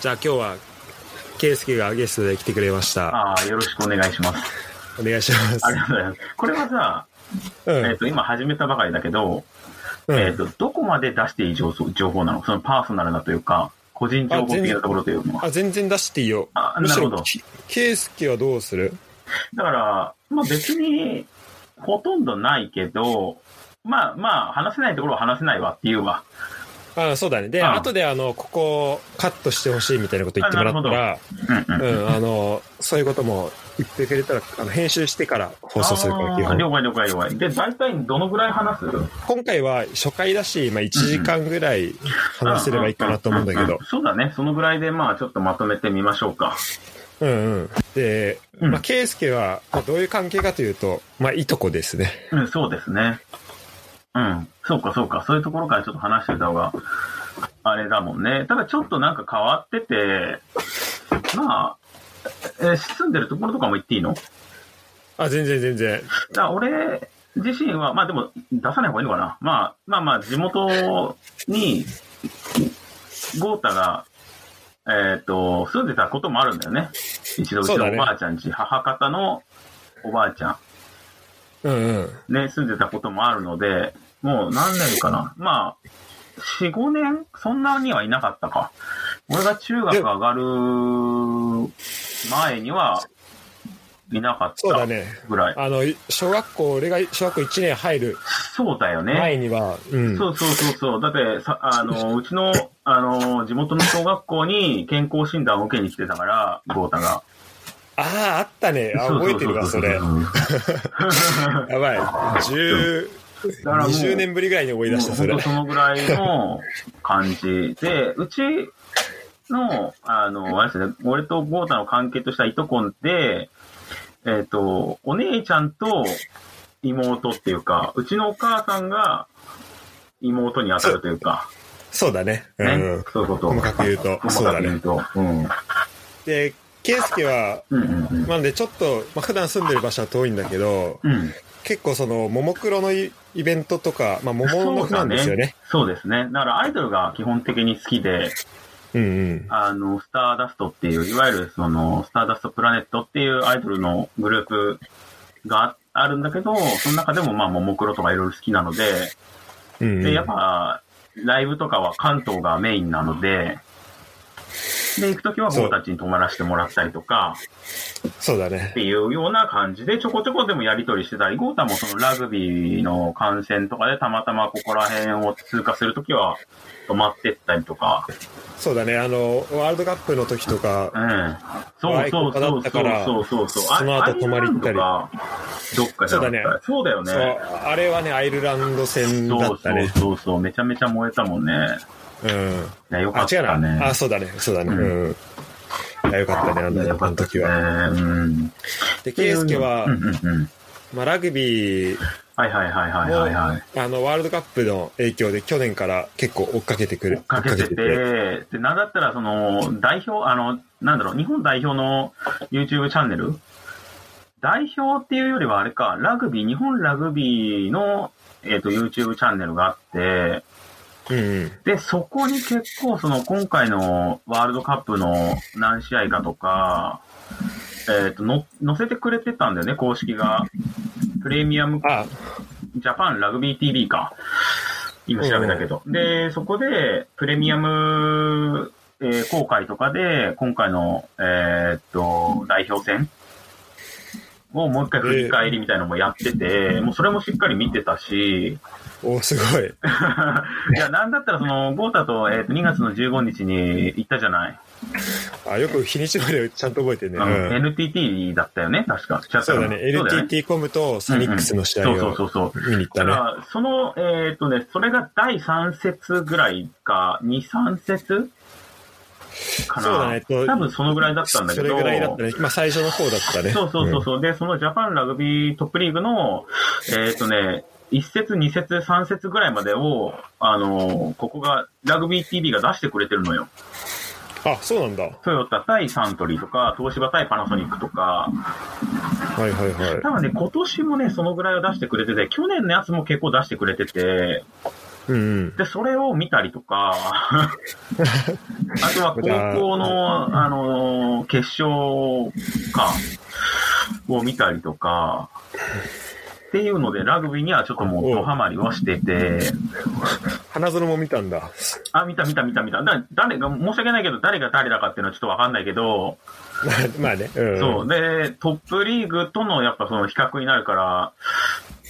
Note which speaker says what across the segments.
Speaker 1: じゃあ今日は圭介がゲストで来てくれました
Speaker 2: ああ、よろしくお願いし ます。
Speaker 1: お願いします
Speaker 2: ありがとうございます。これはさ、
Speaker 1: う
Speaker 2: えっ、
Speaker 1: ん
Speaker 2: と、今始めたばかりだけど、
Speaker 1: うん
Speaker 2: えっ、と、どこまで出していい情報情報なのそのパーソナルなというか、個人情報的なところというのは。
Speaker 1: あ全然出していいよ
Speaker 2: あ
Speaker 1: むしろ
Speaker 2: なるほど
Speaker 1: き圭介はどうする
Speaker 2: だから、まあ別に、ほとんどないけど、まあまあ、話せないところは話せないわっていうわ。
Speaker 1: あそうだねで
Speaker 2: あ
Speaker 1: 後であのここカットしてほしいみたいなこと言ってもらったら
Speaker 2: うんうん。
Speaker 1: うんあのそういうことも言ってくれたらあの編集してから放送するから基
Speaker 2: あー
Speaker 1: 本
Speaker 2: 了解了解了解。で、大体どのぐらい話す
Speaker 1: 今回は初回だし、まあ、1時間ぐらい話せればいいかなと思うんだけど。
Speaker 2: そうだね。そのぐらいで、まあ、ちょっとまとめてみましょうか。
Speaker 1: うんうん。で、
Speaker 2: うん
Speaker 1: まあ、圭介は、まあ、どういう関係かというと、まあ、いとこですね。
Speaker 2: うん、そうですね。うん、そうか、そうか。そういうところからちょっと話してた方が、あれだもんね。ただちょっとなんか変わってて、まあ、えー住んでるところとかも言っていいのだか
Speaker 1: あ、全然全然。
Speaker 2: ら俺自身は、まあでも出さない方がいいのかな。まあ、まあまあ、地元に、ゴータが、えっ、と、住んでたこともあるんだよね。一度う
Speaker 1: そ
Speaker 2: ち
Speaker 1: うだ
Speaker 2: の
Speaker 1: ね
Speaker 2: おばあちゃんち、母方のおばあちゃん。
Speaker 1: うんうん。
Speaker 2: ね、住んでたこともあるので、もう何年かな。まあ、4、5年そんなにはいなかったか。俺が中学上がる前にはいなかっ
Speaker 1: そうだ
Speaker 2: た
Speaker 1: ね。
Speaker 2: ぐらい。
Speaker 1: あの、小学校、俺が小学校1年入る
Speaker 2: そうだよ
Speaker 1: 前
Speaker 2: ね。
Speaker 1: には、うん。
Speaker 2: そうそうそうそう。だってさ、あの、うちの、あの、地元の小学校に健康診断を受けに来てたから、ゴータが。
Speaker 1: ああ、あったね。あ、覚えてるわ、それ。や
Speaker 2: うんだ
Speaker 1: ばい。10、
Speaker 2: からもう
Speaker 1: 20年ぶりぐらいに思い出した、それ
Speaker 2: もう。本当そのぐらいの感じ で、うちの、あの、あれですね、俺とゴータの関係としたいとこんで、えっ、と、お姉ちゃんと妹っていうか、うちのお母さんが妹に当たるというか、
Speaker 1: そうだね。う
Speaker 2: ね、
Speaker 1: んうん。
Speaker 2: そういうこと。
Speaker 1: 細かく言うと
Speaker 2: 細かく言うと。うん。
Speaker 1: で、圭介は、
Speaker 2: うんうんうん。
Speaker 1: まあで、ちょっと、まあ、普段住んでる場所は遠いんだけど、
Speaker 2: うん、
Speaker 1: 結構その、ももクロのイイベントとか、まあ、ももの
Speaker 2: そう
Speaker 1: クな
Speaker 2: だ
Speaker 1: んですよね。
Speaker 2: そうですね。だからアイドルが基本的に好きで、
Speaker 1: うんうん。
Speaker 2: あの、スターダストっていう、いわゆるその、スターダストプラネットっていうアイドルのグループがあるんだけど、その中でもまあ、ももクロとかいろいろ好きなので、
Speaker 1: うん、う
Speaker 2: で、
Speaker 1: ん。
Speaker 2: やっぱ、ライブとかは関東がメインなので、で、行くときは
Speaker 1: そう
Speaker 2: 僕たちに泊まらせてもらったりとか、
Speaker 1: そうだね
Speaker 2: っ。ていうような感じで、ちょこちょこでもやりとりしてたり、ゴータもそのラグビーの観戦とかでたまたまここら辺を通過するときは、泊まってったりとか、
Speaker 1: そうだね。あの、ワールドカップの時とか、
Speaker 2: うんそうそうそうそうそうそう。
Speaker 1: その後泊まり行ったり
Speaker 2: あアイルランドがどっかじゃなかったそうだよ
Speaker 1: そう、
Speaker 2: ね。
Speaker 1: あれはね、アイルランド戦だ
Speaker 2: そ
Speaker 1: っ
Speaker 2: う
Speaker 1: た
Speaker 2: そう
Speaker 1: ね。
Speaker 2: そうそう。めちゃめちゃ燃えたもんね。
Speaker 1: うん。
Speaker 2: いや、よか
Speaker 1: あ
Speaker 2: っ、
Speaker 1: 違う
Speaker 2: たね。
Speaker 1: な。あ、そうだね。そうだね。
Speaker 2: う
Speaker 1: うん。いやよかったね、あ
Speaker 2: いや
Speaker 1: の
Speaker 2: よ
Speaker 1: あ
Speaker 2: か
Speaker 1: の
Speaker 2: ったです
Speaker 1: 時
Speaker 2: ね。
Speaker 1: は。
Speaker 2: うん。
Speaker 1: で、ケイスケは
Speaker 2: う、んうんうん。
Speaker 1: まあ、ラグビー
Speaker 2: はいはいはいはい
Speaker 1: も、
Speaker 2: はいはい。
Speaker 1: あの、ワールドカップの影響で去年から結構追っかけてくる。追っ
Speaker 2: かけてて、で、なんだったら、その、代表、あの、なんだろう、日本代表の YouTube チャンネル代表っていうよりはあれか、ラグビー、日本ラグビーの、えっ、と、YouTube チャンネルがあって、
Speaker 1: うんうん。
Speaker 2: で、そこに結構、その、今回のワールドカップの何試合かとか、えっ、と、の、載せてくれてたんだよね、公式が。プレミアム
Speaker 1: あ、
Speaker 2: ジャパンラグビー TV か。今調べたけど。で、そこで、プレミアム、えー公開とかで、今回の、えーっと、代表戦をもう一回振り返りみたいなのもやってて、もうそれもしっかり見てたし、
Speaker 1: お、すごい。
Speaker 2: いや、なんだったらその、ゴータと、えーっと、2月の15日に行ったじゃない。
Speaker 1: あ、よく日にちまでちゃんと覚えてるね。
Speaker 2: あの、
Speaker 1: うん。
Speaker 2: NTT だったよね、確か。チャッ
Speaker 1: そ
Speaker 2: ト
Speaker 1: う
Speaker 2: の
Speaker 1: だね。
Speaker 2: そうだよ
Speaker 1: LTT コムとサニックスの試合
Speaker 2: うんうんそうそ
Speaker 1: を
Speaker 2: うそうそう。
Speaker 1: 見に行った
Speaker 2: だか
Speaker 1: ね。
Speaker 2: ら、その、えーっ、とね、それが第3節ぐらいか、2、3節かな。
Speaker 1: そうだねえっと
Speaker 2: 多分そのぐらいだったんだけど。
Speaker 1: それぐらいだったね。まあ最初の方だったね。
Speaker 2: そうそうそうそう。で、そのジャパンラグビートップリーグの、えーっ、とね、1節、2節、3節ぐらいまでを、あのーここが、ラグビー TV が出してくれてるのよ。
Speaker 1: うんあ、そうなんだ。は
Speaker 2: トヨタ対サントリーとか、東芝対パナソニックとか、
Speaker 1: いはいはい。
Speaker 2: 多分ね、今年もね、そのぐらいを出してくれてて、去年のやつも結構出してくれてて、
Speaker 1: うん
Speaker 2: で、それを見たりとか、あとは高校の、あの、決勝か、を見たりとか、っていうので、ラグビーにはちょっともう、ドハマりはしてて、
Speaker 1: 花園も見たんだ。
Speaker 2: あ、見た見た見た見た。だ誰が、申し訳ないけど、誰が誰だかっていうのはちょっとわかんないけど、
Speaker 1: まあまあね。うん。
Speaker 2: そう。で、トップリーグとのやっぱその比較になるから、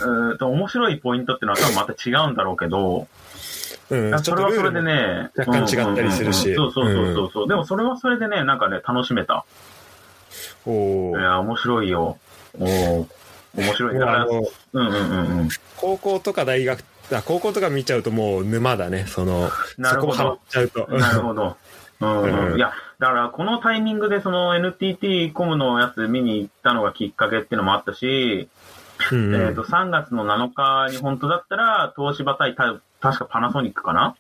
Speaker 2: うーんと、面白いポイントっていうのは多分また違うんだろうけど、
Speaker 1: うん。
Speaker 2: それはそれで
Speaker 1: ね。
Speaker 2: ね、
Speaker 1: 若干違ったりするし
Speaker 2: うんうんうんそうそうそうそうそう。でもそれはそれでね、なんかね、楽しめた。
Speaker 1: お
Speaker 2: い
Speaker 1: ー
Speaker 2: や、面白いよ。おー面白い。
Speaker 1: もう
Speaker 2: だか
Speaker 1: あ
Speaker 2: ら、
Speaker 1: の、
Speaker 2: うんうんうんうん。
Speaker 1: 高校とか大学、あ高校とか見ちゃうともう沼だね。その、
Speaker 2: なるほ
Speaker 1: そこも
Speaker 2: ど
Speaker 1: ハマっちゃうと。
Speaker 2: なるほど。うん、
Speaker 1: う
Speaker 2: うんん。いや、だからこのタイミングでその NTT コムのやつ見に行ったのがきっかけっていうのもあったし、
Speaker 1: うん。
Speaker 2: えっと、3月の7日に本当だったら、東芝対た確かパナソニックかな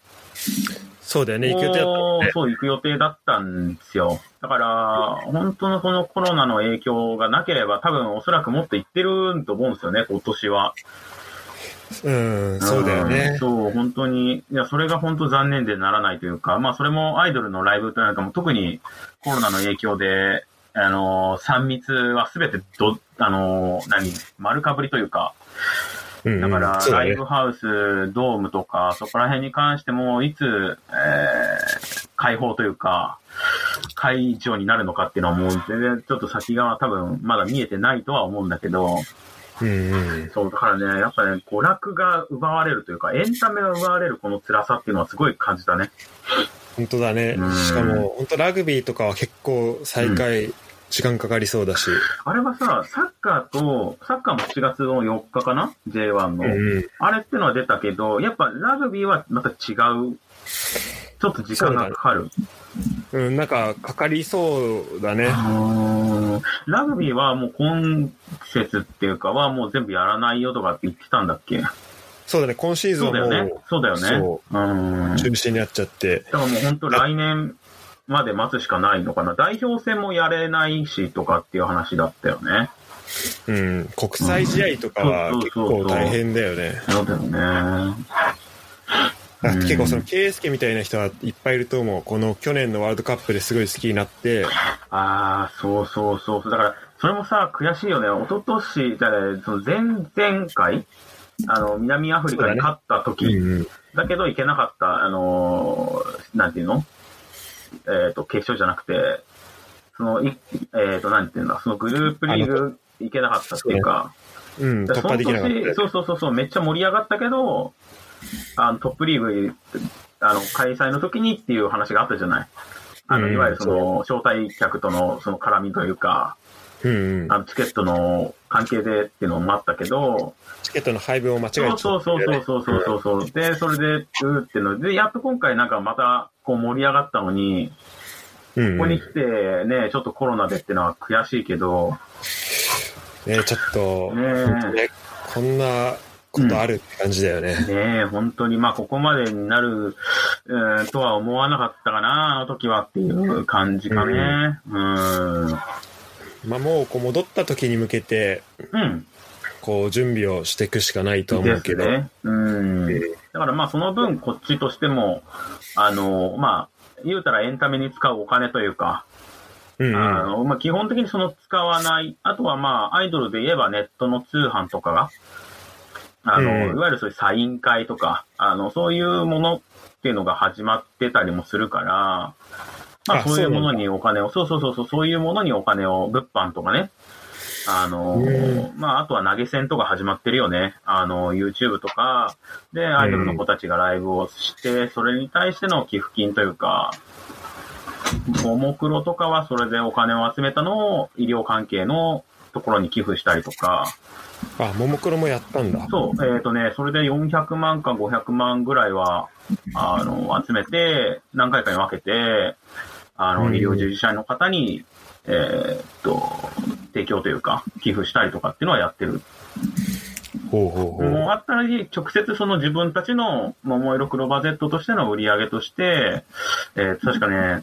Speaker 1: そうだよね。行く予定だったもんね。
Speaker 2: そう、行く予定だったんですよ。だから、本当のこのコロナの影響がなければ、多分おそらくもっと行ってると思うんですよね、今年は。
Speaker 1: うん。そうだよ
Speaker 2: う
Speaker 1: ね
Speaker 2: ん。そう、本当に。いや、それが本当残念でならないというか、まあ、それもアイドルのライブとなんかも特にコロナの影響で、あのー、3密はすべてど、あのー、何、丸かぶりというか、
Speaker 1: うん。
Speaker 2: だから、
Speaker 1: そうだ
Speaker 2: ラ
Speaker 1: ね
Speaker 2: イブハウス、ドームとか、そこら辺に関しても、いつ、えー、開放というか、解除になるのかっていうのはもう全然ちょっと先が多分まだ見えてないとは思うんだけど、
Speaker 1: うんうん。
Speaker 2: そう、だからね、やっぱね、娯楽が奪われるというか、エンタメが奪われるこの辛さっていうのはすごい感じたね。
Speaker 1: 本当だね
Speaker 2: うん。
Speaker 1: しかも、本当ラグビーとかは結構再開、時間かかりそうだし。
Speaker 2: あれはさ、サッカーと、サッカーも7月の4日かな ?J1 の。
Speaker 1: うん。
Speaker 2: あれってのは出たけど、やっぱラグビーはまた違う。ちょっと時間がかかる。
Speaker 1: うん、なんか、かかりそうだね。
Speaker 2: あーラグビーはもう今節っていうかはもう全部やらないよとかって言ってたんだっけ
Speaker 1: そうだね、今シーズン
Speaker 2: そうだよ
Speaker 1: は
Speaker 2: ね
Speaker 1: も。
Speaker 2: そうだよね。。
Speaker 1: そう
Speaker 2: ん。
Speaker 1: う中
Speaker 2: だ
Speaker 1: 止になっちゃって。
Speaker 2: からもう本当来年まで待つしかないのかな。代表戦もやれないしとかっていう話だったよね。
Speaker 1: うん、国際試合とかは
Speaker 2: うん
Speaker 1: 結構大変だよね。
Speaker 2: そうだよね。
Speaker 1: だ
Speaker 2: う
Speaker 1: か
Speaker 2: ん
Speaker 1: ら結構その、ケイスケみたいな人はいっぱいいると思う。この去年のワールドカップですごい好きになって、
Speaker 2: ああ、そうそうそうそう。だから、それもさ、悔しいよね。一昨年じゃない、その前々回、あの、南アフリカに勝った時、
Speaker 1: うん、
Speaker 2: だけど行けなかった、あのーなんていうのえっ、と、決勝じゃなくて、その、いえっ、と、なんていうんだ、そのグループリーグ行けなかったっていうか、
Speaker 1: うん、
Speaker 2: だ
Speaker 1: 突
Speaker 2: から
Speaker 1: 破できなかっ
Speaker 2: その年
Speaker 1: た。
Speaker 2: そうそうそうそう、めっちゃ盛り上がったけど、あの、トップリーグ、あの、開催の時にっていう話があったじゃない。あの、
Speaker 1: うん
Speaker 2: いわゆるその、招待客とのその絡みというか、
Speaker 1: うん、うん
Speaker 2: あの、チケットの関係でっていうのもあったけど、
Speaker 1: チケットの配分を間違えちゃった、
Speaker 2: そうそうそうそうそうそうそう、で、それで、うーってので、やっと今回なんかまた、こう盛り上がったのに、
Speaker 1: う。ん、
Speaker 2: ここに来てね、ちょっとコロナでってのは悔しいけど、
Speaker 1: ね、ちょっと、
Speaker 2: ねえ
Speaker 1: 本当ねこんなことあるって感じだよね。
Speaker 2: ねえ、本当に、まあ、ここまでになる、えーとは思わなかったかな、あの時はっていう感じかね。うん。うん。
Speaker 1: まあもうこう戻った時に向けて、こう準備をしていくしかないとは思
Speaker 2: で
Speaker 1: う
Speaker 2: す
Speaker 1: けど。
Speaker 2: ね。うん。だからまあ、その分、こっちとしても、あの、まあ、言うたらエンタメに使うお金というか、
Speaker 1: うん、
Speaker 2: あ
Speaker 1: うん。
Speaker 2: の、まあ、基本的にその使わない。あとはまあ、アイドルで言えばネットの通販とかが、あの、
Speaker 1: うん
Speaker 2: いわゆるそういうサイン会とか、あの、そういうものっていうのが始まってたりもするから、
Speaker 1: あ
Speaker 2: まあ、そういう
Speaker 1: そ
Speaker 2: も
Speaker 1: うな
Speaker 2: の
Speaker 1: んだ
Speaker 2: にお金を、そうそうそうそう、そういうものにお金を、物販とかね。あの、
Speaker 1: う
Speaker 2: まあ、あとは投げ銭とか始まってるよね。あの、YouTube とか、で、アイドルの子たちがライブをして、それに対しての寄付金というか、ももクロとかはそれでお金を集めたのを医療関係のところに寄付したりとか、
Speaker 1: あ、ももクロもやったんだ。
Speaker 2: そう、えっ、とね、それで400万か500万ぐらいは、あの、集めて、何回かに分けて、あ
Speaker 1: う
Speaker 2: の、
Speaker 1: ん
Speaker 2: 医療従事者の方に、えーっと、提供というか、寄付したりとかっていうのはやってる。
Speaker 1: ほうほうほ
Speaker 2: もう
Speaker 1: う。
Speaker 2: あったら直接その自分たちの、桃色クローバー Z としての売り上げとして、えー確かね、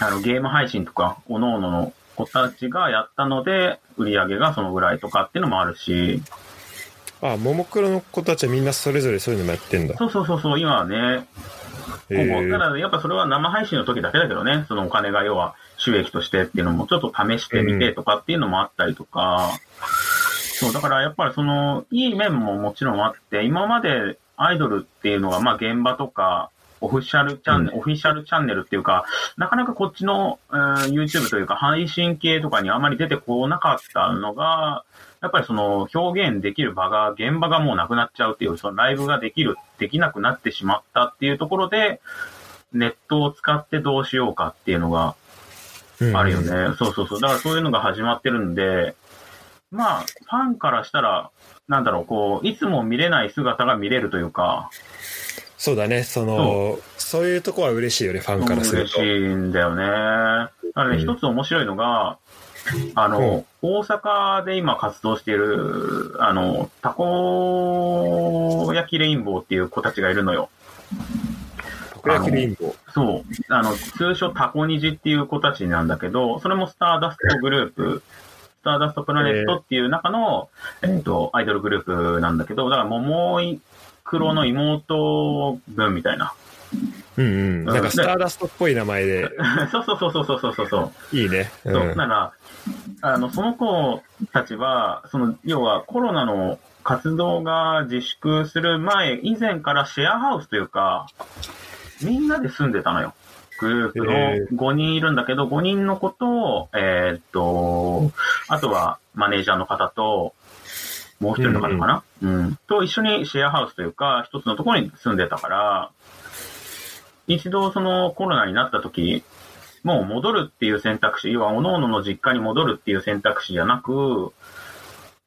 Speaker 2: あの、ゲーム配信とか、おのおのの子たちがやったので、売り上げがそのぐらいとかっていうのもあるし、
Speaker 1: あ、ももクロの子たちはみんなそれぞれそういうのもやってんだ。
Speaker 2: そうそうそうそう、今はね、
Speaker 1: へ
Speaker 2: ほぼ
Speaker 1: ー
Speaker 2: ただ、やっぱそれは生配信の時だけだけどね、そのお金が要は収益としてっていうのも、ちょっと試してみてとかっていうのもあったりとか、そう、だからやっぱりその、いい面ももちろんあって、今までアイドルっていうのが、まあ現場とか、オフィシャルチャンネル、オフィシャルチャンネルっていうか、なかなかこっちの、うん YouTube というか配信系とかにあまり出てこなかったのが、やっぱりその表現できる場が、現場がもうなくなっちゃうっていう、そのライブができる、できなくなってしまったっていうところで、ネットを使ってどうしようかっていうのが
Speaker 1: うん
Speaker 2: あるよ。ね。そうそうそう。だからそういうのが始まってるんで、まあ、ファンからしたら、なんだろう、こう、いつも見れない姿が見れるというか、
Speaker 1: そうだね、その、そういうとこは嬉しいよね、ファンからすると。
Speaker 2: 嬉しいんだよね。だからね、
Speaker 1: うん
Speaker 2: 一つ面白いのが、あの、大阪で今活動している、あの、たこ焼きレインボーっていう子たちがいるのよ。
Speaker 1: たこ焼きリンボ。
Speaker 2: そう。あの、通称タコニジっていう子たちなんだけど、それもスターダストグループ、スターダストプラネットっていう中の、えっ、と、アイドルグループなんだけど、だから、桃井黒の妹分みたいな。
Speaker 1: うんうん。なんかスターダストっぽい名前で、
Speaker 2: そうそうそうそうそうそうそうそう。
Speaker 1: いいね。う。
Speaker 2: そうんなら、あの、その子たちは、その、要はコロナの活動が自粛する前、以前からシェアハウスというか、みんなで住んでたのよ。グループの
Speaker 1: へ
Speaker 2: 5人いるんだけど、5人の子と、えーっと、あとはマネージャーの方と、もう一人の方かな、うんと一緒にシェアハウスというか、一つのところに住んでたから、一度そのコロナになった時、もう戻るっていう選択肢、要は各々の実家に戻るっていう選択肢じゃなく、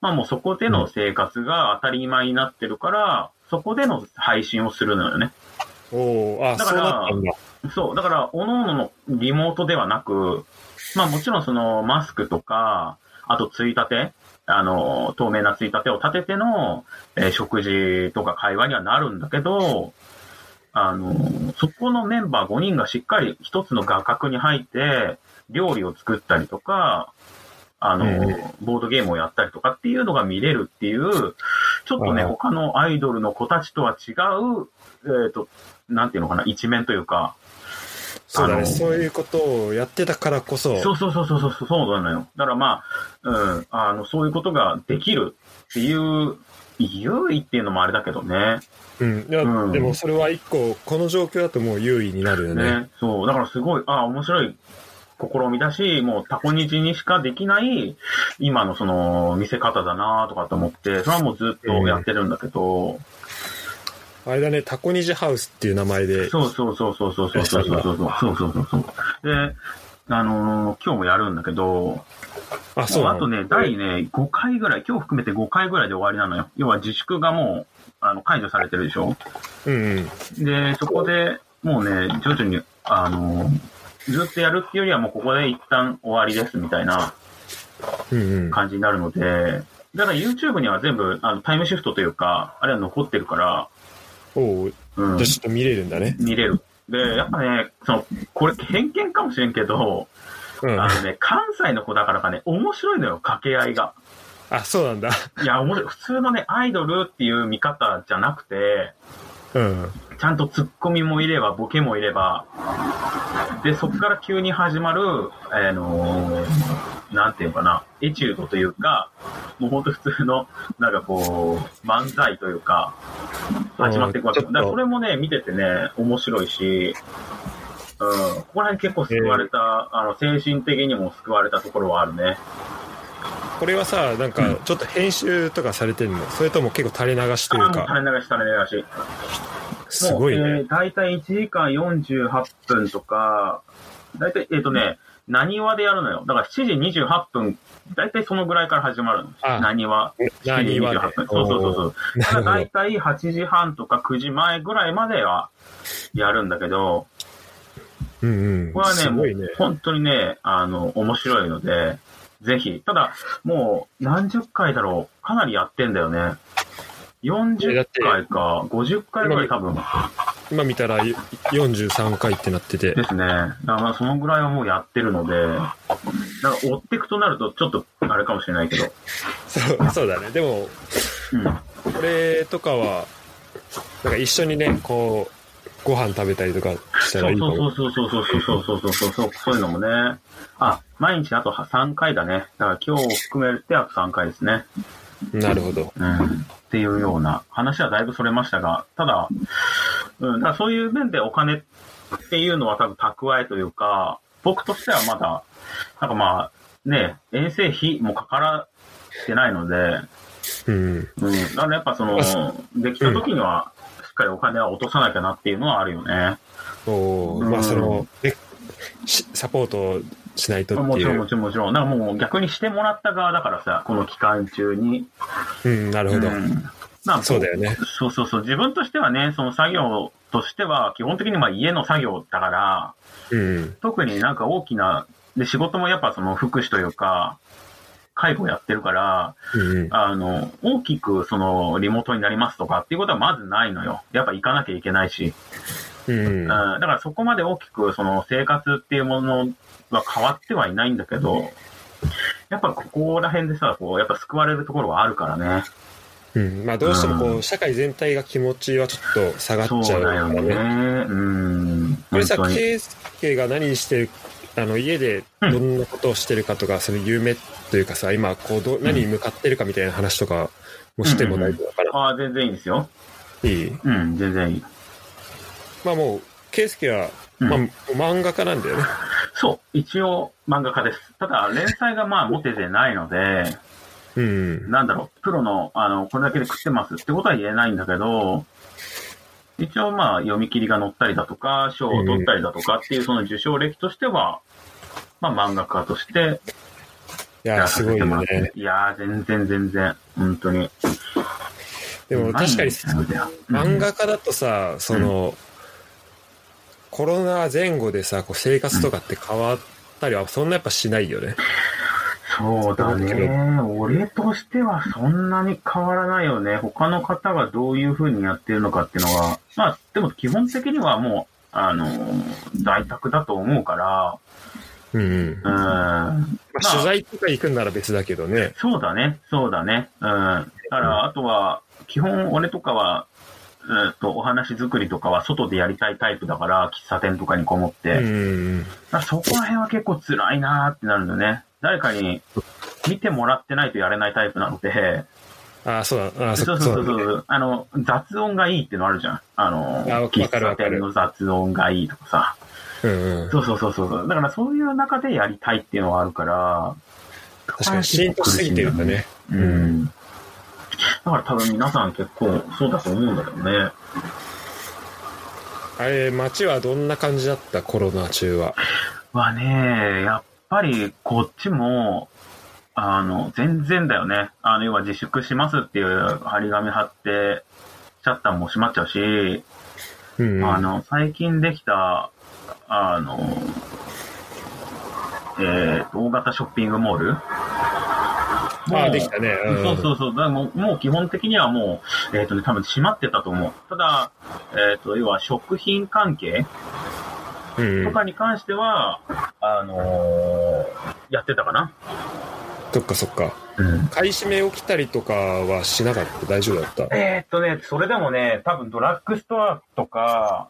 Speaker 2: まあもうそこでの生活が当たり前になってるから、そこでの配信をするのよね。
Speaker 1: おーあ、
Speaker 2: だ
Speaker 1: そ
Speaker 2: か
Speaker 1: う
Speaker 2: ら
Speaker 1: なったんだ。
Speaker 2: そう、だから、各々のリモートではなく、まあもちろんそのマスクとか、あとついたて、あの、透明なついたてを立てての、えー食事とか会話にはなるんだけど、あの、そこのメンバー5人がしっかり一つの画角に入って、料理を作ったりとか、あの、
Speaker 1: うん
Speaker 2: ボードゲームをやったりとかっていうのが見れるっていう、ちょっとね、
Speaker 1: あー
Speaker 2: 他のアイドルの子たちとは違う、えっ、と、なんていうのかな、一面というか、
Speaker 1: そうだ
Speaker 2: あ
Speaker 1: ね、
Speaker 2: の
Speaker 1: そういうことをやってたからこそ、
Speaker 2: そうそうそうそうそう、そうなのよ。だからまあ、うん、あの、そういうことができるっていう、優位っていうのもあれだけどね。
Speaker 1: うん。いや
Speaker 2: うん
Speaker 1: でもそれは一個、この状況だともう優位になるよね。
Speaker 2: ね。そう。だからすごい、ああ、面白い試みだし、もうタコニチにしかできない、今のその、見せ方だなとかと思って、それはもうずっとやってるんだけど、
Speaker 1: あれだね、タコニジハウスっていう名前で、
Speaker 2: そうそうそうそうそうそうそうそうそうそうそうそうそう。で、あのー今日もやるんだけど、
Speaker 1: あ、そうな
Speaker 2: あ
Speaker 1: の
Speaker 2: とね、第ね、5回ぐらい、今日含めて5回ぐらいで終わりなのよ。要は自粛がもう、あの、解除されてるでしょ
Speaker 1: うんうん。
Speaker 2: で、そこで、もうね、徐々に、あの、ずっとやるっていうよりはもうここで一旦終わりですみたいな
Speaker 1: うんうん。
Speaker 2: 感じになるので、だから YouTube には全部、あの、タイムシフトというか、あれは残ってるから、
Speaker 1: おう
Speaker 2: うん
Speaker 1: じゃあ。ちょっと見れるんだね。
Speaker 2: 見れる。で、やっぱね、その、これ偏見かもしれんけど、
Speaker 1: うん。
Speaker 2: あ
Speaker 1: あ、
Speaker 2: のね、関西の子だからかね、面白いのよ、掛け合いが。
Speaker 1: そうなんだ。
Speaker 2: いや、面白い。普通のね、アイドルっていう見方じゃなくて、
Speaker 1: うん。
Speaker 2: ちゃんとツッコミもいれば、ボケもいれば、で、そこから急に始まる、あのーなんていうのかな、エチュードというか、もうほんと普通の、なんかこう、漫才というか、始まっていくわけ。
Speaker 1: うん
Speaker 2: だ
Speaker 1: ちょ
Speaker 2: か
Speaker 1: っと
Speaker 2: らそれもね、見ててね、面白いし、うん、ここら辺結構救われた、あの、精神的にも救われたところはあるね。
Speaker 1: これはさ、なんか、ちょっと編集とかされてるのそれとも結構垂れ流しと
Speaker 2: あ
Speaker 1: い
Speaker 2: あ、
Speaker 1: う
Speaker 2: もう
Speaker 1: か、
Speaker 2: 垂れ流し垂れ流し。
Speaker 1: すごい
Speaker 2: もうえ
Speaker 1: ね。
Speaker 2: ー大体1時間48分とか、大体、えっ、とね、何話でやるのよ。だから7時28分、大体そのぐらいから始まるの。
Speaker 1: あ
Speaker 2: 何話。7
Speaker 1: 何
Speaker 2: 時
Speaker 1: は
Speaker 2: 28
Speaker 1: ね
Speaker 2: 分。そうそうそうそう。
Speaker 1: おー
Speaker 2: ただ
Speaker 1: なる
Speaker 2: 大体8時半とか9時前ぐらいまではやるんだけど、
Speaker 1: ほど。うんうん。
Speaker 2: これはね、
Speaker 1: す
Speaker 2: も
Speaker 1: ごいね
Speaker 2: う。本当にね、あの、面白いので、ぜひ。ただ、もう何十回だろう。かなりやってんだよね。
Speaker 1: えだっ
Speaker 2: 40
Speaker 1: て
Speaker 2: 回か、50回ぐらい多分。
Speaker 1: 今見たら43回ってなってて
Speaker 2: で。すね。だからまあそのぐらいはもうやってるので、だから追っていくとなるとちょっとあれかもしれないけど。
Speaker 1: そうそうだね。でも、
Speaker 2: うん。
Speaker 1: これとかは、なんか一緒にね、こう、ご飯食べたりとかした
Speaker 2: そ
Speaker 1: らいういかも。
Speaker 2: そうそうそうそうそうそうそうそうそう、そういうのもね。あ、毎日あと3回だね。だから今日を含めてあと3回ですね。
Speaker 1: なるほど。
Speaker 2: うん。っていうような話はだいぶそれましたが、ただ、うん、だからそういう面でお金っていうのは多分蓄えというか、僕としてはまだ、なんかまあ、ね、遠征費もかからってないので、
Speaker 1: うん。
Speaker 2: うん、だからやっぱその
Speaker 1: あ、
Speaker 2: できた時には、しっかりお金は落とさなきゃなっていうのはあるよね。
Speaker 1: おー
Speaker 2: うん
Speaker 1: まあその、ね、しサポートしないとっ
Speaker 2: も
Speaker 1: て
Speaker 2: ち
Speaker 1: い
Speaker 2: ろん
Speaker 1: う
Speaker 2: も。ちろんもちろん。だからもう逆にしてもらった側だからさ、この期間中に。
Speaker 1: うん、なるほど。
Speaker 2: うんまあ
Speaker 1: そうだよね。
Speaker 2: そうそうそう。自分としてはね、その作業としては、基本的にまあ家の作業だから、
Speaker 1: うん。
Speaker 2: 特になんか大きな、で、仕事もやっぱその福祉というか、介護やってるから、
Speaker 1: うん。
Speaker 2: あの、大きくそのリモートになりますとかっていうことはまずないのよ。やっぱ行かなきゃいけないし。
Speaker 1: うん。
Speaker 2: うんだからそこまで大きくその生活っていうものは変わってはいないんだけど、やっぱここら辺でさ、こう、やっぱ救われるところはあるからね。
Speaker 1: うん。まあどうしてもこう、社会全体が気持ちはちょっと下が
Speaker 2: そう
Speaker 1: っちゃう
Speaker 2: だよ
Speaker 1: んだ
Speaker 2: ね。うん。
Speaker 1: これさ、
Speaker 2: 本当に
Speaker 1: 圭介が何してる、あの、家でどんなことをしてるかとか、その夢というかさ、今、こう、ど、何に向かってるかみたいな話とかもしても大丈夫だから、
Speaker 2: ああ、全然いいんですよ。
Speaker 1: いい
Speaker 2: うん、全然いい。
Speaker 1: まあもう、圭介は、
Speaker 2: うん
Speaker 1: まあ、漫画家なんだよね。
Speaker 2: そう、一応漫画家です。ただ、連載がまあ持ててないので、
Speaker 1: うん。
Speaker 2: なんだろう、プロの、あの、これだけで食ってますってことは言えないんだけど、一応まあ読み切りが載ったりだとか、賞を取ったりだとかっていうその受賞歴としては、まあ漫画家として
Speaker 1: い
Speaker 2: や
Speaker 1: や、
Speaker 2: ら
Speaker 1: す
Speaker 2: さ
Speaker 1: ごい
Speaker 2: せて
Speaker 1: よ
Speaker 2: もらって
Speaker 1: ね。。
Speaker 2: いやー、全然全然、本当に。
Speaker 1: でも確かに、漫
Speaker 2: 漫
Speaker 1: 画家だとさ、その、コロナ前後でさ、こう生活とかって変わったりは、そんなやっぱしないよね。
Speaker 2: そうだね。俺としてはそんなに変わらないよね。他の方がどういう風にやってるのかっていうのが。まあ、でも基本的にはもう、あのー在宅だと思うか
Speaker 1: うんうん。ま
Speaker 2: ら、うん。
Speaker 1: あ、取材とか行くんなら別だけどね。
Speaker 2: そうだね。そうだね。うん。だから、あとは、基本俺とかは、うんと、お話作りとかは外でやりたいタイプだから、喫茶店とかにこもって。
Speaker 1: うん。
Speaker 2: まあそこら辺は結構辛いなーってなるんだよね。誰かに見てもらってないとやれないタイプなので、
Speaker 1: ああ、そうだ。ああ、そ
Speaker 2: そうう
Speaker 1: そ
Speaker 2: そう
Speaker 1: そ
Speaker 2: うそううそう、あの、雑音がいいってのあるじゃん。あの、
Speaker 1: あわかる
Speaker 2: 喫茶店の雑音がいいとかさ。
Speaker 1: うんうん。
Speaker 2: そうそうそうそう。だからそういう中でやりたいっていうのはあるから、
Speaker 1: 確かに、浸透しすぎてるんだね。
Speaker 2: うん。だから多分皆さん結構そうだと思うんだけどね。
Speaker 1: あれ、街はどんな感じだったコロナ中は。
Speaker 2: はね、やっぱりこっちも、あの、全然だよね。あの、要は自粛しますっていう張り紙貼って、シャッターも閉まっちゃうし、
Speaker 1: うん。
Speaker 2: あの、最近できた、あの、えーと、大型ショッピングモール
Speaker 1: まあ、できたね。うん
Speaker 2: そうそうそう。だからもうもう基本的にはもう、えっ、とね、多分閉まってたと思う。ただ、えっ、と、要は食品関係
Speaker 1: うんう
Speaker 2: と
Speaker 1: ん。
Speaker 2: かに関しては、あのーやってたかな。
Speaker 1: そっかそっか。
Speaker 2: うん。
Speaker 1: 買い占め起きたりとかはしなかった。大丈夫だった。
Speaker 2: えーっとね、それでもね、多分ドラッグストアとか、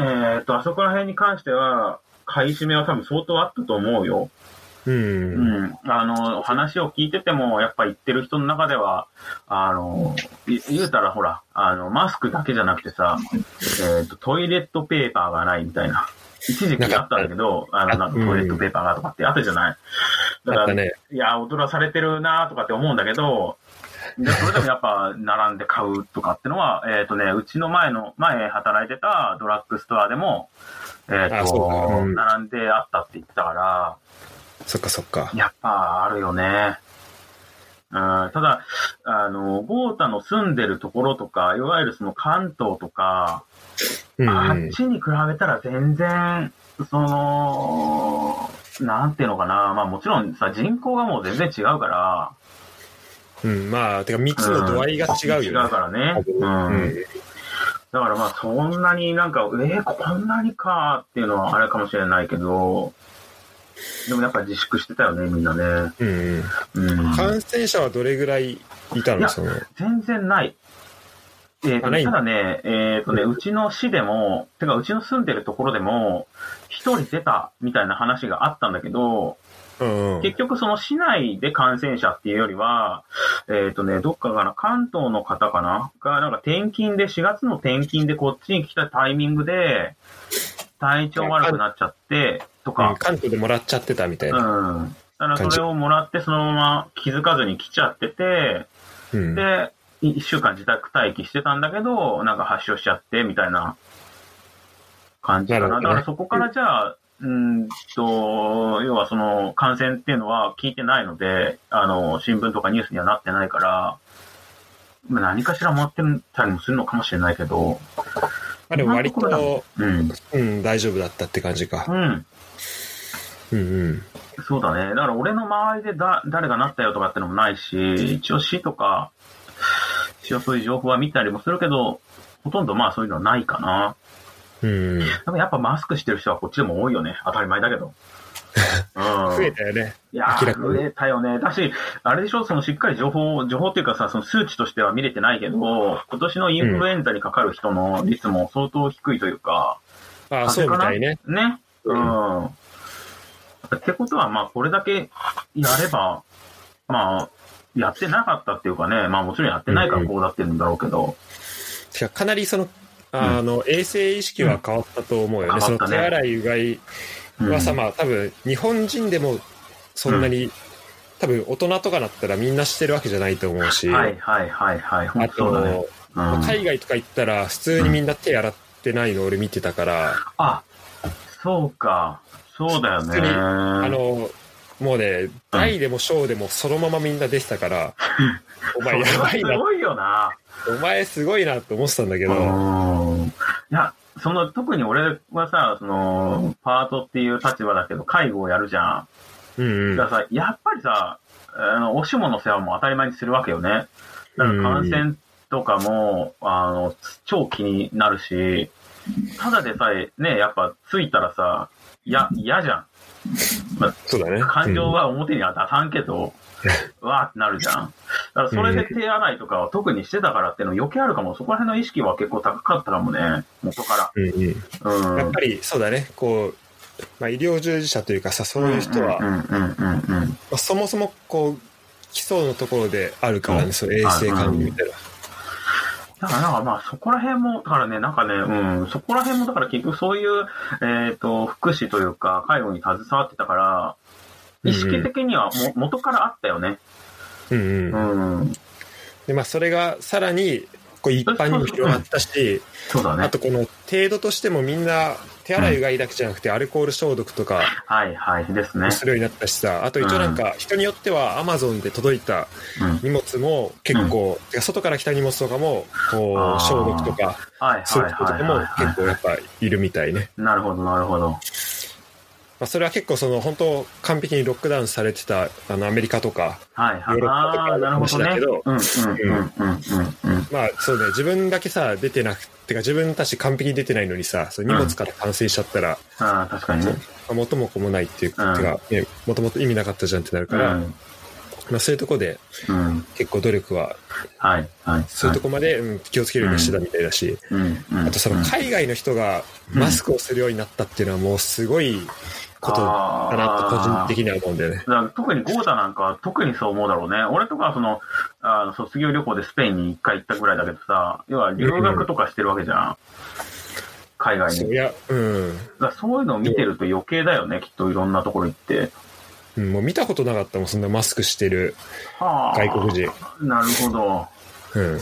Speaker 2: えーっと、あそこら辺に関しては、買い占めは多分相当あったと思うよ。
Speaker 1: う。
Speaker 2: うんん。あの、話を聞いてても、やっぱ言ってる人の中では、あの、い言うたらほら、あの、マスクだけじゃなくてさ、えーっと、トイレットペーパーがないみたいな。一時期あったんだけど、あの、なんかトイレットペーパーがとかってあったじゃない。だか
Speaker 1: あっ
Speaker 2: ら
Speaker 1: た、ね。
Speaker 2: いや、踊らされてるなとかって思うんだけど、でそれでもやっぱ、並んで買うとかってのは、えっ、とね、うちの前の、前働いてたドラッグストアでも、えっ、
Speaker 1: あそうか
Speaker 2: と、
Speaker 1: うん
Speaker 2: 並んであったって言ってたか、。
Speaker 1: そっかそっから
Speaker 2: やっぱあるよね。うん、ただ、あの、豪太の住んでるところとか、いわゆるその関東とか、
Speaker 1: うん
Speaker 2: あ
Speaker 1: う
Speaker 2: っ
Speaker 1: ん。
Speaker 2: ちに比べたら全然、その、なんていうのかな。まあもちろんさ、人口がもう全然違うから、
Speaker 1: うん。まあ、てか、密の度合いが違う
Speaker 2: 違う
Speaker 1: よね。
Speaker 2: からね。うん。だからまあそんなになんか、えー、こんなにかっていうのはあれかもしれないけど、でもやっぱ自粛してたよね、みんなね。
Speaker 1: うん。うん。
Speaker 2: うん。
Speaker 1: 感染者はどれぐらいいた
Speaker 2: い
Speaker 1: の
Speaker 2: や
Speaker 1: その。
Speaker 2: 全然ない。えーと
Speaker 1: あない
Speaker 2: ただね、えっ、とね、うちの市でも、てかうちの住んでるところでも、一人出たみたいな話があったんだけど、
Speaker 1: うんうん。
Speaker 2: 結局その市内で感染者っていうよりは、えっ、とね、どっかかな、関東の方かなが、なんか転勤で、4月の転勤でこっちに来たタイミングで、体調悪くなっちゃって、とか、
Speaker 1: うん関東でもらっちゃってたみたいな。
Speaker 2: うん。だからそれをもらってそのまま気づかずに来ちゃってて、
Speaker 1: うん。
Speaker 2: で、1週間自宅待機してたんだけど、なんか発症しちゃって、みたいな感じかな。
Speaker 1: なるほどね
Speaker 2: だからそこからじゃあ、うーんと、要はその感染っていうのは聞いてないので、あの、新聞とかニュースにはなってないから、まあ何かしら持ってたりもするのかもしれないけど、
Speaker 1: まあでも割
Speaker 2: 今のと
Speaker 1: と、
Speaker 2: うん。
Speaker 1: うん、大丈夫だったって感じ
Speaker 2: う
Speaker 1: か。
Speaker 2: ん。
Speaker 1: うんうん。
Speaker 2: そうだね。だから俺の周りでだ誰がなったよとかってのもないし、一応市とか、一応そういう情報は見たりもするけど、ほとんどまあそういうのはないかな。
Speaker 1: うんうん。
Speaker 2: でもやっぱマスクしてる人はこっちでも多いよね。当たり前だけ ど。うん。
Speaker 1: 増えたよね。
Speaker 2: いや
Speaker 1: 明ら
Speaker 2: ー、
Speaker 1: かに
Speaker 2: 増えたよね。だし、あれでしょ、そのしっかり情報、情報っていうかさ、その数値としては見れてないけど、今年のインフルエンザにかかる人の率も相当低いというか、
Speaker 1: ああ、そ
Speaker 2: 風
Speaker 1: う
Speaker 2: 邪
Speaker 1: み
Speaker 2: かな
Speaker 1: たいね。
Speaker 2: ね。
Speaker 1: う
Speaker 2: うん。ってことは、まあ、これだけやれば、まあ、やってなかったっていうかね、まあ、もちろんやってないからこうだってるんだろうけど、
Speaker 1: てかかなりその、あの、衛生意識は変わったと思うよね。
Speaker 2: うん
Speaker 1: そ
Speaker 2: 変わ
Speaker 1: の
Speaker 2: ったね
Speaker 1: 手洗い、うがい
Speaker 2: うん
Speaker 1: はさ、まあ多分、日本人でもそんなに、多分大人とかなったらみんなしてるわけじゃないと思うし、
Speaker 2: はいはいはいはい、
Speaker 1: あ
Speaker 2: 本
Speaker 1: と、
Speaker 2: 当だね。う
Speaker 1: まあ
Speaker 2: ん、
Speaker 1: 海外とか行ったら普通にみんな手洗ってないの俺見てたから、
Speaker 2: あ、そうか。そうだよ
Speaker 1: 普通に
Speaker 2: ね。あ
Speaker 1: あの、もうね、大でも小でもそのままみんな出てたから、お前やばい
Speaker 2: す
Speaker 1: な、
Speaker 2: ごいよな。
Speaker 1: お前すごいなって思ってたんだけど、
Speaker 2: うん。いや、その、特に俺はさ、その、パートっていう立場だけど、介護をやるじゃん。
Speaker 1: うんう
Speaker 2: だ
Speaker 1: ん。
Speaker 2: からさ、やっぱりさ、あの、おしもの世話も当たり前にするわけよね。だから感染とかも、あの、超気になるし、ただでさえ、ね、やっぱついたらさ、いや、嫌じゃん。
Speaker 1: そうだね。
Speaker 2: 感情は表には出さんけど、わーってなるじゃん。だからそれで手洗いとかを特にしてたからっていうの余計あるかも、そこら辺の意識は結構高かったかもね、元か
Speaker 1: うん、うんうん。
Speaker 2: ら。うん。
Speaker 1: やっぱりそうだね、こう、まあ、医療従事者というかさ、そういう人は、
Speaker 2: う
Speaker 1: ま
Speaker 2: んうんうんうんうん。
Speaker 1: あ、そもそもこう、基礎のところであるから
Speaker 2: うん
Speaker 1: ね、そう衛生管理みたいな。
Speaker 2: だからなんかまあそこら辺も、だからね、なんかね、うん、そこら辺もだから結局そういう、えっ、と、福祉というか、介護に携わってたから、意識的にはも、元からあったよね。
Speaker 1: うん
Speaker 2: う
Speaker 1: うん。
Speaker 2: ん。
Speaker 1: で、まあ、それがさらに、こう、一般にも広がったし、
Speaker 2: そうだ
Speaker 1: あ
Speaker 2: ね。
Speaker 1: とこの程度としてもみんな、手洗いうがいだけじゃなくて、アルコール消毒とか
Speaker 2: はいはい。ですね
Speaker 1: も。するようになったしさ、あと一応なんか、人によっては、アマゾンで届いた
Speaker 2: うん。
Speaker 1: 荷物も結構、てか外から来た荷物とかも、こ
Speaker 2: あー
Speaker 1: う、消毒とか、
Speaker 2: はい
Speaker 1: そういう
Speaker 2: はい
Speaker 1: 人と
Speaker 2: は
Speaker 1: か
Speaker 2: い
Speaker 1: も
Speaker 2: はい、
Speaker 1: 結構やっぱいるみたいね。
Speaker 2: なるほどなるほど。
Speaker 1: まあ、それは結構その本当完璧にロックダウンされてたあのアメリカとか、
Speaker 2: はいは
Speaker 1: ヨ
Speaker 2: い。
Speaker 1: ーロッパと
Speaker 2: あ
Speaker 1: か
Speaker 2: あ、なるほ
Speaker 1: の
Speaker 2: ど
Speaker 1: 話だ
Speaker 2: ね
Speaker 1: けど。
Speaker 2: うんうんうんうんうんうん。
Speaker 1: まあそうね、自分だけさ、出てなくてか自分たち完璧に出てないのにさ、その荷物から感染しちゃったら、
Speaker 2: ああ、確かにね。
Speaker 1: まあ、元も子もないっていう
Speaker 2: うん
Speaker 1: か、てかね、もともと意味なかったじゃんってなる
Speaker 2: う
Speaker 1: から、
Speaker 2: ん。
Speaker 1: まあそういうとこで
Speaker 2: うん。
Speaker 1: 結構努力は、
Speaker 2: はいはい。
Speaker 1: そういうとこまで、うん気をつけるようにしてたみたいだし、
Speaker 2: うんうん。
Speaker 1: あとその海外の人が
Speaker 2: うん
Speaker 1: マスクをするようになったっていうのはもうすごいことだなと個人的には思うんだよね。
Speaker 2: だから特にゴータなんかは特にそう思うだろうね。俺とかはその、あの卒業旅行でスペインに一回行ったぐらいだけどさ、要は留学とかしてるわけじゃん。海外
Speaker 1: そう
Speaker 2: に。
Speaker 1: いや、うん。
Speaker 2: だからそういうのを見てると余計だよね、きっといろんなところ行って。
Speaker 1: うんもう見たことなかったもん、そんなマスクしてる
Speaker 2: はあ。
Speaker 1: 外国人。
Speaker 2: なるほど。は
Speaker 1: うん。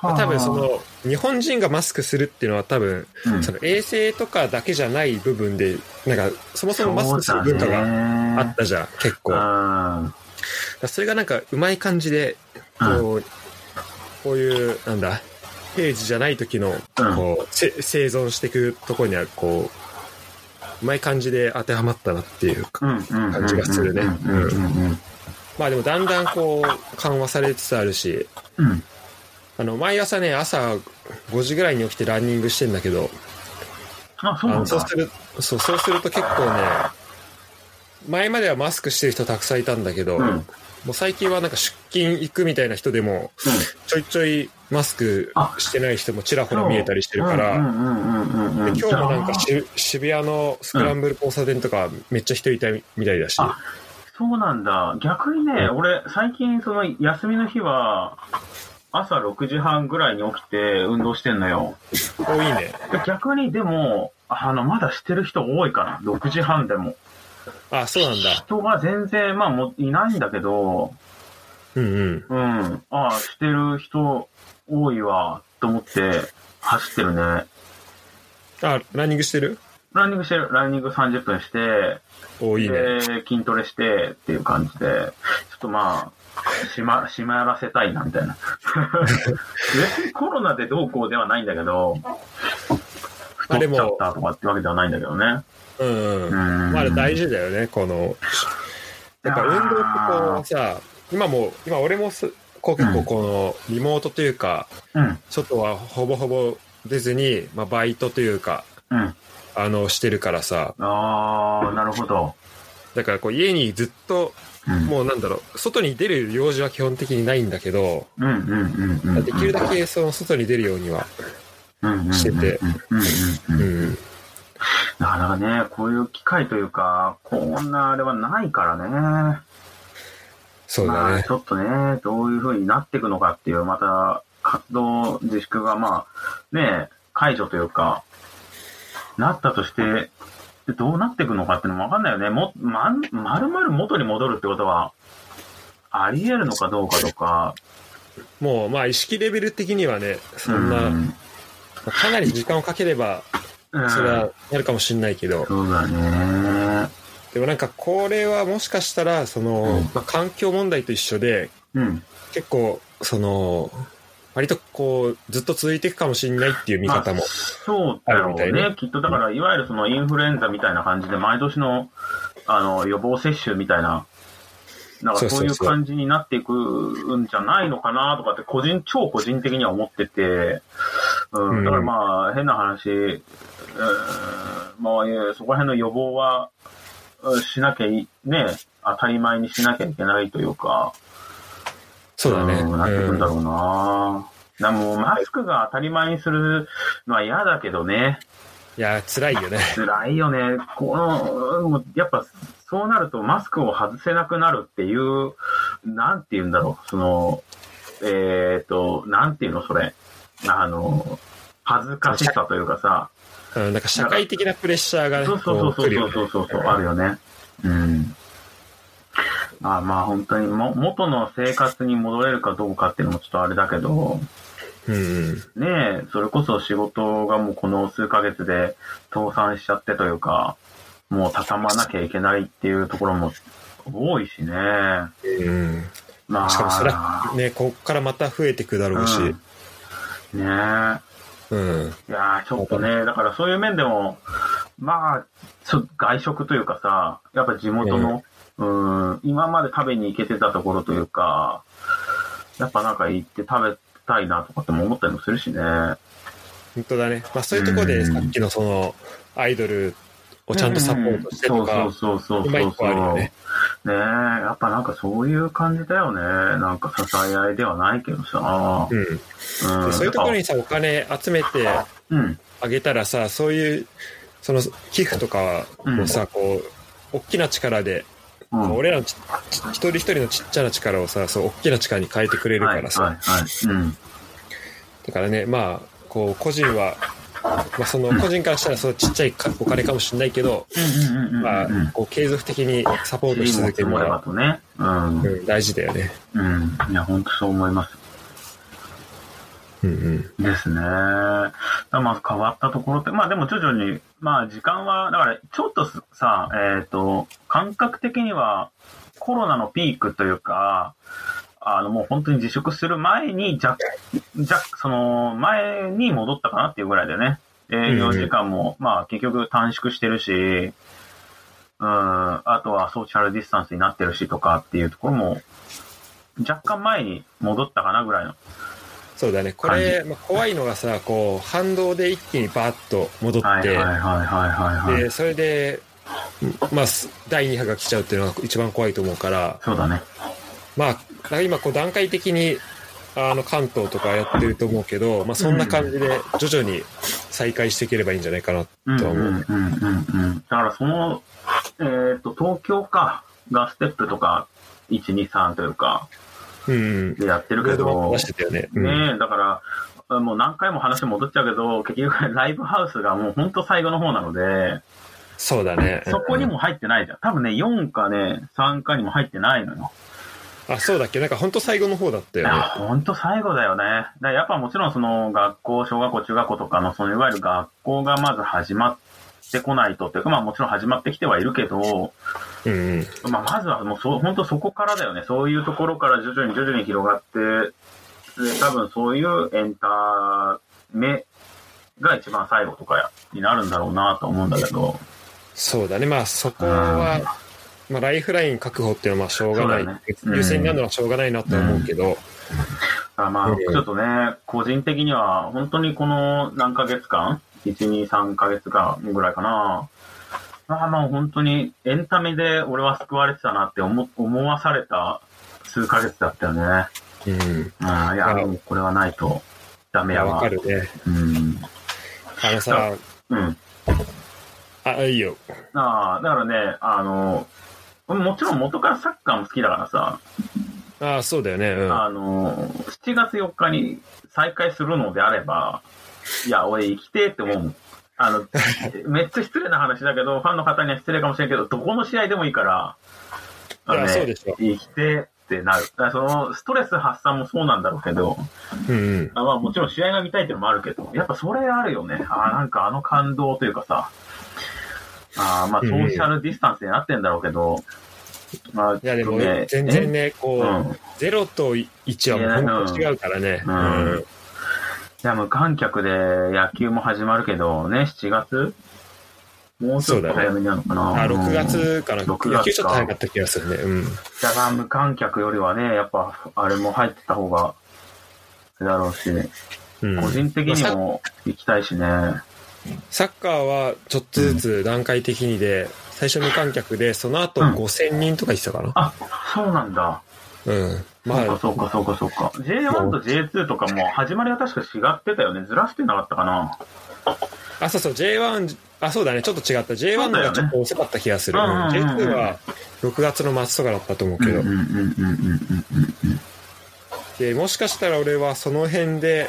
Speaker 1: まあ多分そ、の、日本人がマスクするっていうのは多分、
Speaker 2: うん
Speaker 1: その衛生とかだけじゃない部分で、なんか、そもそもマスクする文化があっ
Speaker 2: が
Speaker 1: たじゃん、結構。だか
Speaker 2: あ
Speaker 1: らそれがなんか、うまい感じで、こう、こういう、なんだ、平時じゃない時の、こう、せ生存していくところには、こう、うまい感じで当てはまったなっていうか。
Speaker 2: うんうんうん。
Speaker 1: 感じがするね
Speaker 2: うんうんうん
Speaker 1: まあでもだんだんこう、緩和されつつあるし、
Speaker 2: うん。うん
Speaker 1: あの、毎朝ね、朝5時ぐらいに起きてランニングしてんだけど、
Speaker 2: あ、そう
Speaker 1: あ
Speaker 2: なん
Speaker 1: の
Speaker 2: だ。
Speaker 1: そうする、そう、そうすると結構ね、前まではマスクしてる人たくさんいたんだけど、
Speaker 2: うん。う
Speaker 1: も
Speaker 2: ん。
Speaker 1: う最近はなんか出勤行くみたいな人でも、ちょいちょいマスクしてない人もちらほら見えたりしてるから、
Speaker 2: うんうんうんうんうん。
Speaker 1: で今日もなんか
Speaker 2: あー
Speaker 1: し渋谷のスクランブル交差点とかめっちゃ人いたみたいだし、
Speaker 2: あそうなんだ。逆にね、俺、最近、その、休みの日は、朝6時半ぐらいに起きて運動してんのよ。
Speaker 1: 多いね。
Speaker 2: で逆に、でも、あの、まだしてる人多いかな。6時半でも。
Speaker 1: あ、そうなんだ。
Speaker 2: 人が全然、まあ、もういないんだけど、
Speaker 1: うんうん。
Speaker 2: うん。ああ、してる人多いわ、と思って走ってるね。
Speaker 1: あ、ランニングしてる
Speaker 2: ランニングしてる。ランニング30分して、
Speaker 1: おいいね。
Speaker 2: で、筋トレしてっていう感じで、ちょっとまあ、しま、しまらせたいな、みたい な。別にコロナでどうこうではないんだけど、太
Speaker 1: あ
Speaker 2: っ
Speaker 1: で
Speaker 2: ち
Speaker 1: も
Speaker 2: ゃったとかってわけではないんだけどね。
Speaker 1: うんうん。
Speaker 2: うん。
Speaker 1: まあ、大事だよね、この。やっぱ運動ってこうさ、今も、今俺もすこう結構このリモートというか、
Speaker 2: うん、
Speaker 1: 外はほぼほぼ出ずに、まあ、バイトというか、
Speaker 2: うん。
Speaker 1: あの、してるからさ、
Speaker 2: ああ、なるほど。
Speaker 1: だからこう家にずっと、
Speaker 2: うん、
Speaker 1: もうなんだろう、外に出る用事は基本的にないんだけど、
Speaker 2: うん、うん、うんうん。
Speaker 1: できるだけその外に出るようには、してて
Speaker 2: うん。うん、うん、
Speaker 1: う
Speaker 2: うん。
Speaker 1: ん。
Speaker 2: なかなかね、こういう機会というか、こんなあれはないからね。
Speaker 1: そう
Speaker 2: ま
Speaker 1: だ
Speaker 2: あ、
Speaker 1: ね
Speaker 2: ち。ょっとね、どういう風になっていくのかっていう、また、活動自粛が、まあ、ねえ、解除というか、なったとして、でどうなっていくのかっていうのもわかんないよね。も、まん、まるまる元に戻るってことは、あり得るのかどうかとか、
Speaker 1: もう、まあ、意識レベル的にはね、そんな、
Speaker 2: うん
Speaker 1: かなり時間をかければ、
Speaker 2: うん
Speaker 1: それはなるかもしれないけど、
Speaker 2: そうだね。
Speaker 1: でもなんか、これはもしかしたら、その、
Speaker 2: うん
Speaker 1: まあ、環境問題と一緒で、
Speaker 2: うん。
Speaker 1: 結構、その、割とこう、ずっと続いていくかもしれないっていう見方も
Speaker 2: まあ。そうだろう
Speaker 1: あるみたい
Speaker 2: ね。きっとだから、いわゆるそのインフルエンザみたいな感じで、毎年の、あの、予防接種みたいな、なん
Speaker 1: そ
Speaker 2: か
Speaker 1: うそう
Speaker 2: そう
Speaker 1: そう
Speaker 2: いう感じになっていくんじゃないのかなとかって、個人、超個人的には思ってて、う、
Speaker 1: うんん
Speaker 2: だからまあ、変な話、うんまあ、いやそこら辺の予防は、うんしなきゃい、ね、当たり前にしなきゃいけないというか、
Speaker 1: そうだね。
Speaker 2: んなってくんだ
Speaker 1: うん
Speaker 2: ろうな。なもうマスクが当たり前にするのは嫌だけどね。
Speaker 1: いや、辛いよね。
Speaker 2: 辛いよね。この、もうやっぱ、そうなるとマスクを外せなくなるっていう、なんて言うんだろう。その、えっ、と、なんて言うの、それ。あの、恥ずかしさというかさ。
Speaker 1: うん、なんか社会的なプレッシャーがね、
Speaker 2: そうそう
Speaker 1: こ
Speaker 2: そ
Speaker 1: 来
Speaker 2: う
Speaker 1: るよ
Speaker 2: う
Speaker 1: ね
Speaker 2: そうそうそうそう、あるよね。うん。まあまあ本当にも、元の生活に戻れるかどうかっていうのもちょっとあれだけど、
Speaker 1: うんうん。
Speaker 2: ねえ、それこそ仕事がもうこの数ヶ月で倒産しちゃってというか、もう畳まなきゃいけないっていうところも多いしね。ま
Speaker 1: うん
Speaker 2: あ、
Speaker 1: しかもそれはね、こっからまた増えてくだろうし。
Speaker 2: ねえ。いや
Speaker 1: うん。
Speaker 2: ーちょっとね、だからそういう面でも、まあ、ちょ外食というかさ、やっぱ地元の、うん、今まで食べに行けてたところというか、やっぱなんか行って食べたいなとかっても思ったりもするしね。
Speaker 1: 本当だね。まあそういうところで
Speaker 2: うん
Speaker 1: さっきのその、アイドルをちゃんとサポートしてと
Speaker 2: う
Speaker 1: か
Speaker 2: ん、そうそうそう
Speaker 1: 今
Speaker 2: そ
Speaker 1: 一
Speaker 2: うそ
Speaker 1: 個
Speaker 2: う
Speaker 1: あるよね。
Speaker 2: ねえ、やっぱなんかそういう感じだよね。なんか支え合いではないけどさ。
Speaker 1: うん。で
Speaker 2: うん
Speaker 1: そういうところにさ、お金集めて
Speaker 2: うん。
Speaker 1: あげたらさ、そういう、その寄付とかをさ、こう、大きな力で、
Speaker 2: うん
Speaker 1: 俺らのちち一人一人のちっちゃな力をさ、そう、大きな力に変えてくれるからさ、
Speaker 2: はいはいはい。うん。
Speaker 1: だからね、まあ、こう、個人は、まあ、その、個人からしたら、そう、ちっちゃいかお金かもしれないけど、
Speaker 2: うんうんうんうんうん。
Speaker 1: まあ、こう、継続的にサポートし
Speaker 2: チー
Speaker 1: 続ける
Speaker 2: ムを積
Speaker 1: の
Speaker 2: もれば
Speaker 1: は、
Speaker 2: とね。うん。
Speaker 1: うん、大事だよね。
Speaker 2: うん。いや、本当そう思います。
Speaker 1: うんうん。
Speaker 2: ですね。だからまあ変わったところって、まあでも徐々に、まあ時間は、だからちょっとすさ、えっ、と、感覚的にはコロナのピークというか、あのもう本当に自粛する前に、じゃ、じゃ、その前に戻ったかなっていうぐらいでね。営業時間も、まあ結局短縮してるし、うん、あとはソーシャルディスタンスになってるしとかっていうところも、若干前に戻ったかなぐらいの。
Speaker 1: そうだね。これ、まあ、怖いのがさ、こう、反動で一気にバーッと戻って、
Speaker 2: はいはいはいはいはいはい。
Speaker 1: で、それで、まあ、す第2波が来ちゃうっていうのが一番怖いと思うから、
Speaker 2: そうだね。
Speaker 1: まあ、だから今こう段階的に、あの、関東とかやってると思うけど、まあそんな感じで徐々に再開していければいいんじゃないかな
Speaker 2: うんう
Speaker 1: とは
Speaker 2: ん
Speaker 1: 思
Speaker 2: う
Speaker 1: う。
Speaker 2: んうんうん。だからその、えっ、と、東京か、がステップとか、1、2、3というか、
Speaker 1: うん、うん。
Speaker 2: でやってる
Speaker 1: ロー
Speaker 2: け
Speaker 1: ドマッ
Speaker 2: ど
Speaker 1: プ出、してたよね。うん
Speaker 2: ねえ、だから、もう何回も話戻っちゃうけど、結局ライブハウスがもう本当最後の方なので、
Speaker 1: そうだね。
Speaker 2: そこにも入ってないじゃん。多分ね、4かね、3かにも入ってないのよ。
Speaker 1: うん。あ、そうだっけなんか本当最後の方だった
Speaker 2: い
Speaker 1: よ
Speaker 2: や、
Speaker 1: ね。
Speaker 2: ほんと最後だよね。だからやっぱもちろんその学校、小学校、中学校とかの、そのいわゆる学校がまず始まってこないとっていうか、まあもちろん始まってきてはいるけど、
Speaker 1: うんうん。
Speaker 2: まあまずはもうそう、本当そこからだよね。そういうところから徐々に徐々に広がって、で、多分そういうエンタメが一番最後とかになるんだろうなと思うんだけど。
Speaker 1: そうだね。まあそこは、まあライフライン確保っていうのはまあしょうがな
Speaker 2: そうだ
Speaker 1: い
Speaker 2: ね。うん
Speaker 1: 優先になるのはしょうがないなとは思うけど、
Speaker 2: あま
Speaker 1: う
Speaker 2: あ、
Speaker 1: ん
Speaker 2: ちょっとね、個人的には、本当にこの何ヶ月間 ?1、2、3ヶ月間ぐらいかな。まあまあ、本当にエンタメで俺は救われてたなって思思わされた数ヶ月だったよね。
Speaker 1: うん。
Speaker 2: うん、いや、
Speaker 1: うん
Speaker 2: もうこれはないとダ
Speaker 1: い
Speaker 2: メ
Speaker 1: や、
Speaker 2: や
Speaker 1: わ
Speaker 2: わ。
Speaker 1: かるね。
Speaker 2: うん。
Speaker 1: あのさ、
Speaker 2: うん。
Speaker 1: あ、いいよ。
Speaker 2: ああ、だからね、あの、もちろん元からサッカーも好きだからさ、
Speaker 1: あそうだよね。うん。
Speaker 2: あの、7月4日に再開するのであれば、いや、俺生きてえって思うもん。あ の、めっちゃ失礼な話だけど、ファンの方には失礼かもしれんけど、どこの試合でもいいから、あの
Speaker 1: いやそうでしょ
Speaker 2: 生きてえってなる。だからその、ストレス発散もそうなんだろうけど、
Speaker 1: うんうん。
Speaker 2: あまあもちろん試合が見たいってのもあるけど、やっぱそれあるよね。あーなんかあの感動というかさ、あーまあソーシャルディスタンスになってんだろうけど、まあ
Speaker 1: いや、でも
Speaker 2: ちょっとね
Speaker 1: 全然ね、こ
Speaker 2: う
Speaker 1: う、
Speaker 2: ん。い
Speaker 1: 0と1はもう本当違うからね。
Speaker 2: うん
Speaker 1: うん
Speaker 2: や、無観客で野球も始まるけど、ね、7月もうちょっと早めになるのかな。
Speaker 1: あ、6
Speaker 2: うん
Speaker 1: 月かな。
Speaker 2: 6月か
Speaker 1: 野球ちょっと早かった気がするね。うん。
Speaker 2: だから無観客よりはね、やっぱあれも入ってた方が、だろうし、
Speaker 1: うん
Speaker 2: 個人的にも行きたいしね。
Speaker 1: サッカーはちょっとずつ段階的にで、最初無観客で、その後
Speaker 2: うん
Speaker 1: 5000人とか言ってたかな。
Speaker 2: あ、そうなんだ。
Speaker 1: うん。まあ、
Speaker 2: そうかそうかそうかそうか。J1 と J2 とかも始まりは確か違ってたよね。ずらしてなかったかな。
Speaker 1: あ、そうそう、J1、あ、そうだね、ちょっと違った。J1 のがちょっと遅かった気がする。
Speaker 2: う
Speaker 1: うんん
Speaker 2: うんうん
Speaker 1: J2 は6月の末とかだったと思うけど。
Speaker 2: うんうんうん
Speaker 1: で、もしかしたら俺はその辺で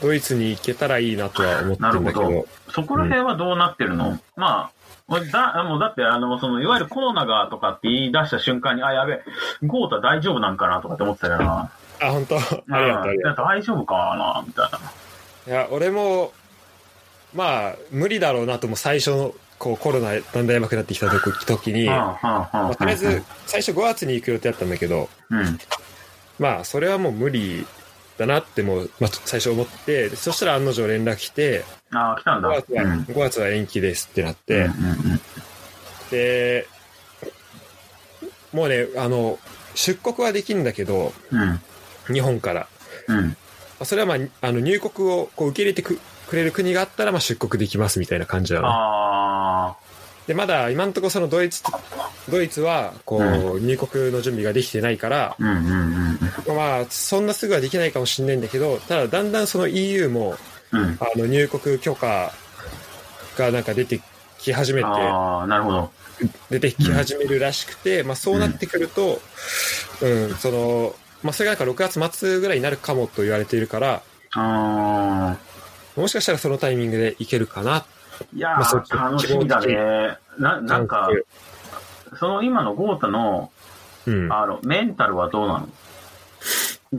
Speaker 1: ドイツに行けたらいいなとは思ってるんだけ
Speaker 2: なるほ
Speaker 1: ど。
Speaker 2: そこら辺はどうなってるの、まあ、だ、もうだって、あの、その、いわゆるコロナがとかって言い出した瞬間に、あ、やべえ、ゴータ大丈夫なんかなとかって思ってたよな。
Speaker 1: あ、本当ありがとう、ありがとう。
Speaker 2: うん大丈夫かなみたいな。
Speaker 1: いや、俺も、まあ、無理だろうなとも最初の、こう、コロナだんだんやばくなってきた時時に、
Speaker 2: うん
Speaker 1: ま
Speaker 2: うんうん
Speaker 1: あ、とりあえず、最初5月に行く予定だったんだけど、
Speaker 2: うん。
Speaker 1: まあ、それはもう無理だなってもう、まあ、最初思って、でそしたら案の定連絡来て、
Speaker 2: ああ、来たん
Speaker 1: 5
Speaker 2: だ。
Speaker 1: 月は、
Speaker 2: うん
Speaker 1: 5月は延期ですってなっ
Speaker 2: う
Speaker 1: て
Speaker 2: ん、うん
Speaker 1: で、もうね、あの、出国はできるんだけど、
Speaker 2: うん。
Speaker 1: 日本から。
Speaker 2: うん。うん
Speaker 1: まあそれはまあ、あの入国をこう受け入れてくくれる国があったら、まあ出国できますみたいな感じなの。
Speaker 2: あ
Speaker 1: で、まだ今のところそのドイツ、ドイツは、こう、入国の準備ができてないから
Speaker 2: あ、、うんうんうん
Speaker 1: まあ、そんなすぐはできないかもしれないんだけど、ただだんだんその EU も、
Speaker 2: うん。うん。
Speaker 1: あの、入国許可がなんか出てき始めて、
Speaker 2: ああ、なるほど。
Speaker 1: 出てき始めるらしくて、まあそうなってくると、うん、その、まあそれがなんか6月末ぐらいになるかもと言われているから、
Speaker 2: ああ。
Speaker 1: もしかしたらそのタイミングでいけるかな。
Speaker 2: いや
Speaker 1: まあそう
Speaker 2: ー、楽しみだ
Speaker 1: 希
Speaker 2: ね。ななんか、その今のゴータの、
Speaker 1: うん。
Speaker 2: あの、メンタルはどうなの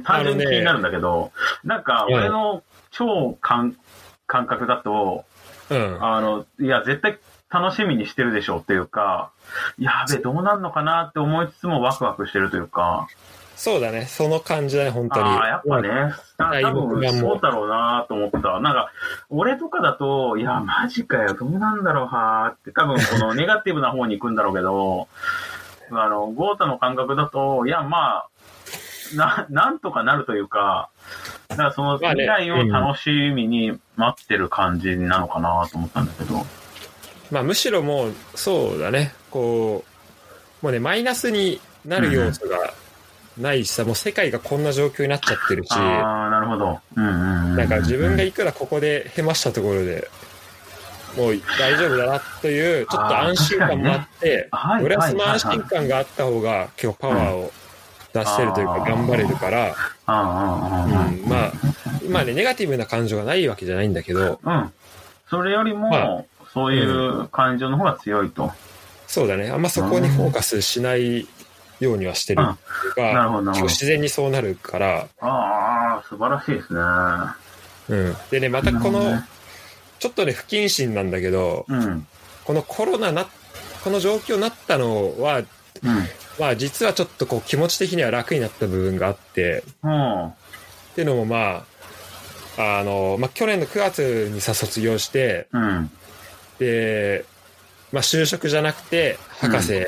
Speaker 2: 単純に気になるんだけど、なんか、
Speaker 1: いや
Speaker 2: 俺の超感感覚だと、
Speaker 1: うん。
Speaker 2: あの、いや、絶対楽しみにしてるでしょうっていうか、やべえ、どうなんのかなって思いつつもワクワクしてるというか、
Speaker 1: そうだね。その感じだね、本当に。
Speaker 2: ああ、やっぱね、
Speaker 1: はい
Speaker 2: 多
Speaker 1: 僕
Speaker 2: 分
Speaker 1: がもう
Speaker 2: そうだろうなと思った。なんか、俺とかだと、いや、マジかよ、どうなんだろうはーって、多分このネガティブな方に行くんだろう けど、あの、ゴータの感覚だと、いや、まあ、な、なんとかなるというか、だからその
Speaker 1: まあね
Speaker 2: 未来を楽しみに待ってる感じなのかなと思ったんだけど。
Speaker 1: まあ、むしろもう、そうだね。こう、もうね、マイナスになる要素がないしさ、もう世界がこんな状況になっちゃってるし、な
Speaker 2: ああ、なるほど。うんうんうんうん。
Speaker 1: んか自分がいくらここでへましたところで、もう大丈夫だなという、ちょっと安心感もあって、
Speaker 2: はい、
Speaker 1: 俺はその
Speaker 2: はい
Speaker 1: 安心感があった方が、今日パワーを出せるというか、
Speaker 2: うん
Speaker 1: 頑張れるから、
Speaker 2: はいはいはい
Speaker 1: うん、まあ、今ね、ネガティブな感情がないわけじゃないんだけど、
Speaker 2: うんうん。うん。それよりも、
Speaker 1: ま
Speaker 2: そういう感情の方が強いと。
Speaker 1: そうだね、あんまそこにフォーカスしないようにはしてるっていう
Speaker 2: な
Speaker 1: か、
Speaker 2: るほど、な
Speaker 1: 結構
Speaker 2: るほど。
Speaker 1: 自然にそうなるから、
Speaker 2: ああ、素晴らしいですね。
Speaker 1: うん。でね、またこ
Speaker 2: な
Speaker 1: の
Speaker 2: る、
Speaker 1: ちょっとね、不謹慎なんだけど、
Speaker 2: ほどねうん。
Speaker 1: このコロナな、この状況になったのは、
Speaker 2: うん。
Speaker 1: まあ実はちょっとこう気持ち的には楽になった部分があって、
Speaker 2: うん。
Speaker 1: っていうのもまあ、あの、まあ去年の9月にさ、卒業して、
Speaker 2: うん。
Speaker 1: で、まあ就職じゃなくて、博士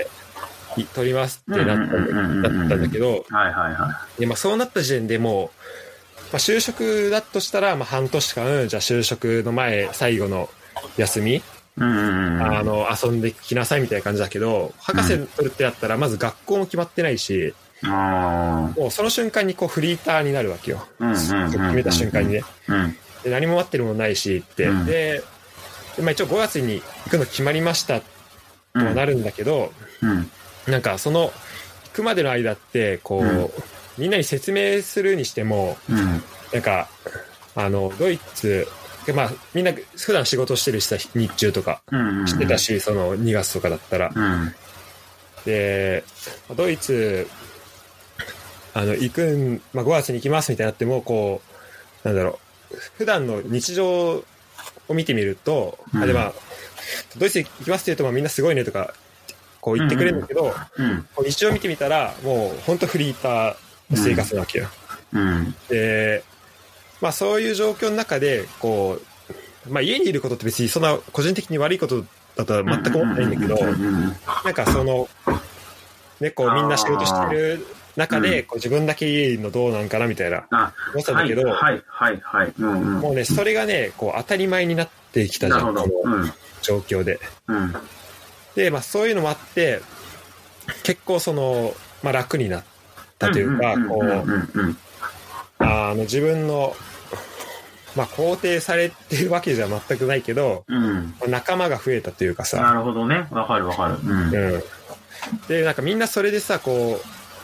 Speaker 1: に取りますってなった
Speaker 2: うんうんうんうん
Speaker 1: ん
Speaker 2: う
Speaker 1: だ
Speaker 2: んうん
Speaker 1: ったんだけど、
Speaker 2: はいはいは
Speaker 1: で、まあそうなった時点でもう、まあ就職だとしたら、まあ半年間、じゃあ就職の前、最後の休み、
Speaker 2: い。うんうんうん。
Speaker 1: あの、遊んできなさいみたいな感じだけど、博士取るってなったら、まず学校も決まってないし、
Speaker 2: あ
Speaker 1: もうその瞬間にこうフリーターになるわけよ。
Speaker 2: うんうんうんうん
Speaker 1: 決めた瞬間にね。
Speaker 2: ーうん。
Speaker 1: で何も待ってるもんないしって。
Speaker 2: うん
Speaker 1: で、でまあ、一応5月に行くの決まりましたと
Speaker 2: う
Speaker 1: は
Speaker 2: ん。
Speaker 1: なるんだけど、
Speaker 2: うん。
Speaker 1: なんかその、行くまでの間って、こう、
Speaker 2: うん
Speaker 1: みんなに説明するにしても、
Speaker 2: うん。
Speaker 1: なんか、あの、ドイツ、でまあ、みんな普段仕事してるしさ、日中とか
Speaker 2: うん。
Speaker 1: してた。し、その2月とかだったら。
Speaker 2: うん。
Speaker 1: で、ドイツ、あの、行くん、まあ、5月に行きますみたいになっても、こう、なんだろう、普段の日常を見てみると、
Speaker 2: うん
Speaker 1: あでまあ、ドイツ行きますって言うと、まあ、みんなすごいねとか、こう言ってくれるんだけど、
Speaker 2: うん。
Speaker 1: こう日常見てみたら、もう本当フリーターの生活なわけよ。
Speaker 2: うん。
Speaker 1: で、まあそういう状況の中で、こう、まあ家にいることって別にそんな個人的に悪いことだとは全く思ってないんだけど、
Speaker 2: うん。
Speaker 1: なんかその、ね、こうみんな仕事してる中
Speaker 2: あーう
Speaker 1: で、こう自分だけいいのどうなんかなみたいな
Speaker 2: あ、
Speaker 1: 思ってたん
Speaker 2: は
Speaker 1: だ
Speaker 2: い
Speaker 1: けど、
Speaker 2: はいはいはい。うんうん。
Speaker 1: もうね、それがね、こう当たり前になってきたじ
Speaker 2: な
Speaker 1: ゃ
Speaker 2: るほ
Speaker 1: ん、
Speaker 2: ど。
Speaker 1: こ
Speaker 2: う
Speaker 1: の
Speaker 2: ん。
Speaker 1: 状況で。
Speaker 2: うん。
Speaker 1: で、まあそういうのもあって、結構その、まあ楽になったというか、
Speaker 2: ん
Speaker 1: こ
Speaker 2: ん
Speaker 1: う、
Speaker 2: んうん
Speaker 1: あの自分の、まあ肯定されてるわけじゃ全くないけど、
Speaker 2: うんうん。
Speaker 1: 仲間が増えたというか
Speaker 2: な
Speaker 1: さ、
Speaker 2: るほどね。わかるわかる。うん。
Speaker 1: うん。で、なんかみんなそれでさ、こ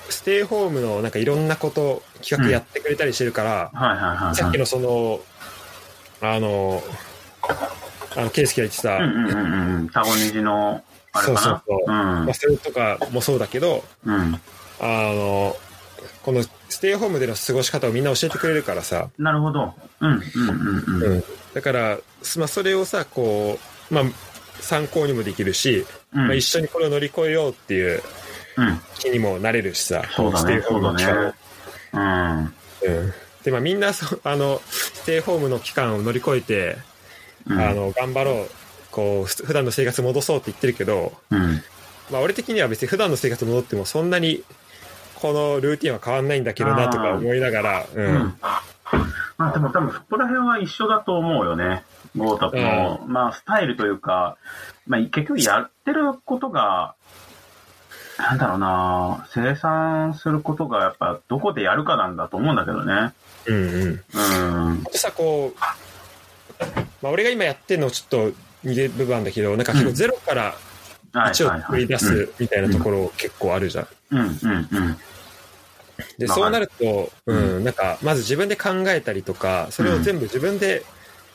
Speaker 1: う、ステイホームのなんかいろんなこと企画やってくれたりしてるから、
Speaker 2: はいはいはい。
Speaker 1: さっきのその、あの、あの、圭介が言ってた、
Speaker 2: うんうんうんうん。タゴネジの、あれか
Speaker 1: そう
Speaker 2: な。
Speaker 1: そうそう
Speaker 2: うん
Speaker 1: まあ、。それとかもそうだけど、
Speaker 2: うん。
Speaker 1: あの、このステイホームでの過ごし方をみんな教えてくれるからさ、
Speaker 2: なるほど。うんうんうんうん。
Speaker 1: だから、すまあ、それをさ、こう、まあ、参考にもできるし、
Speaker 2: うん
Speaker 1: まあ、一緒にこれを乗り越えようっていう
Speaker 2: うん。
Speaker 1: 気にもなれるしさ、
Speaker 2: そうだ
Speaker 1: ステイ
Speaker 2: ね。
Speaker 1: ホ
Speaker 2: そ
Speaker 1: ー
Speaker 2: う
Speaker 1: ム
Speaker 2: だ
Speaker 1: の期間を
Speaker 2: ね。うん。
Speaker 1: うんで、まあみんなそう、あの、ステイホームの期間を乗り越えて、
Speaker 2: うん
Speaker 1: あの、頑張ろう、こう、ふ普段の生活戻そうって言ってるけど、
Speaker 2: うん。
Speaker 1: まあ俺的には別に普段の生活戻ってもそんなに、このルーティンは変わんないんだけどなとか思いながら、う。
Speaker 2: うんん。まあでも多分そこら辺は一緒だと思うよね。ゴータの、まあスタイルというか、まあ結局やってることが、なんだろうな生産することがやっぱどこでやるかなんだと思うんだけどね。
Speaker 1: うんうん。
Speaker 2: うん。
Speaker 1: そしたらこう、まあ俺が今やってるのちょっと似てる部分なんだけど、なんか結構ゼロから
Speaker 2: はい
Speaker 1: 1を作り出。すみたいなところ結構あるじゃん。
Speaker 2: うんうんうん。
Speaker 1: で、
Speaker 2: まあ
Speaker 1: そうなると、
Speaker 2: う
Speaker 1: うん、なんか、まず自分で考えたりとか、それを全部自分で、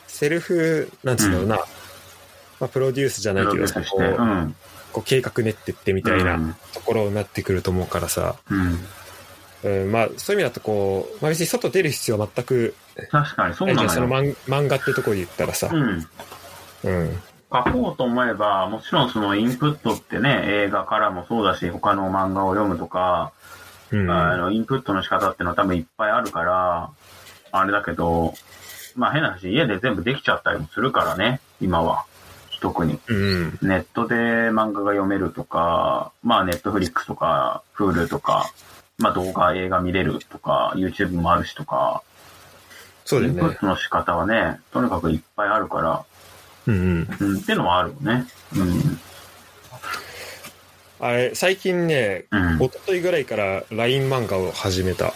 Speaker 1: セルフ、なんつうんだろうな、まあ、プロデュースじゃ
Speaker 2: プ
Speaker 1: ない
Speaker 2: ロ
Speaker 1: け
Speaker 2: デュ
Speaker 1: どさ、
Speaker 2: ースし
Speaker 1: こ
Speaker 2: て。う
Speaker 1: う、
Speaker 2: ん。
Speaker 1: こう計画練ってってみたいなところになってくると思うからさ、
Speaker 2: うん。
Speaker 1: うん、まあ、そういう意味だとこう、まあ別に外出る必要は全く、
Speaker 2: 確かにそ
Speaker 1: な
Speaker 2: う
Speaker 1: いじゃん
Speaker 2: な
Speaker 1: そ
Speaker 2: の
Speaker 1: の
Speaker 2: よ。
Speaker 1: 漫漫画ってところで言ったらさ
Speaker 2: う、ん。
Speaker 1: うん、
Speaker 2: 書こうと思えば、もちろんそのインプットってね、映画からもそうだし、他の漫画を読むとか、
Speaker 1: うん、
Speaker 2: あの、インプットの仕方ってのは多分いっぱいあるから、あれだけど、まあ変な話、家で全部できちゃったりもするからね、今は。特に。
Speaker 1: うん、
Speaker 2: ネットで漫画が読めるとか、まあネットフリックスとか、フールとか、まあ動画、映画見れるとか、YouTube もあるしとか、
Speaker 1: そうだ
Speaker 2: イ
Speaker 1: よ
Speaker 2: ンプ
Speaker 1: ね
Speaker 2: ッ。トの仕方はね、とにかくいっぱいあるから、
Speaker 1: うんうん。
Speaker 2: うん、ってのはあるよね。うん。
Speaker 1: あれ、最近ね、
Speaker 2: うん、
Speaker 1: 一昨日ぐらいから LINE 漫画を始めた。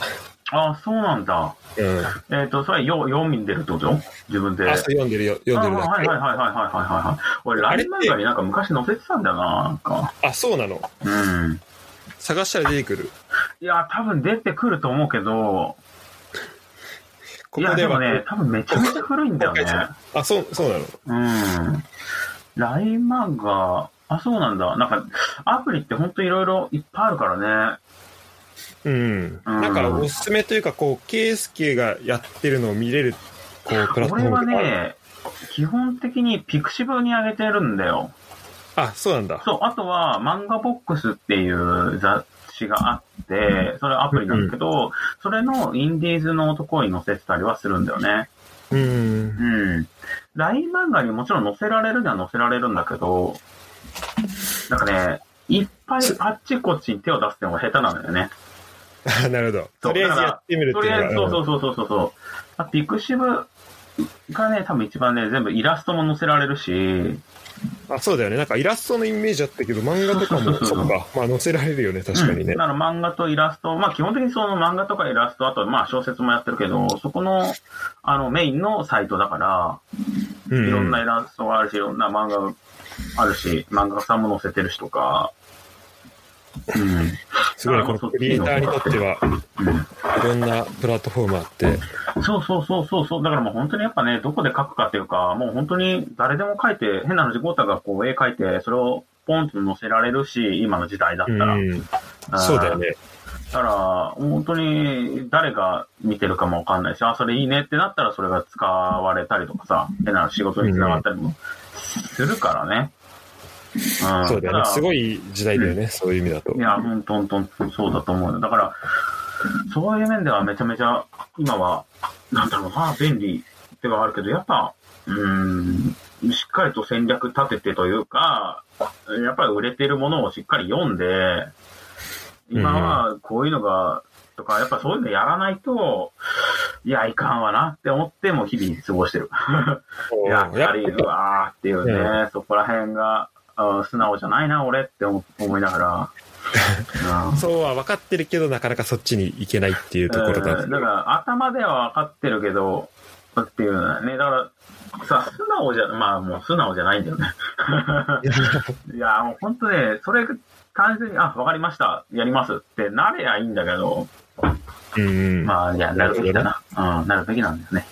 Speaker 2: あ、そうなんだ。
Speaker 1: うん。
Speaker 2: えっ、と、それよ読んでるってこと自分で。
Speaker 1: あ、そう読んでるよ、読んでる
Speaker 2: あ
Speaker 1: だ
Speaker 2: はい
Speaker 1: け
Speaker 2: はいはいはいはいはいはい。俺、
Speaker 1: あ
Speaker 2: LINE
Speaker 1: れって
Speaker 2: 漫画になんか昔載せてたんだよな、なんか。
Speaker 1: あ、そうなの。
Speaker 2: うん。
Speaker 1: 探したら出てくる。
Speaker 2: いや、多分出てくると思うけど、
Speaker 1: こ
Speaker 2: い
Speaker 1: こ
Speaker 2: や、
Speaker 1: で
Speaker 2: で
Speaker 1: は
Speaker 2: も、ね、多分めちゃめちゃ古いんだよね。
Speaker 1: あ、そう、そうなの。
Speaker 2: うん。LINE 漫画、あ、そうなんだ。なんか、アプリって本当いろいろいっぱいあるからね。
Speaker 1: うん。だから、おすすめというか、こう、ケイスケがやってるのを見れる、こう、プラット
Speaker 2: こ
Speaker 1: フ
Speaker 2: れ
Speaker 1: ォー
Speaker 2: は
Speaker 1: ムとかある
Speaker 2: ね、基本的にピクシブに上げてるんだよ。
Speaker 1: あ、そうなんだ。
Speaker 2: そう、あとは漫画ボックスっていう雑誌があって、それアプリなんだけど、それのインディーズのところに載せてたりはするんだよね。
Speaker 1: うん
Speaker 2: う。ん。LINE 漫画にもちろん載せられるには載せられるんだけど、なんかね、いっぱいあっちこっちに手を出すってのが下手なんだよね。
Speaker 1: あなるほど。
Speaker 2: そう
Speaker 1: とりあえずやってみる
Speaker 2: と
Speaker 1: って
Speaker 2: り
Speaker 1: い
Speaker 2: あえず、
Speaker 1: うの
Speaker 2: そ
Speaker 1: が
Speaker 2: う。そうそうそうそう。あピクシブがね、多分一番ね、全部イラストも載せられるし、
Speaker 1: あ、そうだよね。なんかイラストのイメージあったけど、漫画とかも、
Speaker 2: そうそうそう
Speaker 1: そっか。まあ、載せられるよね、確かにね。
Speaker 2: うんだから漫画とイラスト、まあ基本的にその漫画とかイラスト、あとまあ小説もやってるけど、そこの、あのメインのサイトだから、
Speaker 1: うんうん
Speaker 2: いろんなイラストがあるし、いろんな漫画があるし、漫画家さんも載せてるしとか、う
Speaker 1: すごい、このクリエイターにとっては、
Speaker 2: ん。うん
Speaker 1: いろんなプラットフォームあって。
Speaker 2: そうそうそうそうそう。だからもう本当にやっぱね、どこで書くかというか、もう本当に誰でも書いて、変な話、ゴータがこう絵描いて、それをポンと載せられるし、今の時代だった
Speaker 1: う
Speaker 2: ら。
Speaker 1: ん。そうだよ
Speaker 2: ね
Speaker 1: ね。
Speaker 2: だから、本当に誰が見てるかもわかんないし、あ、それいいねってなったらそれが使われたりとかさ、変な仕事に繋がったりもするからね。うん、
Speaker 1: そうだよね。すごい時代だよね、そういう意味だと
Speaker 2: い。や、ほんとほんと、そうだと思うよ。だから、そういう面ではめちゃめちゃ、今は、なんだろうな、便利ではあるけど、やっぱ、うーん、しっかりと戦略立ててというか、やっぱり売れてるものをしっかり読んで、今はこういうのが、とか、やっぱそういうのやらないと、いや、いかんわなって思って、もう日々過ごしてる。いや、やっぱり、うわーっていうね、そこら辺が、あー素直じゃないな、俺って思思いなが ら。うん
Speaker 1: そうは分かってるけど、なかなかそっちに行けないっていうところだ。
Speaker 2: うんだから、頭では分かってるけど、っていうのはね、だから、さ、素直じゃ、まあもう素直じゃないんだよね。 いや、もう本当ね、それ、単純に、あ、分かりました、やりますってなれゃいいんだけど、
Speaker 1: うんうん。ま
Speaker 2: まあ、いや、なるべきだな。うん、なるべきなんだよね。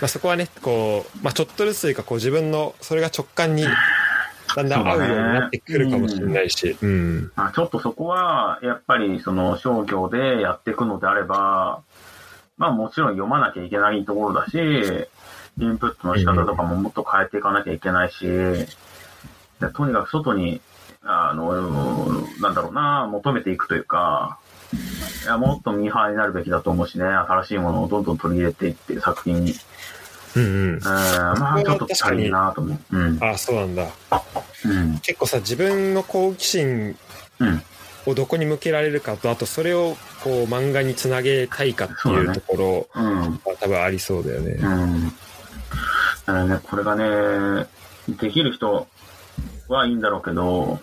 Speaker 1: あそこはね、こう、まあちょっとずつというか、こう自分の、それが直感に、だんだん合うようになってくるかもしれないし。うん。
Speaker 2: まあ、ちょっとそこは、やっぱり、その、商業でやっていくのであれば、まあ、もちろん読まなきゃいけないところだし、インプットの仕方とかももっと変えていかなきゃいけないし、でとにかく外に、あの、なんだろうな、求めていくというか、いやもっとミーハーになるべきだと思うしね、新しいものをどんどん取り入れていって作品に。
Speaker 1: うんうん
Speaker 2: うん、。まあ、ちょっと足りんなと思う。うん。
Speaker 1: あ、そうなんだ。
Speaker 2: うん。
Speaker 1: 結構さ、自分の好奇心
Speaker 2: うん。
Speaker 1: をどこに向けられるかと、あとそれをこう漫画につなげたいかっていうところ
Speaker 2: うん。
Speaker 1: は多分ありそうだよね。
Speaker 2: うん。だからね、これがね、できる人はいいんだろうけど、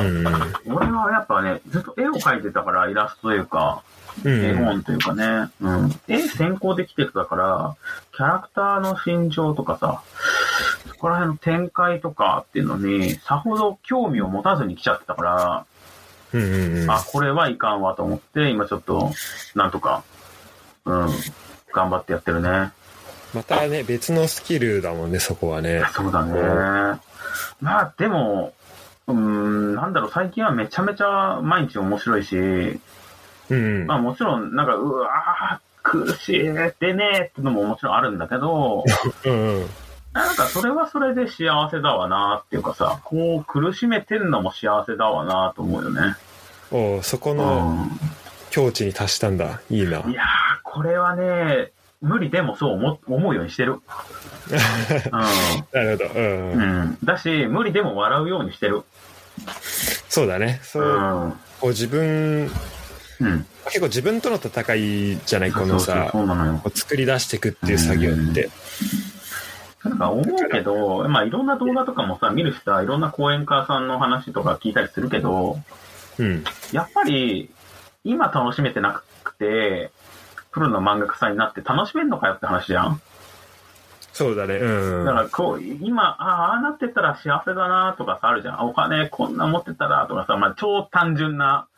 Speaker 1: うん。うん
Speaker 2: 俺はやっぱね、ずっと絵を描いてたから、イラストというか、
Speaker 1: う
Speaker 2: 絵
Speaker 1: ん。
Speaker 2: 本というかね、うん。絵先行できてたから、キャラクターの心情とかさ、そこら辺の展開とかっていうのに、さほど興味を持たずに来ちゃってたから、
Speaker 1: うんうんうん。
Speaker 2: あ、これはいかんわと思って、今ちょっと、なんとか、うん、頑張ってやってるね。
Speaker 1: またね、別のスキルだもんね、そこはね。
Speaker 2: そうだね。まあ、でも、うーん、なんだろう、最近はめちゃめちゃ毎日面白いし、
Speaker 1: うん。
Speaker 2: まあもちろん、なんか、うわー、苦しいね、でね、ってのももちろんあるんだけど、
Speaker 1: うんうん。
Speaker 2: なんかそれはそれで幸せだわなっていうかさ、こう苦しめてんのも幸せだわなと思うよね。
Speaker 1: おうそこ
Speaker 2: う
Speaker 1: の
Speaker 2: ん。
Speaker 1: 境地に達したんだ。いいな。
Speaker 2: いやー、これはね、無理でもそう思思うようにしてる。
Speaker 1: なるほど。うん
Speaker 2: う。
Speaker 1: うんん。
Speaker 2: うん。だし、無理でも笑うようにしてる。
Speaker 1: そうだね。
Speaker 2: う
Speaker 1: そう、
Speaker 2: ん。
Speaker 1: こう自分、
Speaker 2: うん。
Speaker 1: 結構自分との戦いじゃない、この
Speaker 2: そうそうそう
Speaker 1: さ、
Speaker 2: そうなのよ。
Speaker 1: こう作り出していくっていう作業って。
Speaker 2: なんか思うけど、まあいろんな動画とかもさ、見るしさ、いろんな講演家さんの話とか聞いたりするけど、
Speaker 1: うん。
Speaker 2: やっぱり今楽しめてなくて、プロの漫画家さんになって楽しめんのかよって話じゃん。
Speaker 1: そうだね。
Speaker 2: だ
Speaker 1: う
Speaker 2: か
Speaker 1: ん。
Speaker 2: らこう、今、ああ、ああなってたら幸せだなとかさ、あるじゃん。あお金こんな持ってたらとかさ、まあ超単純な、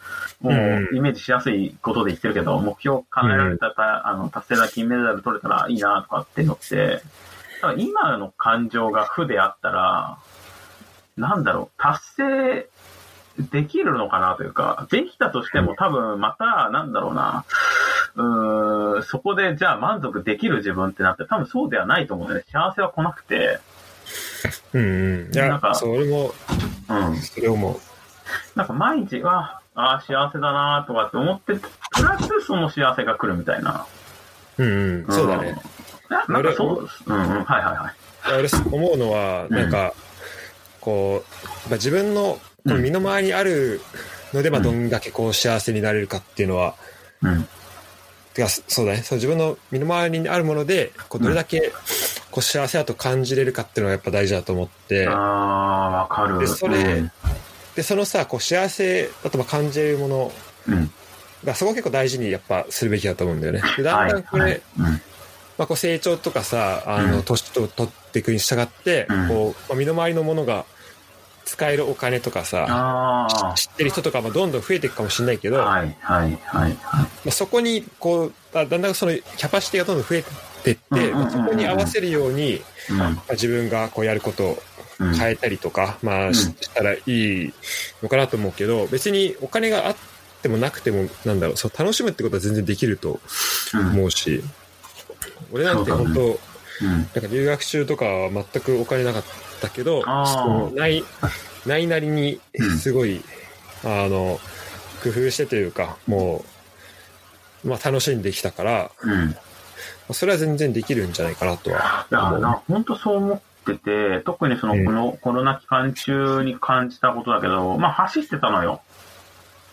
Speaker 2: も
Speaker 1: う
Speaker 2: うイメージしやすいことで言ってるけど、目標叶えられたら、あの、達成だ金メダル取れたらいいなとかってのって、だから今の感情が負であったら、なんだろう、達成できるのかなというか、できたとしても多分また、なんだろうな、うーん、そこでじゃあ満足できる自分ってなって多分そうではないと思うんだよね。幸せは来なくて、
Speaker 1: うん、うん。い
Speaker 2: なん
Speaker 1: や
Speaker 2: か、
Speaker 1: それも、
Speaker 2: うん。
Speaker 1: それ思う。
Speaker 2: なんか毎日は、ああ、幸せだなとかって思って、プラスその幸せが来るみたいな。
Speaker 1: うん、うん。そうだね。
Speaker 2: ななんかそう、うんうん、はいはいはい。
Speaker 1: いや俺思うのは
Speaker 2: うん
Speaker 1: なんか、こうやっぱ自分のこの身の回りにあるので、まあ、
Speaker 2: うん
Speaker 1: どんだけこう幸せになれるかっていうのは、
Speaker 2: うん、
Speaker 1: てかそそうだねそう自分の身の回りにあるものでこうどれだけこう幸せだと感じれるかっていうのがやっぱ大事だと思って
Speaker 2: ああ、わかる。
Speaker 1: でそれ
Speaker 2: うん、
Speaker 1: でそのさこう幸せだとまあ感じれるもの
Speaker 2: うん、
Speaker 1: がそこ結構大事にやっぱするべきだと思うんだよね。でだんだんこれ、
Speaker 2: はいはいうん
Speaker 1: まあ、こう成長とかさあの
Speaker 2: うん
Speaker 1: 年と取っていくに従って、
Speaker 2: うん
Speaker 1: こうまあ、身の回りのものが使えるお金とかさ、
Speaker 2: ああ、
Speaker 1: 知ってる人とかもどんどん増えていくかもしれないけど、ま
Speaker 2: はいはいはいはい。
Speaker 1: あ、そこにこうあだんだんそのキャパシティがどんどん増えてって、
Speaker 2: うんうんうんうん
Speaker 1: まあそこに合わせるように、
Speaker 2: うん
Speaker 1: まあ自分がこうやることを
Speaker 2: うん
Speaker 1: 変えたりとか、ま
Speaker 2: う
Speaker 1: あ
Speaker 2: ん
Speaker 1: ししたらいいのかなと思うけど別にお金があってもなくてもなんだろうそう楽しむってことは全然できると
Speaker 2: うん
Speaker 1: 思うし、俺なんて
Speaker 2: そうだ
Speaker 1: 本
Speaker 2: ね
Speaker 1: 当、
Speaker 2: うん
Speaker 1: なんか留学中とかは全くお金なかったけど、
Speaker 2: あー
Speaker 1: そのない、ないなりに
Speaker 2: うん、
Speaker 1: すごい、あの、工夫してというか、もう、まあ楽しんできたから、
Speaker 2: うん
Speaker 1: それは全然できるんじゃないかなとは。
Speaker 2: いや、な、本当そう思ってて、特にその、
Speaker 1: うん
Speaker 2: このコロナ期間中に感じたことだけど、まあ走ってたのよ。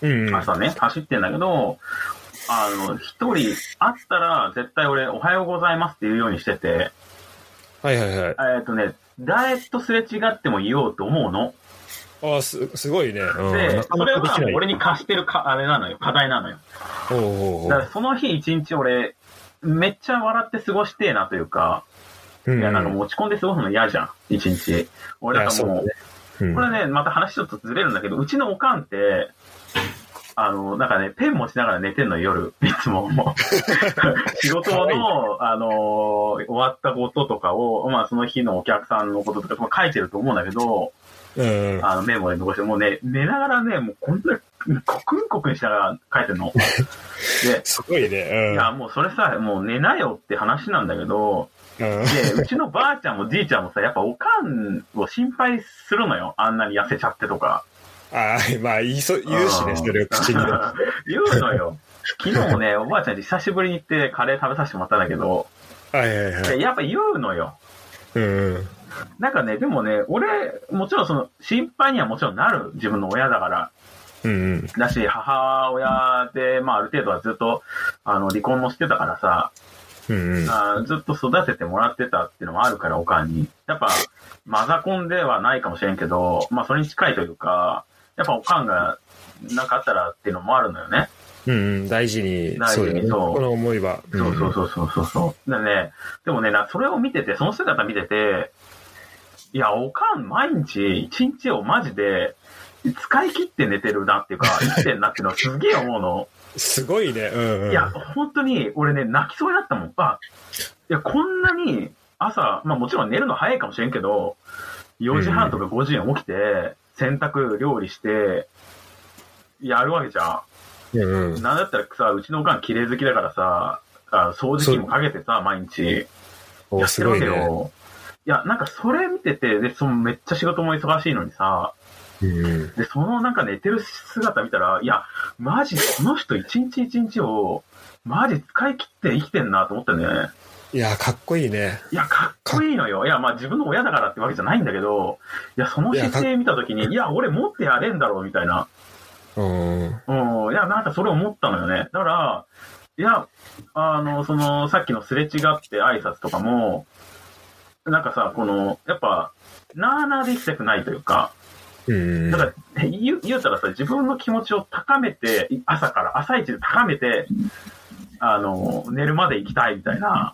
Speaker 1: うん。
Speaker 2: 朝ね、走ってんだけど、あの、一人会ったら絶対俺、おはようございますって言うようにしてて、
Speaker 1: はいはいはい。
Speaker 2: えっ、とね、誰とすれ違っても言おうと思うの。
Speaker 1: ああ、す、すごいね。うん
Speaker 2: で
Speaker 1: な、か
Speaker 2: それ
Speaker 1: なか
Speaker 2: は
Speaker 1: できない。
Speaker 2: 俺に貸してるか、あれなのよ、課題なのよ。
Speaker 1: おうおうお
Speaker 2: だ
Speaker 1: う
Speaker 2: からその日一日俺、めっちゃ笑って過ごしてえなというか、
Speaker 1: うん
Speaker 2: いや、なんかもう落ち込んで過ごすの嫌じゃん、一日。俺なんか
Speaker 1: いや
Speaker 2: も
Speaker 1: そうう、うん
Speaker 2: これね、また話ちょっとずれるんだけど、うちのおかんって、あの、なんかね、ペン持ちながら寝てんの夜、いつも もう。仕事
Speaker 1: か
Speaker 2: の、あの、終わったこととかを、まあその日のお客さんのこととか、まあ書いてると思うんだけど、
Speaker 1: うん。
Speaker 2: あの、メモで残して、もうね、寝ながらね、もうこんな、コクンコクンしながら書いて んの。です
Speaker 1: ごいね。、
Speaker 2: いや、もうそれさ、もう寝なよって話なんだけど、
Speaker 1: うん。うん
Speaker 2: で、 うちのばあちゃんもじいちゃんもさ、やっぱおかんを心配するのよ。あんなに痩せちゃってとか。
Speaker 1: ああ、まあ、言いそ、言うしね、それを口にね。
Speaker 2: 言うのよ。昨日もね、おばあちゃんち久しぶりに行ってカレー食べさせてもらったんだけど、
Speaker 1: はいはいはい。
Speaker 2: やっぱ言うのよ。
Speaker 1: うんうん。
Speaker 2: なんかね、でもね、俺、もちろんその、心配にはもちろんなる。自分の親だから。
Speaker 1: うんうん。
Speaker 2: だし、母親で、まあある程度はずっと、あの、離婚もしてたからさ、
Speaker 1: うんうん。
Speaker 2: あーずっと育ててもらってたっていうのもあるから、おかんに。やっぱ、マザコンではないかもしれんけど、まあそれに近いというか、やっぱおかんが、なんかあったらっていうのもあるのよね。
Speaker 1: うんうん、大事に、
Speaker 2: 大事
Speaker 1: そう
Speaker 2: に
Speaker 1: だよね。
Speaker 2: そう
Speaker 1: この思いは。
Speaker 2: そうそうそうそうそうそう。だね、でもね、なそれを見てて、その姿見てて、いや、おかん毎日、一日をマジで、使い切って寝てるなっていうか、生きてんなっていうのはすげえ思うの。
Speaker 1: うん。すごいね。うんうん。
Speaker 2: いや、本当に、俺ね、泣きそうになったもん。あ、いや、こんなに、朝、まあもちろん寝るの早いかもしれんけど、4時半とか5時に起きて、洗濯、料理して、やるわけじゃん。
Speaker 1: うんうん。
Speaker 2: なんだったらさ、うちのおかん綺麗好きだからさ、あ掃除機もかけてさ、毎日。
Speaker 1: お
Speaker 2: やって
Speaker 1: す
Speaker 2: る
Speaker 1: ご
Speaker 2: わ
Speaker 1: い
Speaker 2: け
Speaker 1: ね。
Speaker 2: よ。いや、なんかそれ見てて、で、そのめっちゃ仕事も忙しいのにさ、
Speaker 1: うんうん。
Speaker 2: で、そのなんか寝てる姿見たら、いや、マジこの人一日一日を、マジ使い切って生きてんなと思ってね。
Speaker 1: いや、かっこいいね。
Speaker 2: いや、かっこいいのよ。いや、まあ自分の親だからってわけじゃないんだけど、いや、その姿勢見たときに、いや、俺持ってやれんだろうみたいな。
Speaker 1: うん。
Speaker 2: うん、いや、なんかそれ思ったのよね。だから、いや、あの、その、さっきのすれ違って挨拶とかも、なんかさ、この、やっぱ、なあなあで行きたくないというか、
Speaker 1: うん。
Speaker 2: だから、言う言うたらさ、自分の気持ちを高めて、い朝から、朝一で高めて、あの、寝るまで行きたいみたいな。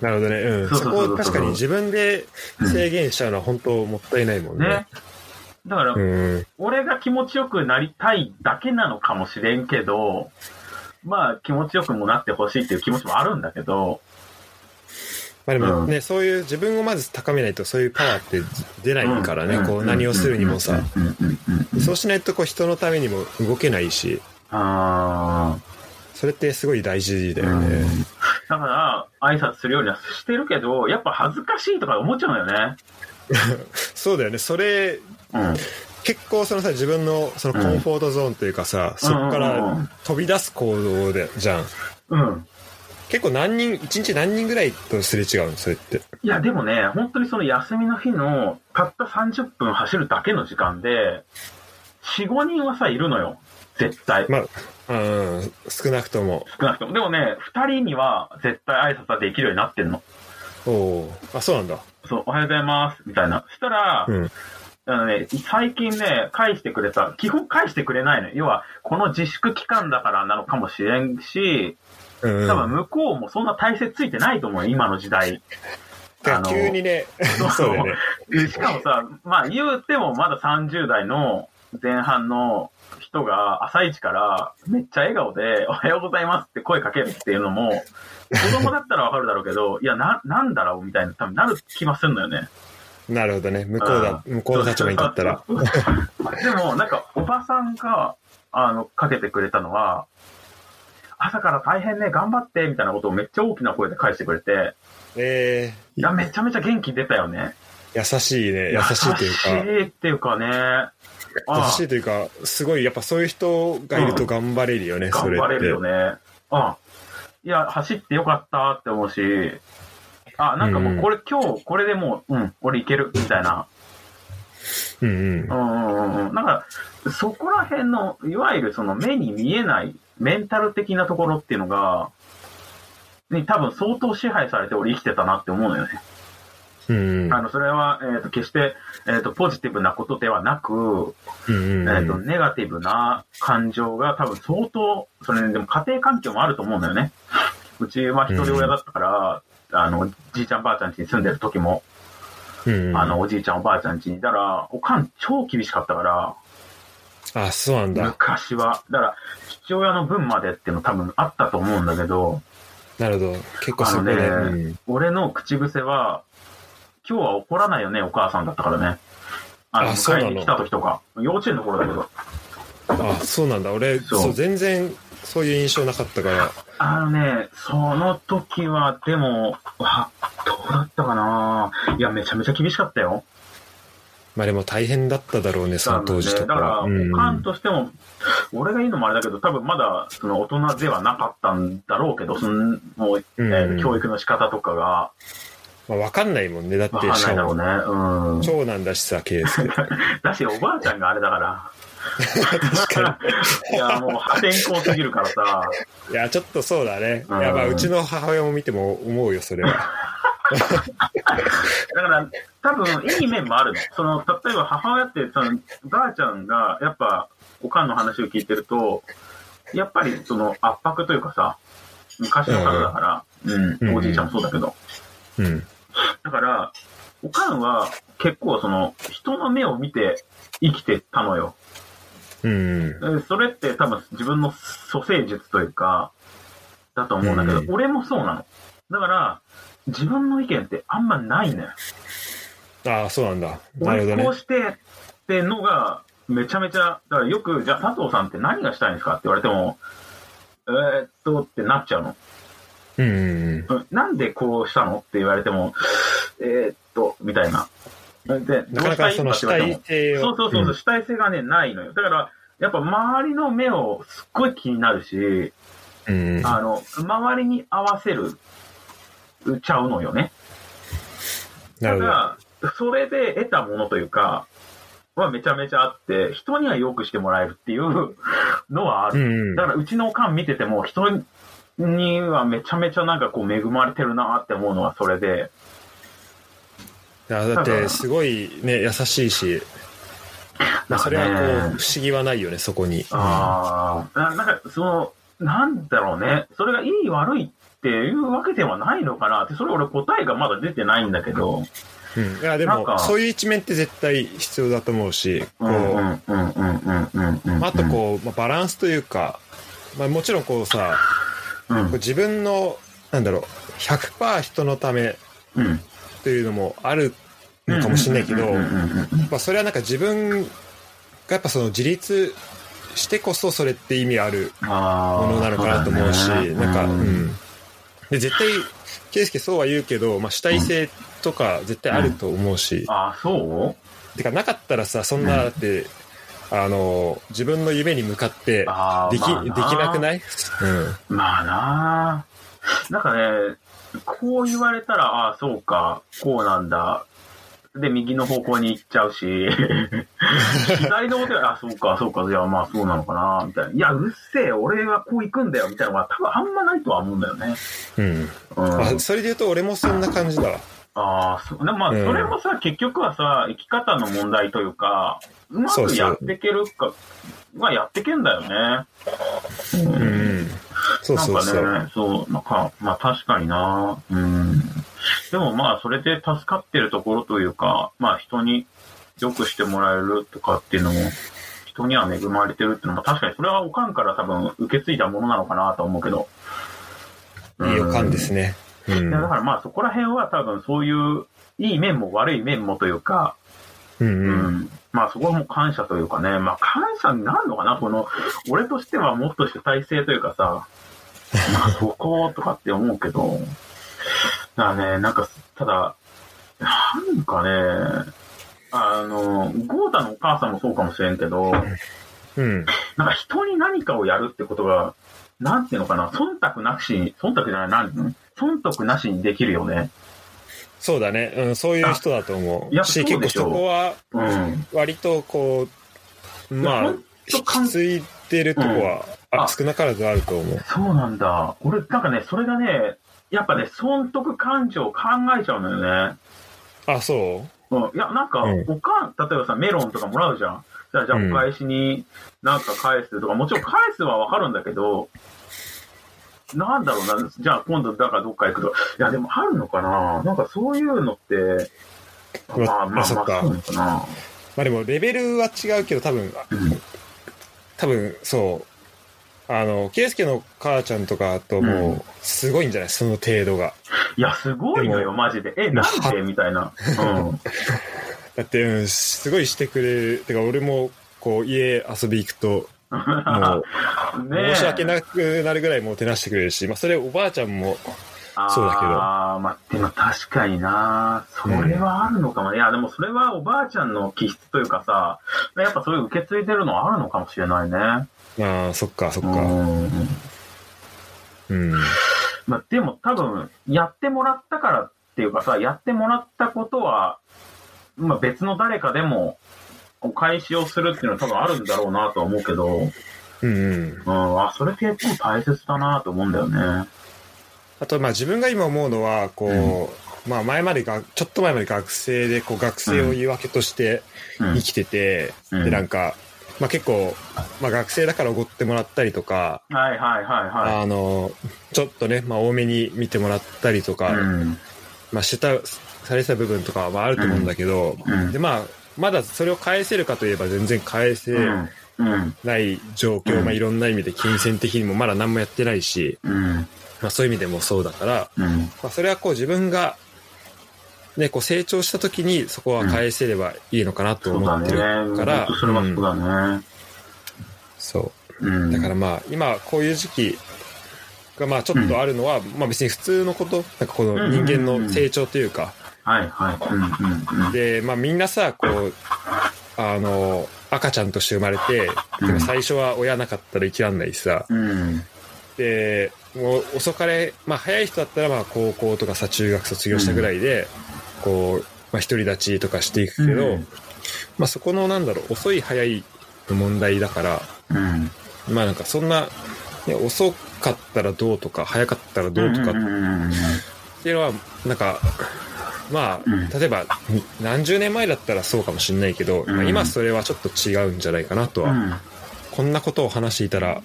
Speaker 1: なるほどね。うん。
Speaker 2: そう
Speaker 1: そ
Speaker 2: そう
Speaker 1: こ
Speaker 2: そうそう
Speaker 1: を確かに自分で制限しちゃうのは本当もったいないもんね
Speaker 2: ね。。だから、
Speaker 1: うん。
Speaker 2: 俺が気持ちよくなりたいだけなのかもしれんけど、まあ気持ちよくもなってほしいっていう気持ちもあるんだけど、
Speaker 1: まあでも
Speaker 2: うん
Speaker 1: ね、そういう自分をまず高めないとそういうパワーって出ないからね、
Speaker 2: うん
Speaker 1: こう何をするにもさ。。
Speaker 2: うんうんうんうんうんうん
Speaker 1: そうしないとこう人のためにも動けないし、
Speaker 2: あ
Speaker 1: それってすごい大事だ
Speaker 2: ー
Speaker 1: よね。
Speaker 2: だから、挨拶するようにはしてるけど、やっぱ恥ずかしいとか思っちゃうんだよね。
Speaker 1: そうだよね。それ、
Speaker 2: うん。
Speaker 1: 結構そのさ、自分のそのコンフォートゾーンというかさ、そこか
Speaker 2: うんうんう
Speaker 1: ら
Speaker 2: ん
Speaker 1: 飛び出す行動で、じゃん。
Speaker 2: うん。
Speaker 1: 結構何人、一日何人ぐらいとすれ違うのそれって。
Speaker 2: いや、でもね、本当にその休みの日の、たった30分走るだけの時間で、4、5人はさ、いるのよ。絶対。
Speaker 1: まあ、うん、少なくとも。
Speaker 2: 少なくとも。でもね、2人には絶対挨拶はできるようになってんの。
Speaker 1: おおーあ、そうなんだ。
Speaker 2: そう、おはようございます、みたいな。そしたら、
Speaker 1: うん。
Speaker 2: あのね、最近ね、返してくれた、基本返してくれないの。要は、この自粛期間だからなのかもしれんし、
Speaker 1: うん、うん。
Speaker 2: 多分向こうもそんな体制ついてないと思うよ、今の時代。
Speaker 1: てか
Speaker 2: あの
Speaker 1: 急にね、 そうだよね。
Speaker 2: でしかもさ、まあ言うてもまだ30代の前半の人が朝一からめっちゃ笑顔でおはようございますって声かけるっていうのも、子供だったらわかるだろうけど、いや、な、なんだろうみたいな、多分なる気がするのよね。
Speaker 1: なるほどね。向こうだ、向こうの立場に立ったら。。
Speaker 2: でも、なんか、おばさんが、あの、かけてくれたのは、朝から大変ね、頑張って、みたいなことをめっちゃ大きな声で返してくれて、
Speaker 1: え
Speaker 2: いや、めちゃめちゃ元気出たよね。
Speaker 1: ー、優しいね。優しいというか。
Speaker 2: 優しいっていうかね。あ
Speaker 1: 優
Speaker 2: あ
Speaker 1: しいというか、すごい、やっぱそういう人がいると頑張れるよね、そ
Speaker 2: 頑
Speaker 1: れって。
Speaker 2: 張れるよね。ああいや、走ってよかったって思うし、あ、なんかもうこれ、今日これでもう、うん、俺いけるみたいな。
Speaker 1: うんうん
Speaker 2: う。んうんうんうん。なんか、そこら辺の、いわゆるその目に見えないメンタル的なところっていうのが、に多分相当支配されて俺生きてたなって思うのよね。
Speaker 1: うんうん。
Speaker 2: あの、それは、えっ、と、決して、えっ、と、ポジティブなことではなく、
Speaker 1: うん
Speaker 2: えっ、
Speaker 1: う
Speaker 2: と、
Speaker 1: ん。
Speaker 2: ネガティブな感情が多分相当、それね、でも家庭環境もあると思うんだよね。うちは一人親だったから、あの、じいちゃんばあちゃん家に住んでる時も、
Speaker 1: うん。
Speaker 2: あの、、おじいちゃんおばあちゃん家にいたら、おかん超厳しかったから、
Speaker 1: あ、そうなんだ。
Speaker 2: 昔は。だから、父親の分までっていうの多分あったと思うんだけど、
Speaker 1: なるほど。結構そこで。
Speaker 2: あの
Speaker 1: う
Speaker 2: ね
Speaker 1: ん
Speaker 2: 俺の口癖は、今日は怒らないよね、お母さんだったからね。あの、
Speaker 1: あそうなの
Speaker 2: 迎えに来た時とか。幼稚園の頃だけど。
Speaker 1: あ、そうなんだ。俺、
Speaker 2: そう
Speaker 1: そう、全然、そういう印象なかったから。
Speaker 2: あのね、その時は、でも、わどうだったかないや、めちゃめちゃ厳しかったよ。
Speaker 1: まあでも大変だっただろうね、その当時と
Speaker 2: だから、
Speaker 1: か。
Speaker 2: お
Speaker 1: うん
Speaker 2: かんとしても、俺が言うのもあれだけど、多分まだ、その、大人ではなかったんだろうけど、その、もう、えー
Speaker 1: うん
Speaker 2: 教育の仕方とかが、
Speaker 1: まあわかんないもんね。だって
Speaker 2: わかん、
Speaker 1: し
Speaker 2: ない
Speaker 1: か
Speaker 2: だろ
Speaker 1: も、
Speaker 2: うね。
Speaker 1: 長男だしさ、ケース。
Speaker 2: うん。だし、おばあちゃんがあれ だから。 いや、もう、破天荒すぎるからさ、
Speaker 1: いや、ちょっとそうだね。い
Speaker 2: うん
Speaker 1: や、まあ、うちの母親も見ても思うよ、それは。
Speaker 2: だから、多分、いい面もあるの。その、例えば母親って、その、ばあちゃんが、やっぱ、おかんの話を聞いてると、やっぱり、その、圧迫というかさ、昔の方だから、うん、
Speaker 1: うん
Speaker 2: おじいちゃんもそうだけど。
Speaker 1: うん。
Speaker 2: だから、おかんは、結構、その、人の目を見て、生きてたのよ。
Speaker 1: うん。
Speaker 2: えそれって多分自分の蘇生術というか、だと思うんだけど、
Speaker 1: うん
Speaker 2: 俺もそうなの。だから、自分の意見ってあんまないのよ。
Speaker 1: ああ、そうなんだ。なるほ
Speaker 2: 俺
Speaker 1: どね
Speaker 2: こう。してってのが、めちゃめちゃ、だからよく、じゃあ佐藤さんって何がしたいんですかって言われても、えーっとってなっちゃうの。
Speaker 1: うんうん
Speaker 2: うんなんでこうしたのって言われても、えーっと、みたいな。で、
Speaker 1: うん。なかな
Speaker 2: どう
Speaker 1: か
Speaker 2: した
Speaker 1: そ
Speaker 2: いんだ
Speaker 1: の主体
Speaker 2: って言われても
Speaker 1: 性を。
Speaker 2: そうそうそうそう、
Speaker 1: ん
Speaker 2: 主体性がね、ないのよ。だから、やっぱ周りの目をすっごい気になるし、
Speaker 1: うん。
Speaker 2: あの、周りに合わせる、ちゃうのよね。
Speaker 1: なるほど。
Speaker 2: ただ、それで得たものというか、はめちゃめちゃあって、人には良くしてもらえるっていうのはあ
Speaker 1: う
Speaker 2: る。
Speaker 1: んうん
Speaker 2: だ。から、うちのおかん見てても、人にはめちゃめちゃなんかこう恵まれてるなって思うのはそれで、
Speaker 1: やだって、すごいね、優しいし、まあ、それはこう、不思議はないよね、そこに。
Speaker 2: ああ、ななんか、その、なんだろうね。それがいい悪いっていうわけではないのかなって、それ俺答えがまだ出てないんだけど。
Speaker 1: うん。いや、で
Speaker 2: なん
Speaker 1: も、
Speaker 2: か
Speaker 1: そういう一面って絶対必要だと思うし、こ
Speaker 2: う
Speaker 1: う、
Speaker 2: んうんうんうんうんうんうん。
Speaker 1: まああとこう、まあ、バランスというか、まあ、もちろんこうさ、
Speaker 2: うん。う
Speaker 1: こうん自分の、なんだろう、100%人のため
Speaker 2: うん。
Speaker 1: というのもあるのかもしれないけど
Speaker 2: う、んうんうんうん
Speaker 1: まあ、それはなんか自分がやっぱその自立してこそそれって意味ある
Speaker 2: あ
Speaker 1: も
Speaker 2: ー
Speaker 1: のなのかなと思うし、
Speaker 2: そだね
Speaker 1: なんか、う
Speaker 2: うん
Speaker 1: ん。で、絶対、ケイスケそうは言うけど、まあ、主体性とか絶対あると思うし、
Speaker 2: あーそう
Speaker 1: てか、なかったらさ、そんな、だって、あの、自分の夢に向かって、
Speaker 2: あー
Speaker 1: でき、
Speaker 2: まあ
Speaker 1: で
Speaker 2: な
Speaker 1: きなくないうん。
Speaker 2: まあなあなんかね、こう言われたら、ああ、そうか、こうなんだ。で、右の方向に行っちゃう し、左の方では、あ、そうか、そうか、じゃあまあそうなのかな、みたいな。いや、うっせえ、俺はこう行くんだよ、みたいなのが多分あんまないとは思うんだよね。
Speaker 1: うん。
Speaker 2: うん。
Speaker 1: あそれで言うと、俺もそんな感じだわ。
Speaker 2: ああ、そう。でもまあ、
Speaker 1: うん
Speaker 2: それもさ、結局はさ、生き方の問題というか、うま
Speaker 1: そうそ
Speaker 2: く
Speaker 1: う
Speaker 2: やってけるか、まあやってけんだよね。
Speaker 1: うんうん。そうそうそう。
Speaker 2: なんかね、そう、なんか、まあ確かになうん。でもまあ、それで助かってるところというか、まあ人に良くしてもらえるとかっていうのも、人には恵まれてるっていうのも、確かにそれはおかんから多分受け継いだものなのかなと思うけど。。
Speaker 1: いい予感ですすね。うん。
Speaker 2: だからまあそこら辺は多分そういう、いい面も悪い面もというか、
Speaker 1: うんうん。
Speaker 2: うんまあそこはもう感謝というかね、まあ感謝になるのかな、この、俺としてはもっと主体性というかさ、まあそことかって思うけど、だからね、なんか、ただ、なんかね、あの、ゴータのお母さんもそうかもしれんけど、
Speaker 1: うん。
Speaker 2: なんか人に何かをやるってことが、なんていうのかな、忖度なしに、忖度じゃない、なんていうの忖度なしにできるよね。
Speaker 1: そうだね。うん、そういう人だと思。
Speaker 2: あいうや
Speaker 1: し、
Speaker 2: そ
Speaker 1: 結
Speaker 2: う
Speaker 1: 構
Speaker 2: でしょ
Speaker 1: そこは、
Speaker 2: うん。
Speaker 1: 割とこう、まあ、
Speaker 2: 本当
Speaker 1: 引
Speaker 2: かん
Speaker 1: き継いでるとこは、
Speaker 2: うん
Speaker 1: あ
Speaker 2: あ
Speaker 1: 少なからずあると思う。
Speaker 2: そうなんだ。俺、なんかね、それがね、やっぱね、損得感情を考えちゃうのよね。
Speaker 1: あ、そう
Speaker 2: うん、いや、なんか、
Speaker 1: うん
Speaker 2: おかん、例えばさ、メロンとかもらうじゃん。じゃあ、じゃあ、
Speaker 1: うん
Speaker 2: お返しになんか返すとか、もちろん返すはわかるんだけど、なんだろうな、じゃあ今度、だからどっか行くと。いや、でもあるのかななんかそういうのって、
Speaker 1: うわ
Speaker 2: まあまあま
Speaker 1: ま
Speaker 2: あ、
Speaker 1: さ
Speaker 2: そう
Speaker 1: か
Speaker 2: なのかな。
Speaker 1: まあでも、レベルは違うけど、多分、
Speaker 2: うん
Speaker 1: 多分、そう。あの、ケイスケの母ちゃんとかとも
Speaker 2: う
Speaker 1: う、すごいんじゃないその程度が。
Speaker 2: いや、すごいの
Speaker 1: で
Speaker 2: よ、マジで。え、なんでみたい な。うん。
Speaker 1: だって、うん、すごいしてくれる。てか、俺も、こう、家遊び行く と、もう、
Speaker 2: ねえ
Speaker 1: 申し訳なくなるぐらいもう手なしてくれるし、まあ、それおばあちゃんも、そうだけど
Speaker 2: ああ、まあ、でも確かにな。それはあるのかもね。いや、でもそれはおばあちゃんの気質というかさ、やっぱそれ受け継いでるのはあるのかもしれないね。
Speaker 1: まあ、そっか、そっ
Speaker 2: う
Speaker 1: か。
Speaker 2: ん。
Speaker 1: うん。
Speaker 2: まあ、でも多分、やってもらったからっていうかさ、やってもらったことは、まあ別の誰かでも、お返しをするっていうのは多分あるんだろうなとは思うけど、う
Speaker 1: う
Speaker 2: ん、
Speaker 1: んうん。
Speaker 2: あ、それ結構大切だなと思うんだよね。
Speaker 1: あと、まあ、自分が今思うのは、こう、まあ、前までが、ちょっと前まで学生で、こう、学生を言い訳として
Speaker 2: うん。
Speaker 1: 生きてて、
Speaker 2: うん
Speaker 1: で、なんか、まあ、結構、まあ、学生だからおごってもらったりとか、
Speaker 2: はいはいはいはい。
Speaker 1: あの、ちょっとね、まあ、多めに見てもらったりとか、
Speaker 2: うん。
Speaker 1: まあ、してた、されてた部分とかは、まあ、あると思うんだけど、
Speaker 2: うん
Speaker 1: で、まあ、まだそれを返せるかといえば全然返せ
Speaker 2: うん。うん。
Speaker 1: ない状況、
Speaker 2: うん
Speaker 1: まあ、いろんな意味で金銭的にもまだ何もやってないし、
Speaker 2: うん。
Speaker 1: まあ、そういう意味でもそうだから、
Speaker 2: うん。
Speaker 1: まあ、それはこう自分が、ね、こう成長した時にそこは返せればいいのかなと
Speaker 2: そう
Speaker 1: 思
Speaker 2: だ
Speaker 1: ってる
Speaker 2: ね。
Speaker 1: から、
Speaker 2: 本当それ
Speaker 1: う
Speaker 2: はそう
Speaker 1: ん
Speaker 2: だね。
Speaker 1: そうう。
Speaker 2: ん。
Speaker 1: だからまあ、今こういう時期がまあちょっとあるのは、まあ別に普通のこと、なんかこの人間の成長というか、
Speaker 2: はいはい。うんうんうん。
Speaker 1: で、まあみんなさ、こう、あの、赤ちゃんとして生まれて、でも最初は親なかったら生きらんないしさ、
Speaker 2: うん。
Speaker 1: でもう遅かれ、まあ、早い人だったらまあ高校とかさ中学卒業したぐらいで、こう、まあ、独り立ちとかしていくけど、
Speaker 2: うん
Speaker 1: まあ、そこのなんだろう遅い早いの問題だから
Speaker 2: うん。
Speaker 1: まあなんかそんな、ね、遅かったらどうとか早かったらどうとか
Speaker 2: うんうんうんうん
Speaker 1: っていうのはなんかま
Speaker 2: うん
Speaker 1: あ、例えば、に何十年前だったらそうかもしれないけど、
Speaker 2: うん
Speaker 1: まあ今それはちょっと違うんじゃないかなとは、
Speaker 2: う
Speaker 1: こんなことを話していたら、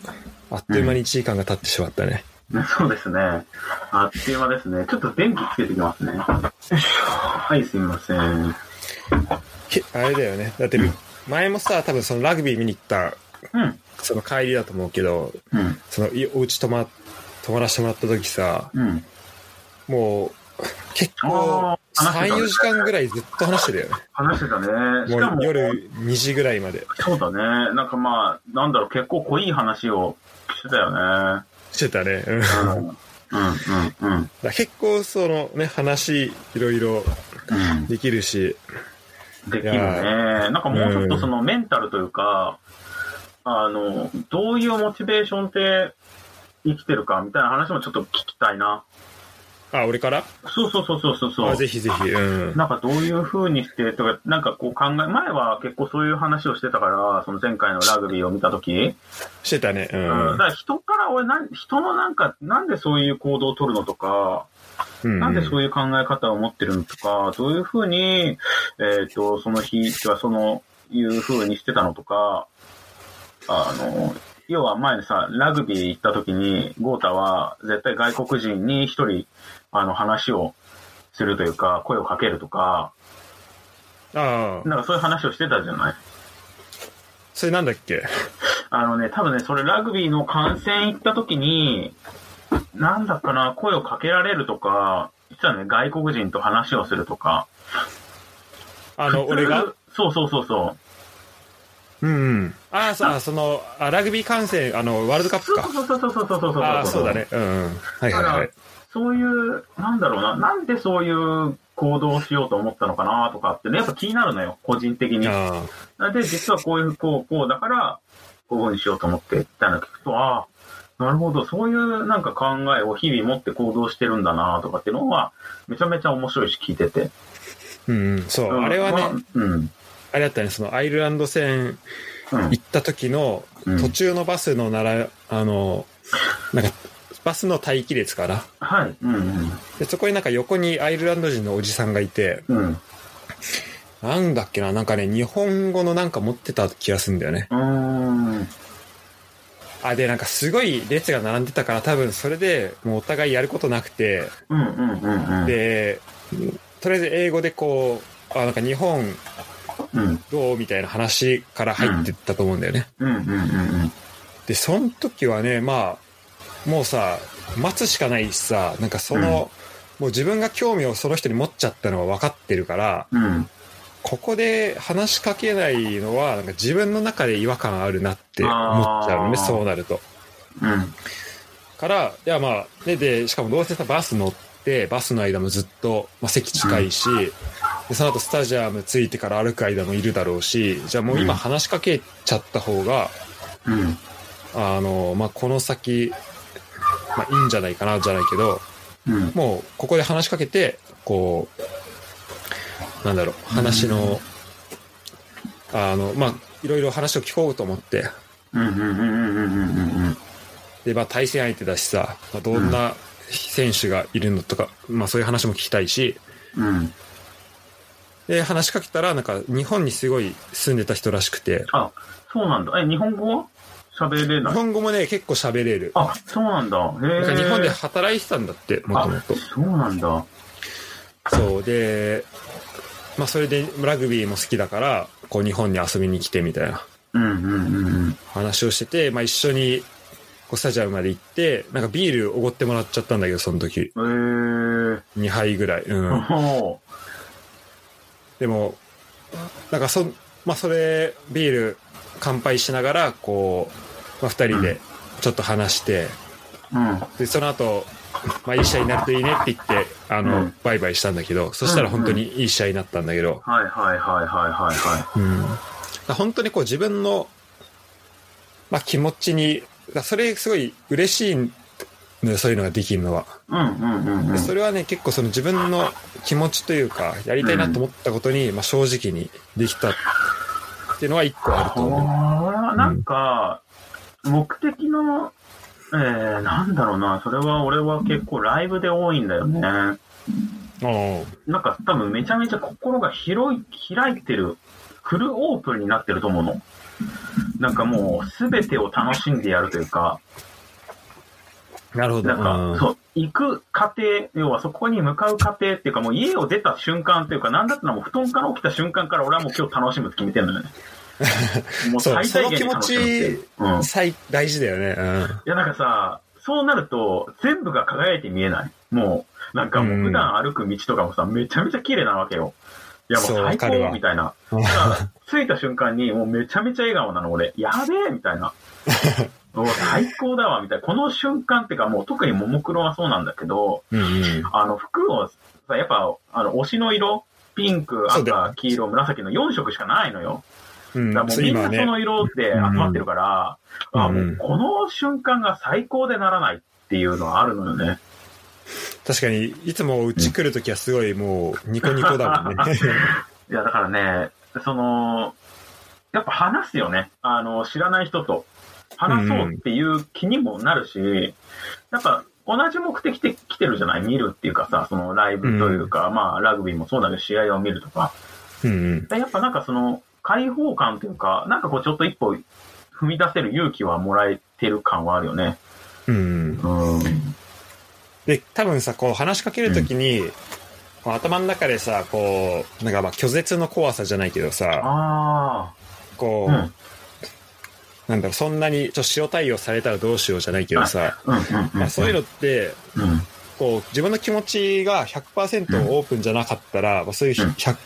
Speaker 1: あっという間に1時間が経ってしまったね。
Speaker 2: ん。そうですね。あっという間ですね。ちょっと電気つけてきますね。よいしょはい、すみません。
Speaker 1: けあれだよね。だって、前もさ、多分そのラグビー見に行った、
Speaker 2: うん。
Speaker 1: その帰りだと思うけど、
Speaker 2: うん。
Speaker 1: そのいお家泊ま、泊まらせてもらった時さ、
Speaker 2: うん。
Speaker 1: もう、結
Speaker 2: あ
Speaker 1: 構、
Speaker 2: ー話して
Speaker 1: 3、
Speaker 2: たね
Speaker 1: 4時間ぐらいずっと話してたよね。
Speaker 2: 話してたね。しか
Speaker 1: も
Speaker 2: も、
Speaker 1: う夜2時ぐらいまで
Speaker 2: そうだね。なんかまあ、なんだろう、結構濃い話をしてたよね。
Speaker 1: してたね。うん
Speaker 2: うん。うん、うん、う
Speaker 1: だ
Speaker 2: ん。
Speaker 1: から結構そのね、話いろいろ
Speaker 2: うん
Speaker 1: できるし、
Speaker 2: できる
Speaker 1: い
Speaker 2: ね
Speaker 1: や。
Speaker 2: なんかもうちょっとそのメンタルというか、あの、どういうモチベーションで生きてるかみたいな話もちょっと聞きたいな。
Speaker 1: あ、俺から
Speaker 2: そうそうそうそうそうそ
Speaker 1: あ
Speaker 2: う。
Speaker 1: ぜひぜひ、うん。
Speaker 2: なんかどういう風にしてとか、なんかこう考え、前は結構そういう話をしてたから、その前回のラグビーを見たとき、
Speaker 1: してたね、う
Speaker 2: うんん、だから人から俺なん、人のなんか、なんでそういう行動を取るのとか、
Speaker 1: うん。
Speaker 2: なんでそういう考え方を持ってるのとか、どういうふうに、えっ、と、その日はその、いうふうにしてたのとか、あの、要は前にさ、ラグビー行った時に、ゴータは絶対外国人に一人、あの、話をするというか、声をかけるとか、
Speaker 1: ああ、
Speaker 2: なんかそういう話をしてたじゃない
Speaker 1: それなんだっけ
Speaker 2: あのね、多分ね、それラグビーの観戦行った時に、なんだかな、声をかけられるとか、実はね、外国人と話をするとか、
Speaker 1: あの、俺が
Speaker 2: そうそうそうそう。
Speaker 1: うんうん。ああ、そう、あその、あラグビー観戦、あの、ワールドカップ
Speaker 2: そう
Speaker 1: か。
Speaker 2: そうそうそうそうそうそうそう。
Speaker 1: ああ、そうだ。ね。うんうん。はいはいはい。
Speaker 2: そういう、なんだろうな、なんでそういう行動をしようと思ったのかなとかってね、やっぱ気になるのよ、個人的に。
Speaker 1: あ
Speaker 2: で、実はこういう、こう、こうだから、こういうふうにしようと思って、みたいなの聞くと、ああ、なるほど、そういうなんか考えを日々持って行動してるんだなとかっていうのは、めちゃめちゃ面白いし、聞いてて。
Speaker 1: あ、うんうん。そう、あれは
Speaker 2: まあ
Speaker 1: ね、
Speaker 2: うん。
Speaker 1: あれだったね、そのアイルランド戦
Speaker 2: うん
Speaker 1: 行った時の
Speaker 2: うん
Speaker 1: 途中のバスのなら、あの、なんか、バスの待機列かな。
Speaker 2: はい。うんうん。
Speaker 1: で、そこになんか横にアイルランド人のおじさんがいて、
Speaker 2: うん。
Speaker 1: なんだっけな、なんかね、日本語のなんか持ってた気がするんだよね。
Speaker 2: うーん。
Speaker 1: あ、で、なんかすごい列が並んでたから、多分それでもうお互いやることなくて、
Speaker 2: うんうんうんうん。、
Speaker 1: で、とりあえず英語でこう、あ、なんか日本
Speaker 2: うん。
Speaker 1: どうみたいな話から入ってったと思うんだよね。
Speaker 2: うんうんうん
Speaker 1: で、その時はね、まあ、もうさ、待つしかないしさ、なんかその、もう自分が興味をその人に持っちゃったのは分かってるから、
Speaker 2: うん。うん。
Speaker 1: ここで話しかけないのは、なんか自分の中で違和感あるなって思っちゃうのね、
Speaker 2: あー
Speaker 1: そうなると。
Speaker 2: うん。
Speaker 1: から、いやまあ、で、で、しかもどうせさ、バス乗って、バスの間もずっと、まあ、席近いし、で、その後スタジアム着いてから歩く間もいるだろうし、じゃあもう今
Speaker 2: うん
Speaker 1: 話しかけちゃった方が、
Speaker 2: うん。
Speaker 1: あの、まあ、この先、まあ、いいんじゃないかな、じゃないけど、
Speaker 2: うん。
Speaker 1: もう、ここで話しかけて、こう、なんだろう、話の、あの、まあ、いろいろ話を聞こうと思って、
Speaker 2: うんうんうんうんうんうんうん
Speaker 1: で、まあ、対戦相手だしさ、まあ、どんな選手がいるのとか、まあ、そういう話も聞きたいし、
Speaker 2: うんうん。
Speaker 1: で、話しかけたら、なんか、日本にすごい住んでた人らしくて、
Speaker 2: あ、そうなんだ。え、日本語は喋れ
Speaker 1: 日
Speaker 2: ない。
Speaker 1: 本語もね、結構喋れる。
Speaker 2: あ、そうなんだ。へ
Speaker 1: なんか
Speaker 2: え。
Speaker 1: 日本で働いてたんだって、もとも
Speaker 2: あ
Speaker 1: と。、
Speaker 2: そうなんだ。
Speaker 1: そうで、まあ、それでラグビーも好きだからこう日本に遊びに来てみたいな
Speaker 2: うんうんうんうん。
Speaker 1: 話をしてて、まあ、一緒にこうスタジアムまで行ってなんかビールおごってもらっちゃったんだけどその時
Speaker 2: へえ。
Speaker 1: 2杯ぐらい、うん、
Speaker 2: お
Speaker 1: でもなんかそ,、まあ、それビール乾杯しながらこう、まあ、2人でちょっと話して
Speaker 2: ーうん。
Speaker 1: でその後、まあいい試合になるといいねって言ってあの、
Speaker 2: うん
Speaker 1: バイバイしたんだけどそしたら本当にいい試合になったんだけど、
Speaker 2: はいはいはいはいはいはい。
Speaker 1: うん、本当にこう自分の、まあ、気持ちにだそれすごい嬉しいのよそういうのができるのは、
Speaker 2: うんうんうんう
Speaker 1: で
Speaker 2: ん。
Speaker 1: それはね結構その自分の気持ちというかやりたいなと思ったことに、まあ、正直にできたっていうのは一個あると思
Speaker 2: あーなんか、目的の、えー、なんだろうな。それは俺は結構ライブで多いんだよね。
Speaker 1: うおー
Speaker 2: なんか多分めちゃめちゃ心が広い、開いてる、フルオープンになってると思うの。なんかもう全てを楽しんでやるというか、
Speaker 1: なるほど。
Speaker 2: なんか、そう、行く過程、要はそこに向かう過程っていうか、もう家を出た瞬間というか、なんだったらもう布団から起きた瞬間から俺はもう今日楽しむって決めて るのよね。もう
Speaker 1: そう
Speaker 2: 最
Speaker 1: そ
Speaker 2: 大
Speaker 1: の
Speaker 2: 限
Speaker 1: 気
Speaker 2: に
Speaker 1: 持
Speaker 2: 楽しむっていう
Speaker 1: ち、
Speaker 2: うん。い
Speaker 1: 最大事だよね。うん
Speaker 2: や、なんかさ、そうなると、全部が輝いて見えない。もう、なんかもう
Speaker 1: うん
Speaker 2: 普段歩く道とかもさ、めちゃめちゃ綺麗なわけよ。いや、もう
Speaker 1: そうわ
Speaker 2: 最
Speaker 1: かる
Speaker 2: 高
Speaker 1: わ
Speaker 2: みたいな。
Speaker 1: うん
Speaker 2: ただ、着いた瞬間に、もうめちゃめちゃ笑顔なの、俺。やべえみた いな。もう最高だわ、みたいな。この瞬間っていうか、もう特にももクロはそうなんだけど、
Speaker 1: うんうん。
Speaker 2: あの、服をさ、やっぱ、あの、推しの色、ピンク、
Speaker 1: そうだよ
Speaker 2: 赤、黄色、紫の4色しかないのよ。
Speaker 1: うん
Speaker 2: だからもうみんなその色で集まってるから、
Speaker 1: うん
Speaker 2: あも
Speaker 1: う
Speaker 2: うんこの瞬間が最高でならないっていうのはあるのよね。
Speaker 1: 確かに、いつもうち来るときはすごいもうニコニコだもんね。
Speaker 2: いや、だからね、その、やっぱ話すよね。あの、知らない人と。話そうっていう気にもなるし、やっぱ同じ目的で来てるじゃない見るっていうかさ、そのライブというか、まあラグビーもそうだけど試合を見るとか。
Speaker 1: うんうん。
Speaker 2: でやっぱなんかその解放感というか、なんかこうちょっと一歩踏み出せる勇気はもらえてる感はあるよね。
Speaker 1: うんうん。
Speaker 2: うん。
Speaker 1: で、多分さ、こう話しかけるときに、こう頭の中でさ、こう、なんかまあ拒絶の怖さじゃないけどさ、
Speaker 2: ああ。
Speaker 1: こ
Speaker 2: う
Speaker 1: う、
Speaker 2: ん。うん
Speaker 1: なんだろう、そんなにちょっと塩対応されたらどうしようじゃないけどさ、
Speaker 2: うん。
Speaker 1: まあ、そういうのって、
Speaker 2: の。うん。
Speaker 1: こう、自分の気持ちが100%オープンじゃなかったら、まあ、そういうひ
Speaker 2: うん
Speaker 1: 100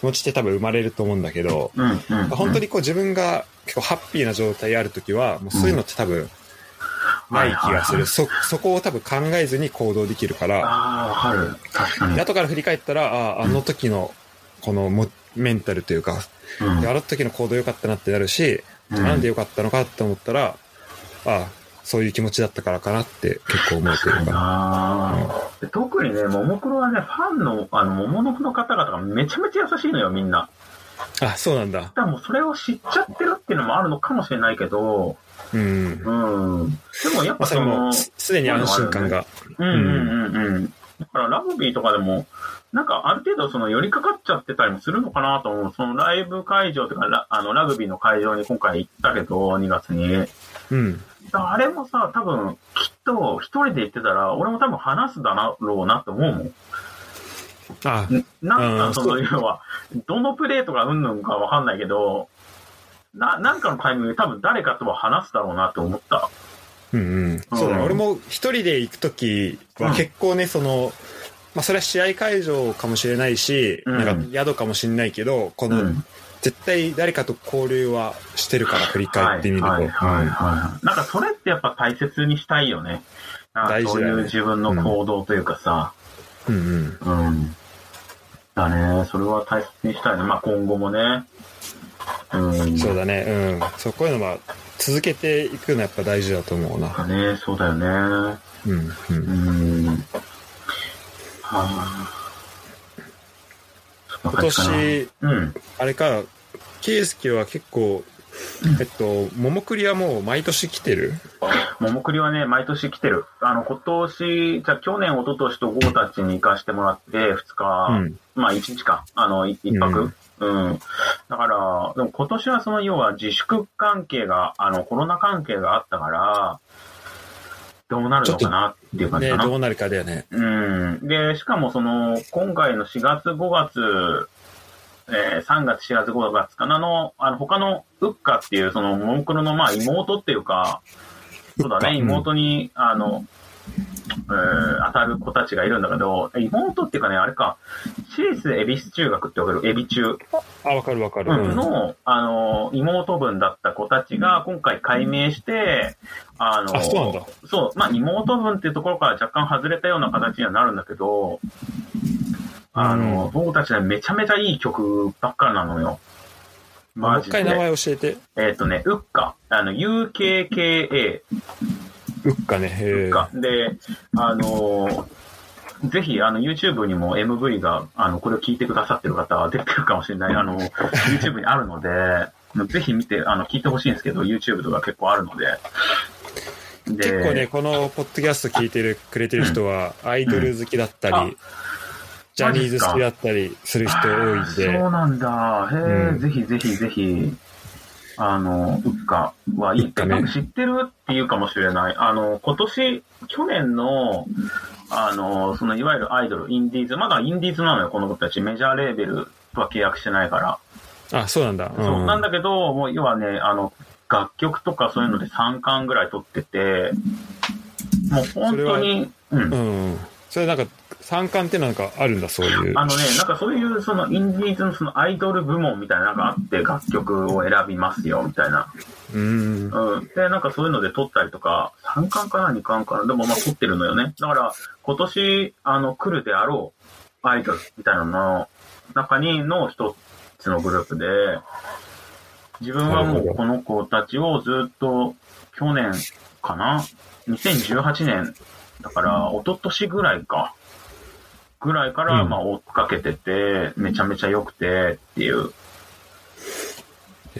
Speaker 1: 気持ちって多分生まれると思うんだけど、
Speaker 2: うん。うん。
Speaker 1: まあ本当にこう自分が結構ハッピーな状態あるときは、もうそういうのって多分ない気がす
Speaker 2: はいはいは
Speaker 1: る。
Speaker 2: い
Speaker 1: そ、そこを多分考えずに行動できるから、
Speaker 2: ああ、わかる。確かに
Speaker 1: で。後から振り返ったら、ああ、あの時のこのもメンタルというか、
Speaker 2: うん
Speaker 1: であの時の行動良かったなってなるし、
Speaker 2: うん
Speaker 1: なんで良かったのかって思ったら、ああ、そういう気持ちだったからかなって結構思うというか。
Speaker 2: ああ。特にね、ももクロはね、ファンの、あの、もものクの方々がめちゃめちゃ優しいのよ、みんな。
Speaker 1: あ、そうなんだ。
Speaker 2: だからもうそれを知っちゃってるっていうのもあるのかもしれないけど、
Speaker 1: うん。
Speaker 2: うん。でもやっ
Speaker 1: まあ、
Speaker 2: ぱ
Speaker 1: そ
Speaker 2: そ
Speaker 1: れ
Speaker 2: の
Speaker 1: も、、すすでに安心感が。
Speaker 2: うんうんうんうん。だからラグビーとかでも、なんかある程度その寄りかかっちゃってたりもするのかなと思う。そのライブ会場とかラ、あのラグビーの会場に今回行ったけど、2月に。だか
Speaker 1: うん。
Speaker 2: らあれもさ、多分、きっと一人で行ってたら、俺も多分話すだろうなと思うもん。
Speaker 1: あ、
Speaker 2: なん
Speaker 1: うん
Speaker 2: かそ
Speaker 1: そ
Speaker 2: の要は、どのプレーとかうんぬんかわかんないけど、な、なんかのタイミングで多分誰かとは話すだろうなと思った。
Speaker 1: うんうん。そうだね。
Speaker 2: うん
Speaker 1: 俺も一人で行くときは結構ね、その、まあ、それは試合会場かもしれないし、
Speaker 2: うん
Speaker 1: なんか宿かもしれないけど、こ
Speaker 2: う
Speaker 1: の、
Speaker 2: ん。
Speaker 1: 絶対誰かと交流はしてるから振り返ってみると。
Speaker 2: はいはいはい
Speaker 1: うん
Speaker 2: はい。なんかそれってやっぱ大切にしたいよね。なんかそうい
Speaker 1: 大
Speaker 2: う
Speaker 1: 事
Speaker 2: 自分の行動というかさ。
Speaker 1: うんうん。
Speaker 2: うん。だね。それは大切にしたいね。まあ今後もね。うん。
Speaker 1: そう
Speaker 2: だ
Speaker 1: だね。うん。そう、こういうのは続けていくのはやっぱ大事だと思うな。
Speaker 2: ね。そうだよね。
Speaker 1: うん。う。
Speaker 2: うんん。はあ。
Speaker 1: 今年、
Speaker 2: うん。
Speaker 1: あれか、圭介は結構、えっと、ももクリはもう毎年来てる
Speaker 2: ももクリはね、毎年来てる。あの、今年、じゃあ去年、一昨年とゴーたちに行かしてもらって、2日、
Speaker 1: うん。
Speaker 2: まあ、一日か。あの、い一泊。うん。だから、でも今年はその、要は自粛関係が、あの、コロナ関係があったから、どうなるのかなっていう感じ
Speaker 1: ね
Speaker 2: かな。
Speaker 1: どうなるかだよね。
Speaker 2: うん。で、しかもその、今回の4月、5月、えー3月、4月、5月かなの、あの、他の、ウッカっていう、その、モンクロの、まあ、妹っていうか、そうだね、
Speaker 1: うん
Speaker 2: 妹に、あの、えー当たる子たちがいるんだけど、妹っていうかね、あれか、私立恵比寿中学ってわかる、恵比中
Speaker 1: あ、わかるわかる。
Speaker 2: うんの、あの、妹分だった子たちが、今回解明して、あの、
Speaker 1: あ、そうなんだ。
Speaker 2: そう、まあ、妹分っていうところから若干外れたような形にはなるんだけど、あの、僕たちね、めちゃめちゃいい曲ばっかりなのよ。
Speaker 1: もう
Speaker 2: マ
Speaker 1: 一
Speaker 2: ジ
Speaker 1: 回名
Speaker 2: で。
Speaker 1: 前教えて。
Speaker 2: えっ、とね、ウッカ。あの、UKKA、
Speaker 1: うっかね。へ
Speaker 2: ウッ
Speaker 1: ー
Speaker 2: カ。で、あの、ぜひ、あの、YouTube にも MV が、あの、これを聞いてくださってる方は出てるかもしれない。あの、YouTube にあるので、ぜひ見て、あの、聞いてほしいんですけど、YouTube とか結構あるので。で
Speaker 1: 結構ね、このポッドキャスト聞いてる、くれてる人は、アイドル好きだったり、ジャニーズ好きだったりする人多いんで、
Speaker 2: そうなんだ。へえ、
Speaker 1: うん
Speaker 2: ぜひぜひぜひ。あの、ウッカはいい
Speaker 1: ウッカ
Speaker 2: 多
Speaker 1: ね
Speaker 2: 分知ってるっていうかもしれない。あの、今年、去年の、あの、そのいわゆるアイドル、インディーズ、まだインディーズなのよ、この子たち。メジャーレーベルとは契約してないから。
Speaker 1: あ、そうなんだ。
Speaker 2: そうなん
Speaker 1: だ。
Speaker 2: だけど、もう要はね、あの、楽曲とかそういうので3巻ぐらい取ってて、もう本当に、うん
Speaker 1: う。ん。それなんか、三冠ってなんかあるんだ、そういう。
Speaker 2: あのね、なんかそういう、その、インディーズのそのアイドル部門みたいなのがあって、楽曲を選びますよ、みたいな。
Speaker 1: うん。
Speaker 2: うん。で、なんかそういうので撮ったりとか、3巻かな、2巻かな、でもまあ撮ってるのよね。だから、今年、あの、来るであろう、アイドルみたいなのの中にの一つのグループで、自分はもうこの子たちをずっと、去年かな、2018年、だから、一昨年ぐらいか。ぐらいから、
Speaker 1: うん
Speaker 2: まあ、追っかけてて、めちゃめちゃ良くてっていう、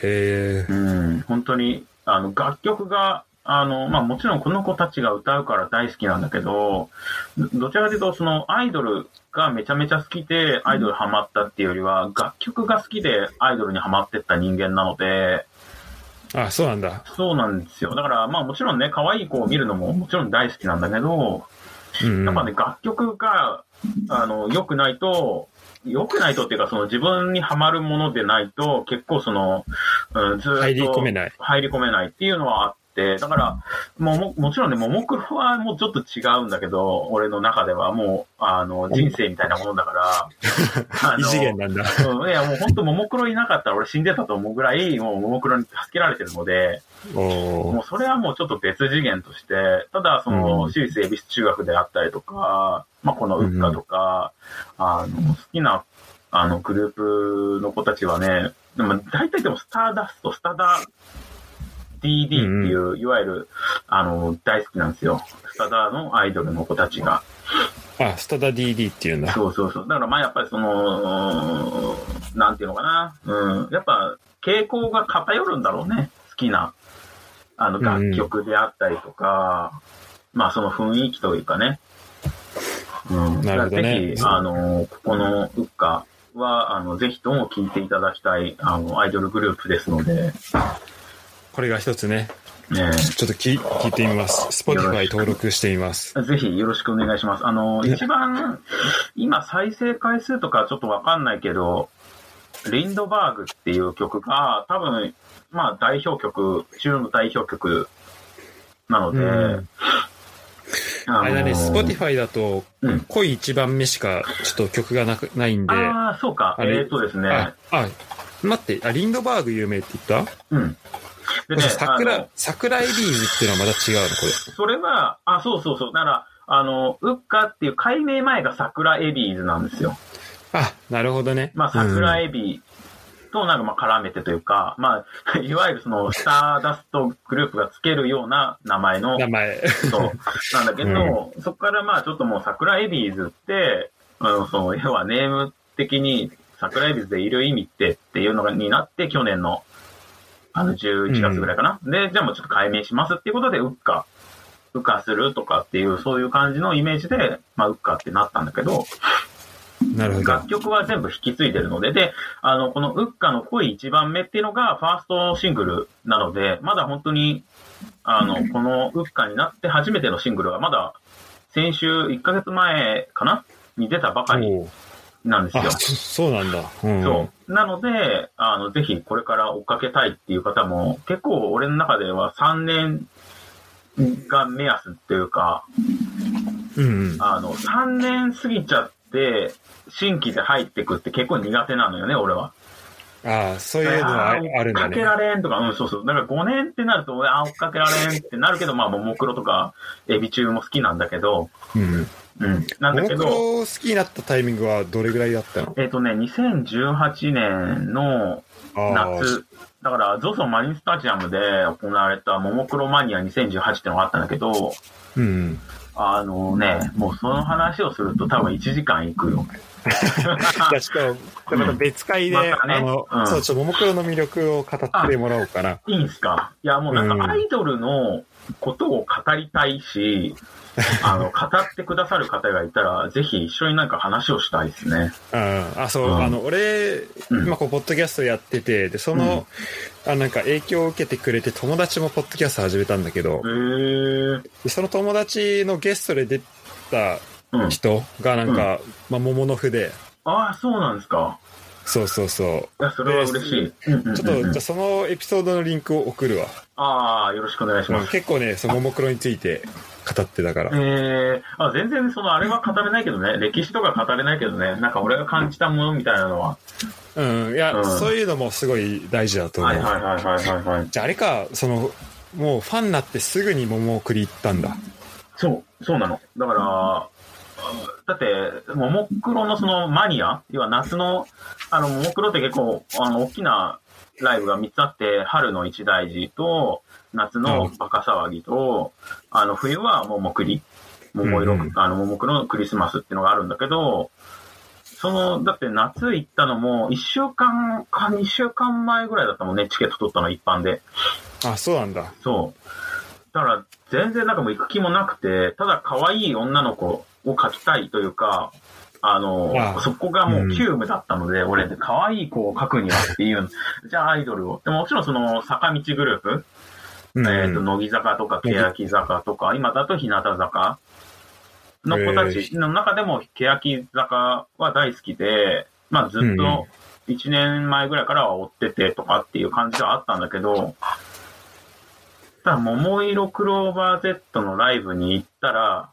Speaker 1: えー、
Speaker 2: うん、本当に、あの、楽曲が、あの、まあ、もちろんこの子たちが歌うから大好きなんだけど、どどちらかというと、その、アイドルがめちゃめちゃ好きで、アイドルハマったっていうよりは、楽曲が好きでアイドルにハマってった人間なので、
Speaker 1: あ、そうなんだ。
Speaker 2: そうなんですよ。だから、まあ、もちろんね、可愛い子を見るのももちろん大好きなんだけど、
Speaker 1: うん、う
Speaker 2: やっぱ
Speaker 1: ん。
Speaker 2: ね、楽曲が、あの、良くないと、良くないとっていうか、その自分にはまるものでないと、結構その、うん、ずーっと
Speaker 1: 入り込めない。
Speaker 2: 入り込めないっていうのはあって、だから、もうも、もちろんね、ももクロはもうちょっと違うんだけど、俺の中ではもう、あの、人生みたいなものだ から、あ
Speaker 1: 異
Speaker 2: の
Speaker 1: 次元なんだ。
Speaker 2: うん、いや、もう本当、ももクロいなかったら俺死んでたと思うぐらい、もうももクロに助けられてるので、
Speaker 1: お
Speaker 2: も
Speaker 1: ー
Speaker 2: うそれはもうちょっと別次元として、ただそうの、
Speaker 1: ん
Speaker 2: 私立恵比寿中学であったりとか、まあこのウッカとか、あの、好きな、あの、グループの子たちはね、でも大体でもスターダスト、スタダ DD っていう、いわゆる、あの、大好きなんですよ。スタダのアイドルの子たちが。
Speaker 1: あ、スタダ DD っていうんだ。
Speaker 2: そうそうそう。だからまあやっぱりその、なんていうのかな。うん。やっぱ傾向が偏るんだろうね。好きな、あの
Speaker 1: うんうん
Speaker 2: 楽曲であったりとか、まあその雰囲気というかね。うん。
Speaker 1: なるほどね
Speaker 2: だからぜひ、あの、ここのウッカは、あの、ぜひとも聴いていただきたい、あの、アイドルグループですので、
Speaker 1: これが一つね。
Speaker 2: ね
Speaker 1: ちょっとき聞いてみます。Spotify 登録してみます。
Speaker 2: ぜひよろしくお願いします。あの、
Speaker 1: ね
Speaker 2: 一番、今再生回数とかちょっとわかんないけど、リンドバーグっていう曲が、多分、まあ代表曲、中の代表曲なので、
Speaker 1: うん
Speaker 2: あの
Speaker 1: あれだね、Spotify だと
Speaker 2: うん、
Speaker 1: 恋一番目しかちょっと曲がなくないんで、あ、
Speaker 2: ああ、そうか。え
Speaker 1: あれ
Speaker 2: ーっとですね
Speaker 1: あ。、待って、あ、リンドバーグ有名って言った
Speaker 2: うん。でね、あの
Speaker 1: 桜、桜エリーズっていうのはまだ違うの、これ。
Speaker 2: それは、あ、そうそうそう。だから、あの、ウッカっていう解明前が桜エビーズなんですよ。
Speaker 1: あ、なるほどね。
Speaker 2: まあ、
Speaker 1: うん
Speaker 2: 桜エビとなんかまあ絡めてというか、まあ、 いわゆるその、スターダストグループがつけるような名前の
Speaker 1: 名、 前。
Speaker 2: そう、なんだけど、そこからまあ、ちょっともう桜エビーズって、うん、その、要はネーム的に桜エビーズでいる意味ってっていうのがになって、去年の、あの、11月ぐらいかな。で、じゃあもうちょっと解明しますっていうことで、ウッカ、ウッカするとかっていう、そういう感じのイメージで、まあ、ウッカってなったんだけど、
Speaker 1: なるほど。
Speaker 2: 楽曲は全部引き継いでるので、で、あの、このウッカの恋一番目っていうのがファーストシングルなので、まだ本当に、あの、このウッカになって初めてのシングルはまだ先週1ヶ月前かなに出たばかり
Speaker 1: おう
Speaker 2: なんですよ
Speaker 1: あ、。そそうなんだ。うん。
Speaker 2: そう。なので、あの、ぜひこれから追っかけたいっていう方も、結構俺の中では3年が目安っていうか、
Speaker 1: う。ん、うん。
Speaker 2: あの、3年過ぎちゃって、新規で入ってくって結構苦手なのよね、俺は。
Speaker 1: ああ、そういうのはあ
Speaker 2: あー
Speaker 1: あるんだ
Speaker 2: 追
Speaker 1: ね
Speaker 2: っ。かけられんとか、うん、そうそう。だから5年ってなると、あ、追っかけられんってなるけど、まあ、ももクロとか、エビ中も好きなんだけど、
Speaker 1: うん。
Speaker 2: うん、なん
Speaker 1: もも
Speaker 2: だけ
Speaker 1: クロ
Speaker 2: ど、
Speaker 1: 好きになったタイミングはどれぐらいだったの
Speaker 2: えっ、とね、2018年の
Speaker 1: ああ。
Speaker 2: 夏、だから、ゾゾマリンスタジアムで行われたももクロマニア2018ってのがあったんだけど、
Speaker 1: うん。
Speaker 2: あのね、もうその話をすると多分1時間いくよ。
Speaker 1: じゃあちょっと、また別会で、
Speaker 2: またね
Speaker 1: あの、
Speaker 2: うん
Speaker 1: そう、ちょっとももクロの魅力を語ってもらおうかな。
Speaker 2: いいんすかいや、もうなん
Speaker 1: うん
Speaker 2: かアイドルのことを語りたい し、あの、語ってくださる方がいたら、ぜひ一緒になんか話をしたいですね。
Speaker 1: ああ、そう、
Speaker 2: うん
Speaker 1: あの、俺、
Speaker 2: うん
Speaker 1: 今こう、ポッドキャストやってて、で、その、あなんか影響を受けてくれて友達もポッドキャスト始めたんだけど
Speaker 2: へえ、ー。
Speaker 1: でその友達のゲストで出た
Speaker 2: うん。
Speaker 1: 人がなんか、まあ、桃の筆。
Speaker 2: ああ、そうなんですか。
Speaker 1: そうそうそう。
Speaker 2: いや、それは嬉しい。うんうんうんうん
Speaker 1: ちょっと、じゃあそのエピソードのリンクを送るわ。
Speaker 2: ああ、よろしくお願いし
Speaker 1: う
Speaker 2: ま
Speaker 1: ん、
Speaker 2: す。
Speaker 1: 結構ね、そのももクロについて語ってたか
Speaker 2: え
Speaker 1: ら。
Speaker 2: えー、あ、全然そのあれは語れないけどね、歴史とか語れないけどね、なんか俺が感じたものみたいなのは。
Speaker 1: うん、いや、
Speaker 2: うん
Speaker 1: そういうのもすごい大事だと思う。
Speaker 2: はいはいはいはいはいはい。
Speaker 1: じゃああれか、その、もうファンになってすぐに桃を送り行ったんだ。
Speaker 2: そう、そうなの。だから、あだって、ももクロのそのマニア、要は夏の、あの、ももクロって結構、あの、大きなライブが3つあって、春の一大事と、夏のバカ騒ぎと、あの、冬はももクリ、もも色、
Speaker 1: うんうん
Speaker 2: あの、ももクロのクリスマスっていうのがあるんだけど、その、だって夏行ったのも、1週間か2週間前ぐらいだったもんね、チケット取ったの一般で。
Speaker 1: あ、そうなんだ。
Speaker 2: そう。だから、全然なんかもう行く気もなくて、ただ可愛い女の子を描きたいというか、あの、
Speaker 1: ああ
Speaker 2: そこがも
Speaker 1: う
Speaker 2: うん急務だったので、俺、可愛い子を描くにはっていう、じゃあアイドルを。でももちろんその、坂道グループ、
Speaker 1: うん
Speaker 2: えっ、と、乃木坂とか、欅坂とか、今だと日向坂の子たちの中でも、欅坂は大好きで、まあずっと1年前ぐらいからは追っててとかっていう感じではあったんだけど、ただ、桃色クローバー Z のライブに行ったら、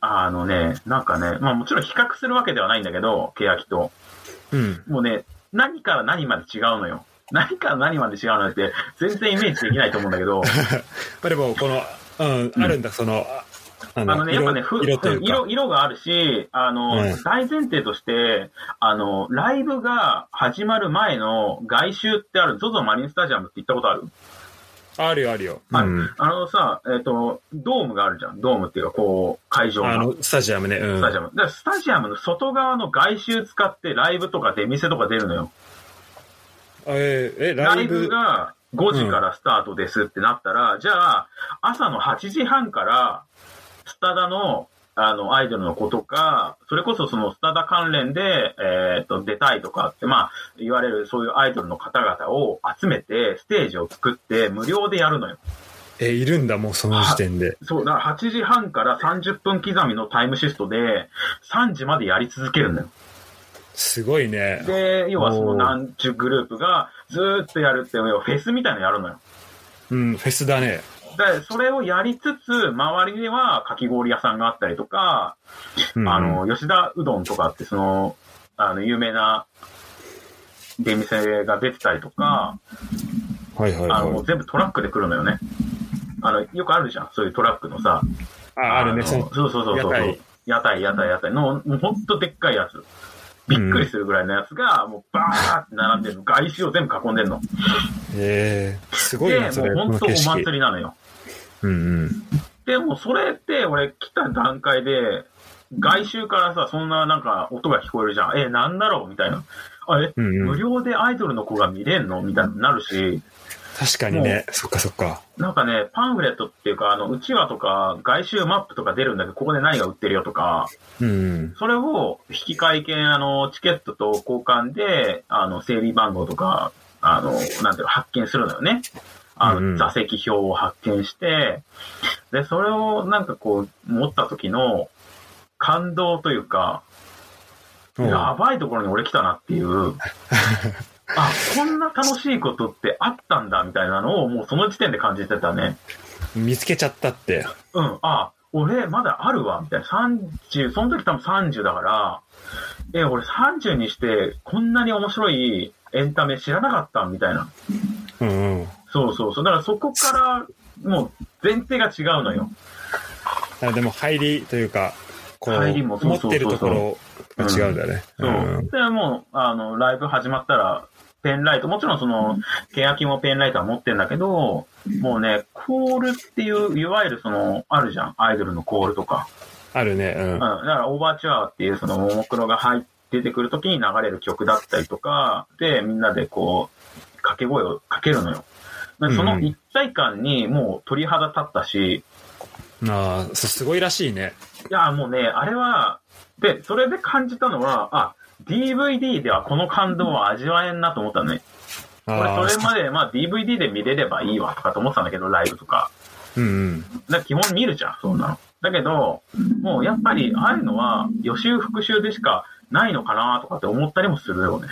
Speaker 2: あのね、なんかね、まあもちろん比較するわけではないんだけど、欅と。
Speaker 1: うん。
Speaker 2: もうね、何から何まで違うのよ。何から何まで違うのよって、全然イメージできないと思うんだけど、
Speaker 1: まあでも、この、うん、あるんだ、その、あ
Speaker 2: あのね、やっぱね、
Speaker 1: 色
Speaker 2: ふ
Speaker 1: 色というか。
Speaker 2: 色色色があるし、あの、
Speaker 1: うん
Speaker 2: 大前提として、あの、ライブが始まる前の外周ってある、ZOZO マリンスタジアムって行ったことある
Speaker 1: あるよ、あるよ。
Speaker 2: はい
Speaker 1: うん
Speaker 2: あのさ、えっ、と、ドームがあるじゃん。ドームっていうか、こう、会場
Speaker 1: あの、
Speaker 2: の。
Speaker 1: スタジアムね。う
Speaker 2: ス
Speaker 1: ん。
Speaker 2: タジアム。だからスタジアムの外側の外周使ってライブとか出店とか出るのよ。
Speaker 1: えーえ、
Speaker 2: ラ
Speaker 1: ラ
Speaker 2: イ
Speaker 1: イ
Speaker 2: ブ
Speaker 1: ブ。
Speaker 2: が5時からスタートですってなったら、じゃあ、朝の8時半から、スタダの、あの、アイドルの子とか、それこそそのスタダ関連で、えっ、と、出たいとかって、まあ、言われるそういうアイドルの方々を集めて、ステージを作って、無料でやるのよ。
Speaker 1: え、いるんだ、もうその時点で。
Speaker 2: そう、だから8時半から30分刻みのタイムシフトで、3時までやり続けるのよ。
Speaker 1: すごいね。
Speaker 2: で、要はその
Speaker 1: おー
Speaker 2: 何十グループが、ずーっとやるって、要はフェスみたいなのやるのよ。
Speaker 1: うん、フェスだね。
Speaker 2: で、それをやりつつ、周りにはかき氷屋さんがあったりとか、
Speaker 1: うん
Speaker 2: あ、の、吉田うどんとかって、その、あの、有名な出店が出てたりとか、
Speaker 1: はいはい
Speaker 2: あの、も
Speaker 1: は
Speaker 2: う全部トラックで来るのよね。あの、よくあるじゃん、そういうトラックのさ。
Speaker 1: い。あ、あるね、
Speaker 2: の
Speaker 1: そ
Speaker 2: そう
Speaker 1: の。
Speaker 2: そうそうそ
Speaker 1: 屋
Speaker 2: う。
Speaker 1: 台
Speaker 2: 屋台、屋台、屋台の、もうほんとでっかいやつ。びっくりするぐらいのやつが、もうバーって並んでるの。外周を全部囲んでるの。
Speaker 1: えー、すごい
Speaker 2: で、
Speaker 1: な、そ
Speaker 2: も
Speaker 1: れ、
Speaker 2: う
Speaker 1: こ
Speaker 2: ほん
Speaker 1: の
Speaker 2: とお
Speaker 1: 景色。
Speaker 2: 祭りなのよ。
Speaker 1: うんうん。
Speaker 2: でもそれって俺来た段階で、外周からさ、そんななんか音が聞こえるじゃん。え、なんだろうみたいな。あえ、
Speaker 1: うんう
Speaker 2: 無
Speaker 1: ん。
Speaker 2: 料でアイドルの子が見れんのみたいになるし、
Speaker 1: 確かにね。そっかそっか。
Speaker 2: なんかね、パンフレットっていうか、あの、うちわとか、外周マップとか出るんだけど、ここで何が売ってるよとか、
Speaker 1: うん。
Speaker 2: それを引き換え券、あの、チケットと交換で、あの、整理番号とか、あの、なんていうの、発見するのよね。あの、
Speaker 1: うんうん
Speaker 2: 座席表を発見して、で、それをなんかこう、持った時の感動というか、
Speaker 1: うん
Speaker 2: やばいところに俺来たなって いう、あ、こんな楽しいことってあったんだみたいなのをもうその時点で感じてたね。
Speaker 1: 見つけちゃったって。
Speaker 2: うん、あ、俺まだあるわ、みたいな。30、その時多分30だから、え、俺30にしてこんなに面白いエンタメ知らなかった、みたいな。
Speaker 1: うんうん。
Speaker 2: そうそうそう。だからそこから、もう前提が違うのよ。
Speaker 1: あでも入りというか、こ
Speaker 2: 入
Speaker 1: う、
Speaker 2: りもそう
Speaker 1: 持
Speaker 2: そうそ
Speaker 1: って
Speaker 2: うそう
Speaker 1: るところが違うんだね。
Speaker 2: そうう。
Speaker 1: ん
Speaker 2: で、もう、あの、ライブ始まったら、ペンライト、もちろんその、欅もペンライトは持ってんだけど、もうね、コールっていう、いわゆるその、あるじゃん、アイドルのコールとか。
Speaker 1: あるね。うん
Speaker 2: うん、だ。からオーバーチュアーっていうそのももクロが入って出てくるときに流れる曲だったりとか、で、みんなでこう、掛け声をかけるのよ。でその
Speaker 1: うん
Speaker 2: 一体感にもう鳥肌立ったし、
Speaker 1: ああ、そすごいらしいね。
Speaker 2: いや、もうね、あれは、で、それで感じたのは、あ、DVD ではこの感動は味わえんなと思ったのね。
Speaker 1: あ
Speaker 2: 俺
Speaker 1: あ
Speaker 2: それまで、まあ DVD で見れればいいわとかと思ってたんだけど、ライブとか。
Speaker 1: うんうん。
Speaker 2: だから基本見るじゃん、そんなの。だけど、もうやっぱり、ああいうのは予習復習でしかないのかなとかって思ったりもするよね。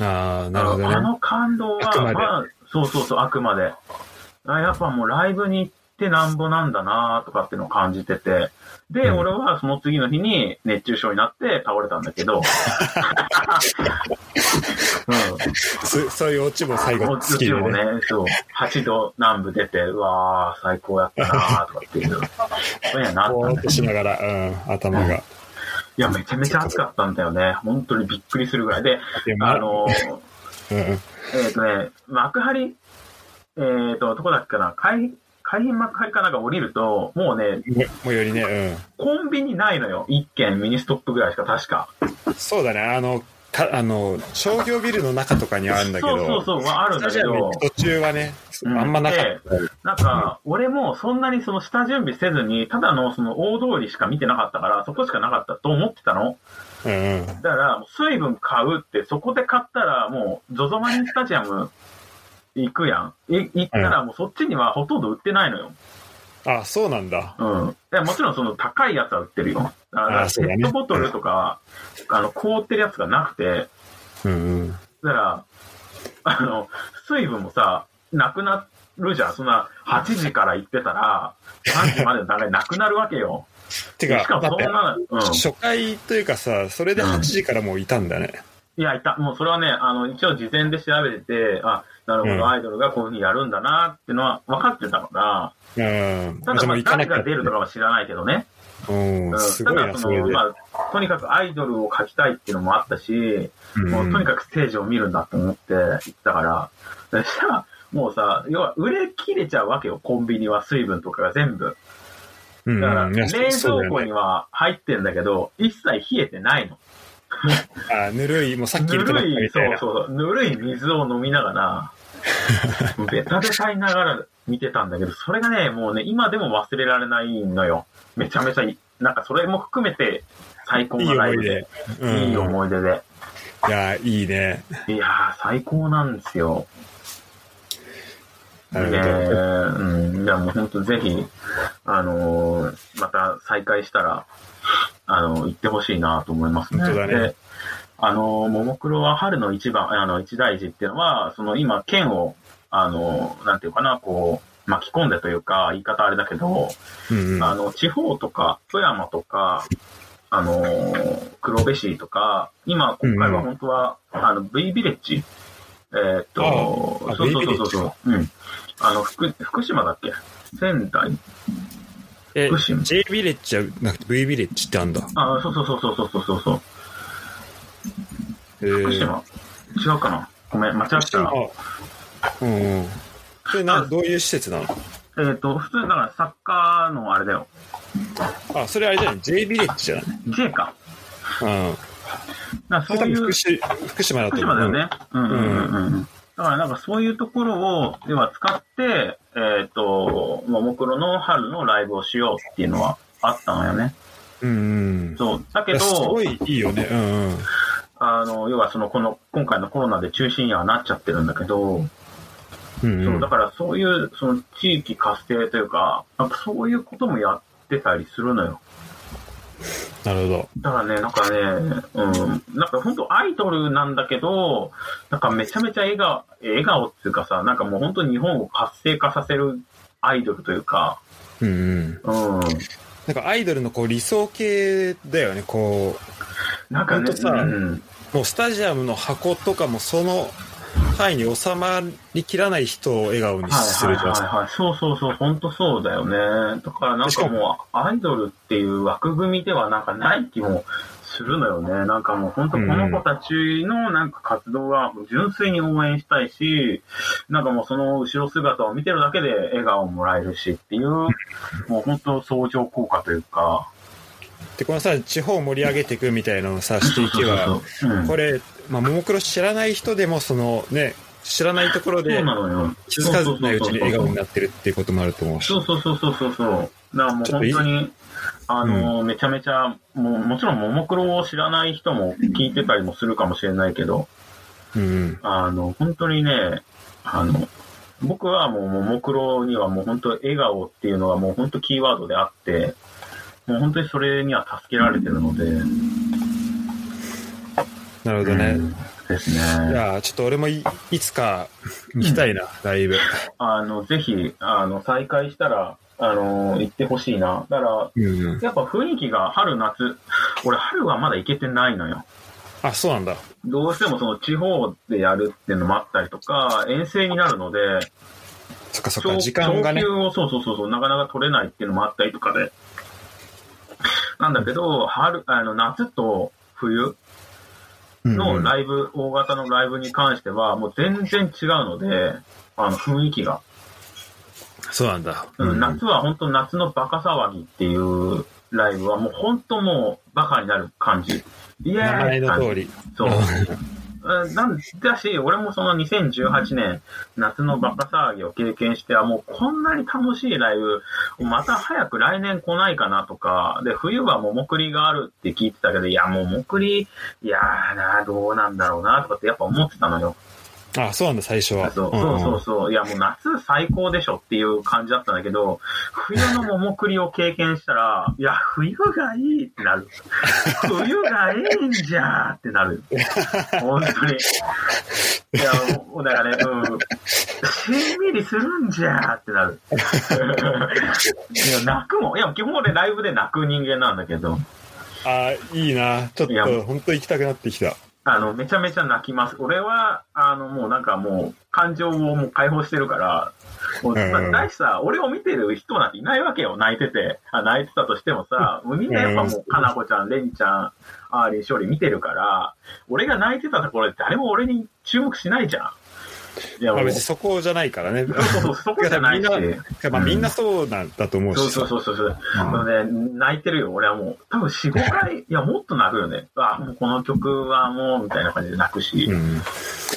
Speaker 1: ああ、なるほど
Speaker 2: あ
Speaker 1: ね。
Speaker 2: の感動
Speaker 1: あくま
Speaker 2: は、
Speaker 1: で
Speaker 2: あ、そうそうそう、あくまで。あやっぱもうライブに行ってなんぼなんだなとかっていうのを感じてて。で、
Speaker 1: うん
Speaker 2: 俺はその次の日に熱中症になって倒れたんだ けど。う
Speaker 1: そそういうオチも最
Speaker 2: ん。
Speaker 1: 後
Speaker 2: も
Speaker 1: 好
Speaker 2: う
Speaker 1: き
Speaker 2: 土
Speaker 1: で
Speaker 2: も
Speaker 1: ね。
Speaker 2: ね、そう、8度南部出て、うわー、最高やったなとかっていう。そうやなった
Speaker 1: ぼ
Speaker 2: ん
Speaker 1: ー
Speaker 2: だ
Speaker 1: っとしながら、うん、頭が。
Speaker 2: いや、めちゃめちゃ暑かったんだよね。本当にびっくりするぐらい。で、
Speaker 1: でも
Speaker 2: あのー、
Speaker 1: うん、
Speaker 2: えっ、とね、幕張、えっ、と、どこだっけかな、海海浜幕張かなんか降りると、もうね、
Speaker 1: ももうよりね、
Speaker 2: コンビニないのよ。一軒ミニストップぐらいしか確か。
Speaker 1: うん。そうだね、あの、かあの商業ビルの中とかにはあるんだけ
Speaker 2: そうそう
Speaker 1: ど、
Speaker 2: そう、まああるんだけど、
Speaker 1: 途中はね、
Speaker 2: うん
Speaker 1: あんまなかった。
Speaker 2: なんか、俺もそんなにその下準備せずに、ただのその大通りしか見てなかったから、そこしかなかったと思ってたの。
Speaker 1: うんうん。
Speaker 2: だから、水分買うって、そこで買ったら、もう、ZOZO マリンスタジアム 行くやん。い行ったら、もうそっちにはほとんど売ってないのよ。
Speaker 1: あ、そうなんだ。
Speaker 2: うん。でもちろんその高いやつは売ってるよ。あ
Speaker 1: あ
Speaker 2: の
Speaker 1: そうだ
Speaker 2: ペ
Speaker 1: ね
Speaker 2: ットボトルとか、あの、凍ってるやつがなくて、
Speaker 1: うんうん。
Speaker 2: だから、あの、水分もさ、なくなるじゃん。そんな、8時から行ってたら、3時までの流れなくなるわけよ。
Speaker 1: て
Speaker 2: し
Speaker 1: か、だっ
Speaker 2: かもそん
Speaker 1: て、
Speaker 2: な、うん。
Speaker 1: 初回というかさ、それで8時からもういたんだね。
Speaker 2: いや、いた。もうそれはね、あの、一応事前で調べてて、あ、なるほ
Speaker 1: うん
Speaker 2: ど、アイドルがこういうふうにやるんだなっていうのは分かってたから、
Speaker 1: うん。
Speaker 2: ただ、まあ、
Speaker 1: 行か
Speaker 2: 誰
Speaker 1: なか
Speaker 2: が
Speaker 1: っ
Speaker 2: 出るとかは知らないけどね。
Speaker 1: た。
Speaker 2: う。
Speaker 1: うんん、すごい
Speaker 2: ただ
Speaker 1: な、
Speaker 2: そ
Speaker 1: それ
Speaker 2: の、
Speaker 1: で。
Speaker 2: まあ、とにかくアイドルを描きたいっていうのもあったし、もうとにかくステージを見るんだと思って行ったから、そしたら、もうさ、要は売れ切れちゃうわけよ、コンビニは水分とかが全部。
Speaker 1: うん
Speaker 2: だから、
Speaker 1: うんいや
Speaker 2: 冷
Speaker 1: そうそうだ
Speaker 2: 蔵
Speaker 1: よ
Speaker 2: 庫
Speaker 1: ね
Speaker 2: には入ってんだけど、一切冷えてないの。
Speaker 1: あぬるい、もうさっき
Speaker 2: ぬ
Speaker 1: 入れてなかった
Speaker 2: るい、
Speaker 1: み
Speaker 2: そ
Speaker 1: たいうな。
Speaker 2: そうそう、ぬるい水を飲み ながら、ベタベタにながら見てたんだけど、それがね、もうね、今でも忘れられないのよ。めちゃめちゃいい。なんかそれも含めて、最高
Speaker 1: いい
Speaker 2: の
Speaker 1: 思
Speaker 2: ライ
Speaker 1: い
Speaker 2: ブ
Speaker 1: 出
Speaker 2: で。。
Speaker 1: うん
Speaker 2: いい思い出で。
Speaker 1: いや、いいね。
Speaker 2: いやー、最高なんですよ。
Speaker 1: な
Speaker 2: ねえ
Speaker 1: る
Speaker 2: うん。じゃあもう本当ぜひ、あのーまた再開したら、あのー行ってほしいなと思いますね。
Speaker 1: 本当だね
Speaker 2: であのーももクロは春の一番、あの、一大事っていうのは、その今、県を、あのーなんていうかな、こう、巻き込んでというか、言い方あれだけど、
Speaker 1: ほど。うんうん。
Speaker 2: あの、地方とか、富山とか、あのー黒部市とか、今、今回は本当は、あの、V ビレッジえーっと
Speaker 1: ああ、
Speaker 2: そうそう
Speaker 1: V ビレ
Speaker 2: そ
Speaker 1: ッ
Speaker 2: う
Speaker 1: ジ
Speaker 2: そう
Speaker 1: か、
Speaker 2: うん。あの、福、福島だっけ仙台
Speaker 1: え
Speaker 2: 福、島
Speaker 1: J ビレッジはなくて V ビレッジってあんだ。
Speaker 2: あー、そうそうそうそうそうそうそう、
Speaker 1: えー
Speaker 2: 福島。違うかなごめん、間違
Speaker 1: 福
Speaker 2: った。
Speaker 1: 島
Speaker 2: え。
Speaker 1: うんうん。それな、
Speaker 2: あ
Speaker 1: どういう施設なの
Speaker 2: ーっと、普通、だからサッカーのあれだよ。
Speaker 1: あ、それあれじゃない ?J ビレッジじゃない
Speaker 2: J か。
Speaker 1: うん。
Speaker 2: だ
Speaker 1: そ
Speaker 2: か
Speaker 1: れ
Speaker 2: らそ
Speaker 1: 多
Speaker 2: うい
Speaker 1: 分
Speaker 2: う
Speaker 1: 福。島福島だと
Speaker 2: 福
Speaker 1: 思う。
Speaker 2: 島だよね。うんうんうんうん。だからなんかそういうところを、要は使って、えっ、と、ももクロの春のライブをしようっていうのはあったのよね。
Speaker 1: うんうん。
Speaker 2: そう。だけ
Speaker 1: いやす
Speaker 2: ど
Speaker 1: ご、いいいよね。うんうん。
Speaker 2: あの、要はその、この、今回のコロナで中止にはなっちゃってるんだけど、
Speaker 1: うんう
Speaker 2: そ
Speaker 1: ん
Speaker 2: う、だからそういう、その、地域活性というか、なんかそういうこともやってたりするのよ。
Speaker 1: なるほど。
Speaker 2: だからね、なんかね、うん、なんか本当アイドルなんだけど、なんかめちゃめちゃ笑顔、笑顔っていうかさ、なんかもう本当日本を活性化させるアイドルというか、
Speaker 1: うんうん。
Speaker 2: うん。
Speaker 1: なんかアイドルのこう理想系だよね。こう、
Speaker 2: なんか
Speaker 1: ほん
Speaker 2: ね、
Speaker 1: とさ
Speaker 2: うん、
Speaker 1: もうスタジアムの箱とかもその範囲に収まりきらない人を笑顔にす
Speaker 2: はいはい
Speaker 1: るじゃないです
Speaker 2: はい
Speaker 1: か。
Speaker 2: はい。そうそうそう、本当そうだよね。だからなん
Speaker 1: しか
Speaker 2: かもうアイドルっていう枠組みではなんかない気もするのよね。なんかもう本当この子たちのなんか活動は純粋に応援したいし、なんかもうその後ろ姿を見てるだけで笑顔もらえるしっていう、もう本当相乗効果というか。
Speaker 1: で、このさ、地方を盛り上げてい くみたいなのをさ、していけば、
Speaker 2: そうそうそう。うん
Speaker 1: これ、まあ、ももクロ知らない人でも、そのね、知らないところ
Speaker 2: そう
Speaker 1: で
Speaker 2: なのよ。
Speaker 1: 気づかずないうちに笑顔になってるっていうこともあると思うし
Speaker 2: そうそうそうそうそうそう。だからもう
Speaker 1: ちょっと
Speaker 2: 本
Speaker 1: い
Speaker 2: 当に、あの、めちゃめちゃ、もうもちろんももクロを知らない人も聞いてたりもするかもしれないけど、
Speaker 1: うん
Speaker 2: あの、本当にね、あの、僕はもうももクロにはもう本当笑顔っていうのはもう本当キーワードであって、もう本当にそれには助けられてるので、
Speaker 1: なるほどね、
Speaker 2: うんです
Speaker 1: い
Speaker 2: ね。
Speaker 1: やーちょっと俺もいいつか行きたいな、ライブ。
Speaker 2: あの、ぜひ、あの、再開したら、あの、行ってほしいな。だから、
Speaker 1: うん、
Speaker 2: やっぱ雰囲気が春夏、俺春はまだ行けてないのよ。
Speaker 1: あ、そうなんだ。
Speaker 2: どうしてもその地方でやるっていうのもあったりとか、遠征になるので、
Speaker 1: そっかそっ
Speaker 2: 昇
Speaker 1: か、時間がね
Speaker 2: 昇級。をそうそうそうそう、なかなか取れないっていうのもあったりとかで。なんだけど、春、あの、夏と冬のライブ、大型のライブに関しては、もう全然違うので、あの、雰囲気が。
Speaker 1: そうなんだ。
Speaker 2: うん
Speaker 1: うん
Speaker 2: 夏は本当夏のバカ騒ぎっていうライブはもう本当もうバカになる感じ。い
Speaker 1: 名
Speaker 2: や
Speaker 1: 前の通り。
Speaker 2: そう。うんなんだし、俺もその2018年夏のバカ騒ぎを経験しては、もうこんなに楽しいライブ、また早く来年来ないかなとか、で、冬はももクリがあるって聞いてたけど、いや、ももクリ、いやーな、どうなんだろうな、とかってやっぱ思ってたのよ。
Speaker 1: あ、そうなんだ、最初は。
Speaker 2: そ
Speaker 1: う
Speaker 2: う
Speaker 1: ん
Speaker 2: そううんそうそう。いや、もう夏最高でしょっていう感じだったんだけど、冬の桃栗を経験したら、いや、冬がいいってなる。冬がいいんじゃーってなる。本当に。いや、もうだからね、うん。しんみりするんじゃーってなる。いや、泣くもん。いや、基本俺ライブで泣く人間なんだけど、
Speaker 1: あ、いいな。ちょっ
Speaker 2: いや
Speaker 1: と、本当行きたくなってきた。
Speaker 2: あの、めちゃめちゃ泣きます。俺は、あの、もうなんかもう、感情をもう解放してるから、も
Speaker 1: う
Speaker 2: う、
Speaker 1: ん
Speaker 2: まあ、ないしさ、俺を見てる人なんていないわけよ、泣いてて。あ泣いてたとしてもさ、もうみんなやっぱもう、かなこちゃん、れんちゃん、あーりん、しょり見てるから、俺が泣いてたところで誰も俺に注目しないじゃん。いや、
Speaker 1: ま
Speaker 2: も
Speaker 1: あ
Speaker 2: う、
Speaker 1: 別に
Speaker 2: そ
Speaker 1: そこじゃない からね。
Speaker 2: うそうそう、そこじゃないし。
Speaker 1: まあみんなそうなんだと思うし。
Speaker 2: そうそうそうそうそう。あのね、泣いてるよ、俺はもう。多分4、5回、いや、もっと泣くよね。あ、もうこの曲はもう、みたいな感じで泣くし。
Speaker 1: うん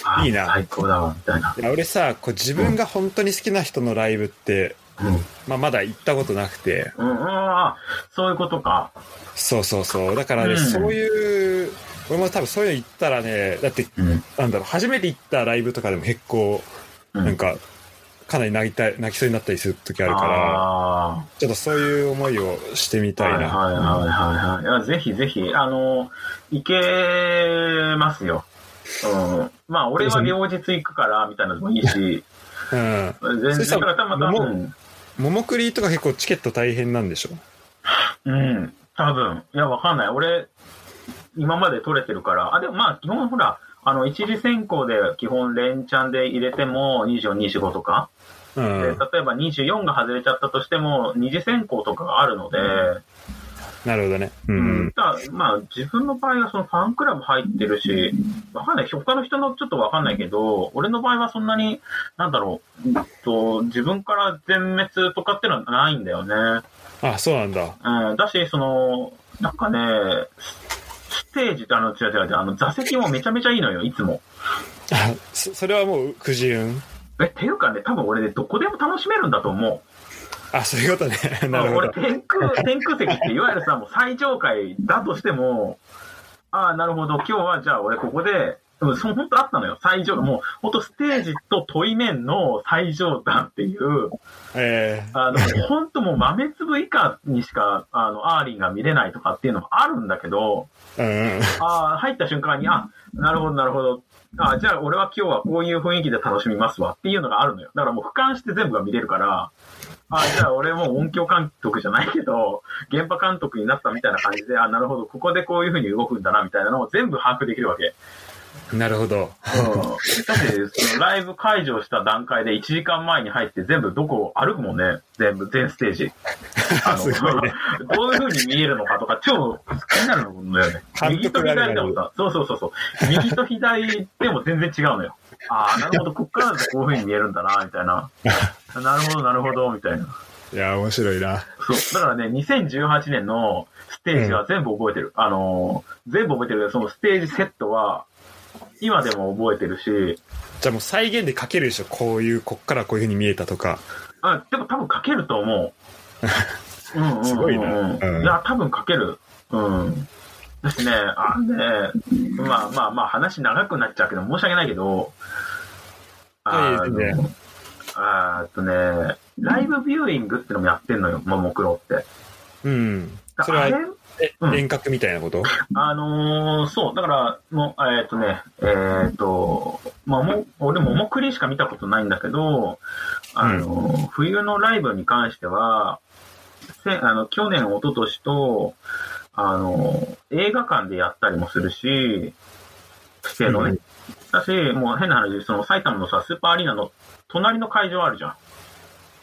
Speaker 2: あ
Speaker 1: いいな
Speaker 2: 最高だわ、みたいな。
Speaker 1: いや俺さ、こう自分が本当に好きな人のライブって、
Speaker 2: うん。
Speaker 1: まあまだ行ったことなくて。
Speaker 2: うん、うんあーそういうことか。
Speaker 1: そうそうそう。だからね、
Speaker 2: うん
Speaker 1: そういう、俺も多分そういうの行ったらね、だって、
Speaker 2: うん。
Speaker 1: なんだろう、初めて行ったライブとかでも結構、
Speaker 2: うん
Speaker 1: なんか、かなり泣いたい、泣きそうになったりする時あるから、
Speaker 2: あ
Speaker 1: ちょっとそういう思いをしてみ
Speaker 2: ー
Speaker 1: たいな。
Speaker 2: はいはいはいはいはい。いや、ぜひぜひ、あの、行けますよ。うん。まあ、俺は両日行くから、みたいなのもいいし、
Speaker 1: うん。そ
Speaker 2: 全然、
Speaker 1: した
Speaker 2: だから
Speaker 1: ら
Speaker 2: たまたま、
Speaker 1: も
Speaker 2: う。
Speaker 1: うんももクリとか結構チケット大変なんでしょ
Speaker 2: うん。多分。いや、わかんない。俺、今まで取れてるから。あ、でもまあ、基本ほら、あの、一次選考で基本連チャンで入れても24、25とか。
Speaker 1: う
Speaker 2: で
Speaker 1: ん。
Speaker 2: 例えば24が外れちゃったとしても、二次選考とかがあるので、
Speaker 1: なるほどね。う
Speaker 2: うん
Speaker 1: ん。
Speaker 2: ただまあ、自分の場合はそのファンクラブ入ってるし、わかんない。他の人のちょっとわかんないけど、俺の場合はそんなに、なんだろう、うんと、自分から全滅とかっていうのはないんだよね。
Speaker 1: あ、そうなんだ。
Speaker 2: うん、だし、その、なんかね、スステージってあの、違う違う違う、あの、座席もめちゃめちゃいいのよ、いつも。
Speaker 1: あそそれはもう、くじ運。
Speaker 2: え、っていうかね、多分俺ね、どこでも楽しめるんだと思
Speaker 1: あ、そういうことね。
Speaker 2: う。
Speaker 1: なるほ
Speaker 2: 俺、
Speaker 1: ど。
Speaker 2: 天空、天空席って、いわゆるさ、もう最上階だとしても、ああ、なるほど、今日はじゃあ俺ここで、うんそう、本当あったのよ。最上、もう、本当ステージと対面の最上段っていう、
Speaker 1: え
Speaker 2: あの、本当もう豆粒以下にしか、あの、アーリンが見れないとかっていうのもあるんだけど、
Speaker 1: えうんうん。
Speaker 2: ああ、入った瞬間に、あ、なるほど、なるほど。あじゃあ俺は今日はこういう雰囲気で楽しみますわっていうのがあるのよ。だからもう俯瞰して全部が見れるから、あじゃあ俺も音響監督じゃないけど、現場監督になったみたいな感じで、あなるほど、ここでこういう風に動くんだなみたいなのを全部把握できるわけ。
Speaker 1: なるほど。
Speaker 2: うん。だって、そのライブ解除した段階で1時間前に入って全部どこを歩くもんね。全部、全ステージ。あ
Speaker 1: すごいね
Speaker 2: どういう風に見えるのかとか、超気になるんだよね。
Speaker 1: 監
Speaker 2: 右と
Speaker 1: 督がね
Speaker 2: 左でもさ、そうそうそうそう。右と左でも全然違うのよ。ああ、なるほど、こっからだとこういう風に見えるんだな、みた いな。なるほど、なるほど、みたいな。
Speaker 1: いや、面白いな。
Speaker 2: そう。だからね、2018年のステージは全部覚えてる。あのー全部覚えてるけど、そのステージセットは、今でも覚えてるし、
Speaker 1: じゃあもう再現で書けるでしょこういう、こっからこういう風に見えたとか。
Speaker 2: あ、でも多分書けると 思う。うんうんうんうん
Speaker 1: すごいなうん
Speaker 2: いや、多分書ける。うん。ですね。あ、ね、まあまあまあ話長くなっちゃうけど、申し訳ないけど、
Speaker 1: はい
Speaker 2: あの
Speaker 1: 全然
Speaker 2: あーっとね、ライブビューイングってのもやってんのよ、ももクロって。
Speaker 1: うん。
Speaker 2: だ
Speaker 1: それは
Speaker 2: あれ
Speaker 1: え
Speaker 2: うん
Speaker 1: 遠隔みたいなこと
Speaker 2: あのーそう、だから、もう、えーっとね、えーっと、まあ、もう、俺ももクリしか見たことないんだけど、あのー冬のライブに関しては、せあの、去年、一昨年と、あのー映画館でやったりもするし、指定のね。だし、もう変な話、その埼玉のさ、スーパーアリーナの隣の会場あるじゃん。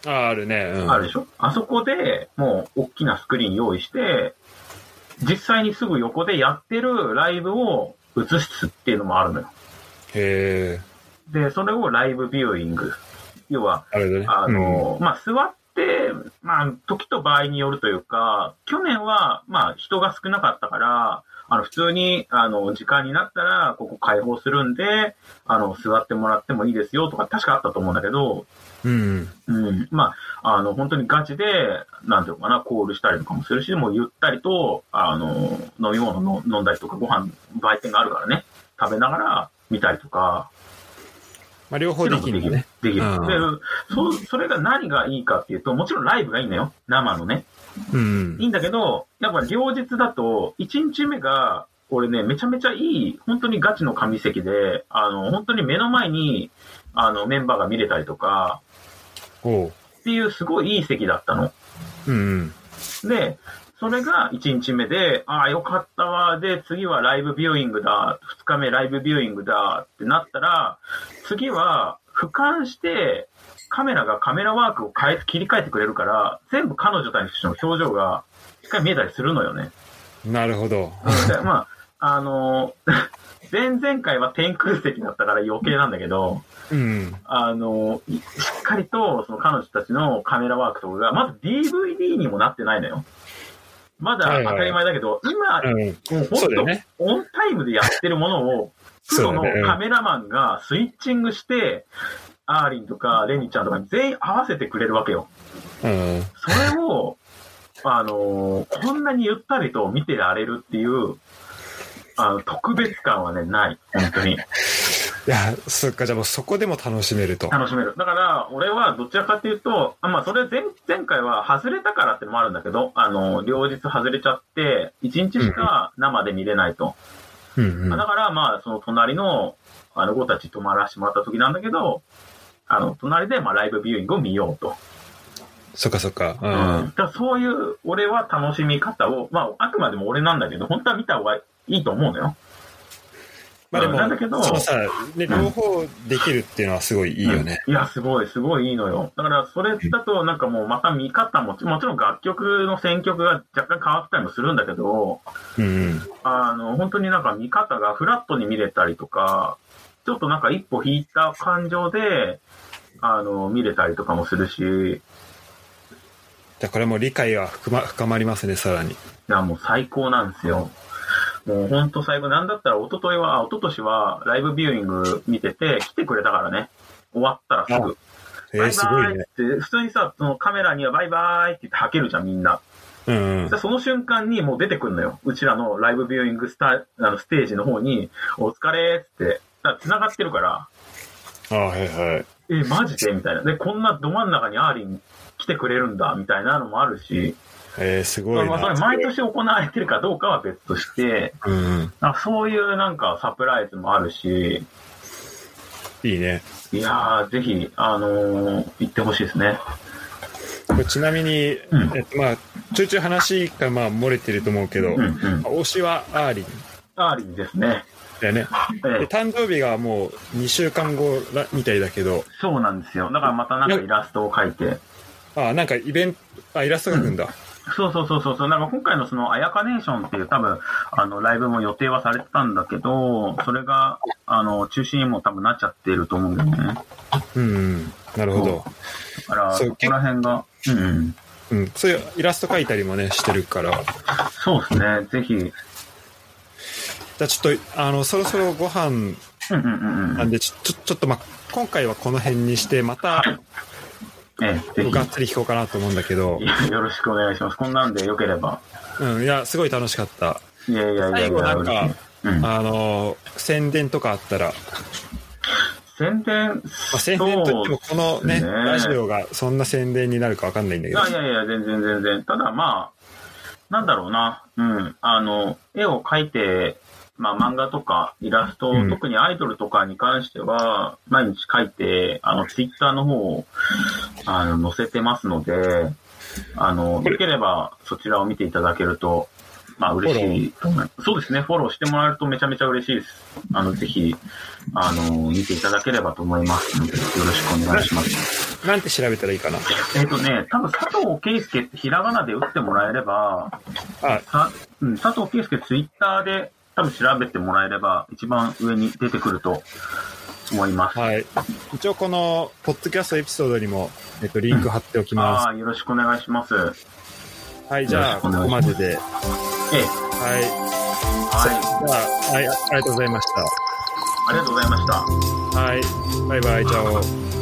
Speaker 1: ああ、あるね。うん。
Speaker 2: あるでしょあそこでもう大きなスクリーン用意して、実際にすぐ横でやってるライブを映すっていうのもあるのよ。
Speaker 1: へえ。
Speaker 2: で、それをライブビューイング。要は、
Speaker 1: あれだね。
Speaker 2: あの、まあ、座って、まあ、時と場合によるというか、去年は、まあ、人が少なかったから、あの、普通に、あの、時間になったら、ここ開放するんで、あの、座ってもらってもいいですよとか、確かあったと思うんだけど、
Speaker 1: うん。うん。
Speaker 2: うん。まあ、あの、本当にガチで、なんていうのかな、コールしたりとかもするし、もうゆったりと、あの、飲み物の飲んだりとか、ご飯、売店があるからね、食べながら見たりとか、
Speaker 1: まあ、両方できるんだね。
Speaker 2: できる。
Speaker 1: うん
Speaker 2: で、そ、それが何がいいかっていうと、もちろんライブがいいんだよ。生のね。
Speaker 1: うん
Speaker 2: い。いんだけど、やっぱ両日だと、1日目が、俺ね、めちゃめちゃいい、本当にガチの紙席で、あの、本当に目の前に、あの、メンバーが見れたりとか、
Speaker 1: おう。
Speaker 2: っていうすごいいい席だったの。
Speaker 1: うんうん。
Speaker 2: で、それが1日目で、ああ、よかったわ。で、次はライブビューイングだ。2日目ライブビューイングだってなったら、次は俯瞰して、カメラがカメラワークを変え、切り替えてくれるから、全部彼女たちの表情が一回見えたりするのよね。
Speaker 1: なるほど。
Speaker 2: でまあ、あの 前々回は天空席だったから余計なんだけど、
Speaker 1: うん。
Speaker 2: あのしっかりと、その彼女たちのカメラワークとかが、まず DVD にもなってないのよ。まだ当たり前だけど、
Speaker 1: うん。
Speaker 2: 今、もう
Speaker 1: そ
Speaker 2: 本
Speaker 1: うだよね。
Speaker 2: 当、オンタイムでやってるものを、プ
Speaker 1: そ
Speaker 2: ロ
Speaker 1: うだ
Speaker 2: の
Speaker 1: ね。
Speaker 2: カメラマンがスイッチングして、アーリンとかレニちゃんとかに全員合わせてくれるわけよ。
Speaker 1: うん。うん
Speaker 2: それを、あのーこんなにゆったりと見てられるっていう、あの、特別感はね、ない。本当に。
Speaker 1: いや、そっか、じゃあもうそこでも楽しめると。
Speaker 2: 楽しめる。だから、俺はどちらかというと、あまあ、それ前、前回は外れたからってのもあるんだけど、あの、両日外れちゃって、1日しか生で見れないと。
Speaker 1: うんうん。
Speaker 2: だから、まあ、その隣の、あの、子たち泊まらせてもらった時なんだけど、あの、隣で、まあ、ライブビューイングを見ようと。
Speaker 1: そっかそっか。
Speaker 2: う
Speaker 1: うん
Speaker 2: だからそういう、俺は楽しみ方を、まあ、あくまでも俺なんだけど、本当は見た方がいいと思うのよ。
Speaker 1: まあで
Speaker 2: なんだけ
Speaker 1: も、
Speaker 2: ど
Speaker 1: そのさ、ね、
Speaker 2: うん
Speaker 1: 両方できるっていうのはすごいいいよね。
Speaker 2: うんいや、すごい、すごいいいのよ。だから、それだと、なんかもう、また見方も、もちろん楽曲の選曲が若干変わったりもするんだけど、
Speaker 1: うんうん。
Speaker 2: あの、本当になんか見方がフラットに見れたりとか、ちょっとなんか一歩引いた感情で、あの、見れたりとかもするし、
Speaker 1: じゃあこれも理解は深ま深まりますね、さらに。
Speaker 2: いや、もう最高なんですよ。もうほんと最高。なんだったら、一昨日は、あ一昨年は、ライブビューイング見てて、来てくれたからね。終わったらすぐ。
Speaker 1: え
Speaker 2: バイ
Speaker 1: ー、すご
Speaker 2: バ
Speaker 1: い
Speaker 2: イ
Speaker 1: ね
Speaker 2: っ。て、普通にさ、そのカメラにはバイバーイって言って吐けるじゃん、みんな。
Speaker 1: うんうん
Speaker 2: で。その瞬間にもう出てくるのよ。うちらのライブビューイングスタあのステージの方に、お疲れっつって、だから繋がってるから、
Speaker 1: あはいはい。
Speaker 2: え、マジでみたいな。で、こんなど真ん中にアーリン来てくれるんだ、みたいなのもあるし、
Speaker 1: えー、すごい
Speaker 2: まあ、それ
Speaker 1: な。
Speaker 2: 毎年行われてるかどうかは別として、
Speaker 1: うんうん。
Speaker 2: なんかそういうなんかサプライズもあるし、
Speaker 1: いいね。
Speaker 2: いやー、ぜひ、あのー行ってほしいですね。
Speaker 1: これちなみに、
Speaker 2: うん
Speaker 1: えっとまあ、ちょいちょい話がまあ漏れてると思うけど、
Speaker 2: うんうん。
Speaker 1: 推しはアーリン
Speaker 2: アーリンですね。
Speaker 1: だよね。
Speaker 2: え
Speaker 1: で
Speaker 2: え
Speaker 1: 誕生日がもう2週間後らみたいだけど、
Speaker 2: そうなんですよ。だからまたなんかイラストを描いて。
Speaker 1: あ、なんかイベント、あ、イラストが来るんだ。
Speaker 2: そうそうそうそうそう。なんか今回のその、あやかネーションっていう多分、あの、ライブも予定はされてたんだけど、それが、あの、中止にも多分なっちゃってると思うんだよね。だ
Speaker 1: うん、うん、なるほど。
Speaker 2: から、
Speaker 1: そう
Speaker 2: そこら辺が、うんうん。
Speaker 1: うん、そういうイラスト描いたりもね、してるから。
Speaker 2: そうですね。ぜひ、
Speaker 1: じゃあちょっと、あの、そろそろご飯
Speaker 2: うんうんうんう
Speaker 1: なん
Speaker 2: ん。
Speaker 1: で、ちょ、ちょちょっとまあ、今回はこの辺にして、また、
Speaker 2: ええ、ぜ
Speaker 1: がっつり弾こうかなと思うんだけど、
Speaker 2: ひ、よろしくお願いします。こんなんでよければ。
Speaker 1: うん、いや、すごい楽しかった。
Speaker 2: いやいやいやいや、
Speaker 1: 最後なんか
Speaker 2: 嬉しい、うん、
Speaker 1: あの、宣伝とかあったら、
Speaker 2: 宣伝、
Speaker 1: まあ、宣伝といっても、このね、
Speaker 2: そうですね
Speaker 1: ラジオがそんな宣伝になるかわかんないんだけ
Speaker 2: い
Speaker 1: ど
Speaker 2: や、いやいや、全然全然。ただまあ、なんだろうな。うん。あの、絵を描いて、まあ漫画とかイラスト、
Speaker 1: うん
Speaker 2: 特にアイドルとかに関しては、毎日描いて、あの、ツイッターの方を、あの、載せてますので、あの、よければそちらを見ていただけると、まあ嬉しいと思います。そうですね、フォローしてもらえるとめちゃめちゃ嬉しいです。あの、ぜひ、あの、見ていただければと思いますので、よろしくお願いします。
Speaker 1: なんて調べたらいいかな。
Speaker 2: えっ、とね、多分佐藤圭介ってひらがなで打ってもらえれば、
Speaker 1: あ、
Speaker 2: さうん、佐藤圭介ツイッターで多分調べてもらえれば、一番上に出てくると思います。
Speaker 1: はい。一応この、ポッドキャストエピソードにも、えっと、リンク貼っておきま
Speaker 2: ああ、よろしくお願いします。
Speaker 1: す。はい、じゃあ、ここまでで。は
Speaker 2: ええ、
Speaker 1: い。
Speaker 2: はい。
Speaker 1: じゃあ、はい、ありがとうございまし
Speaker 2: ありがとうございました。
Speaker 1: た。はい。バイバイ、じゃあ。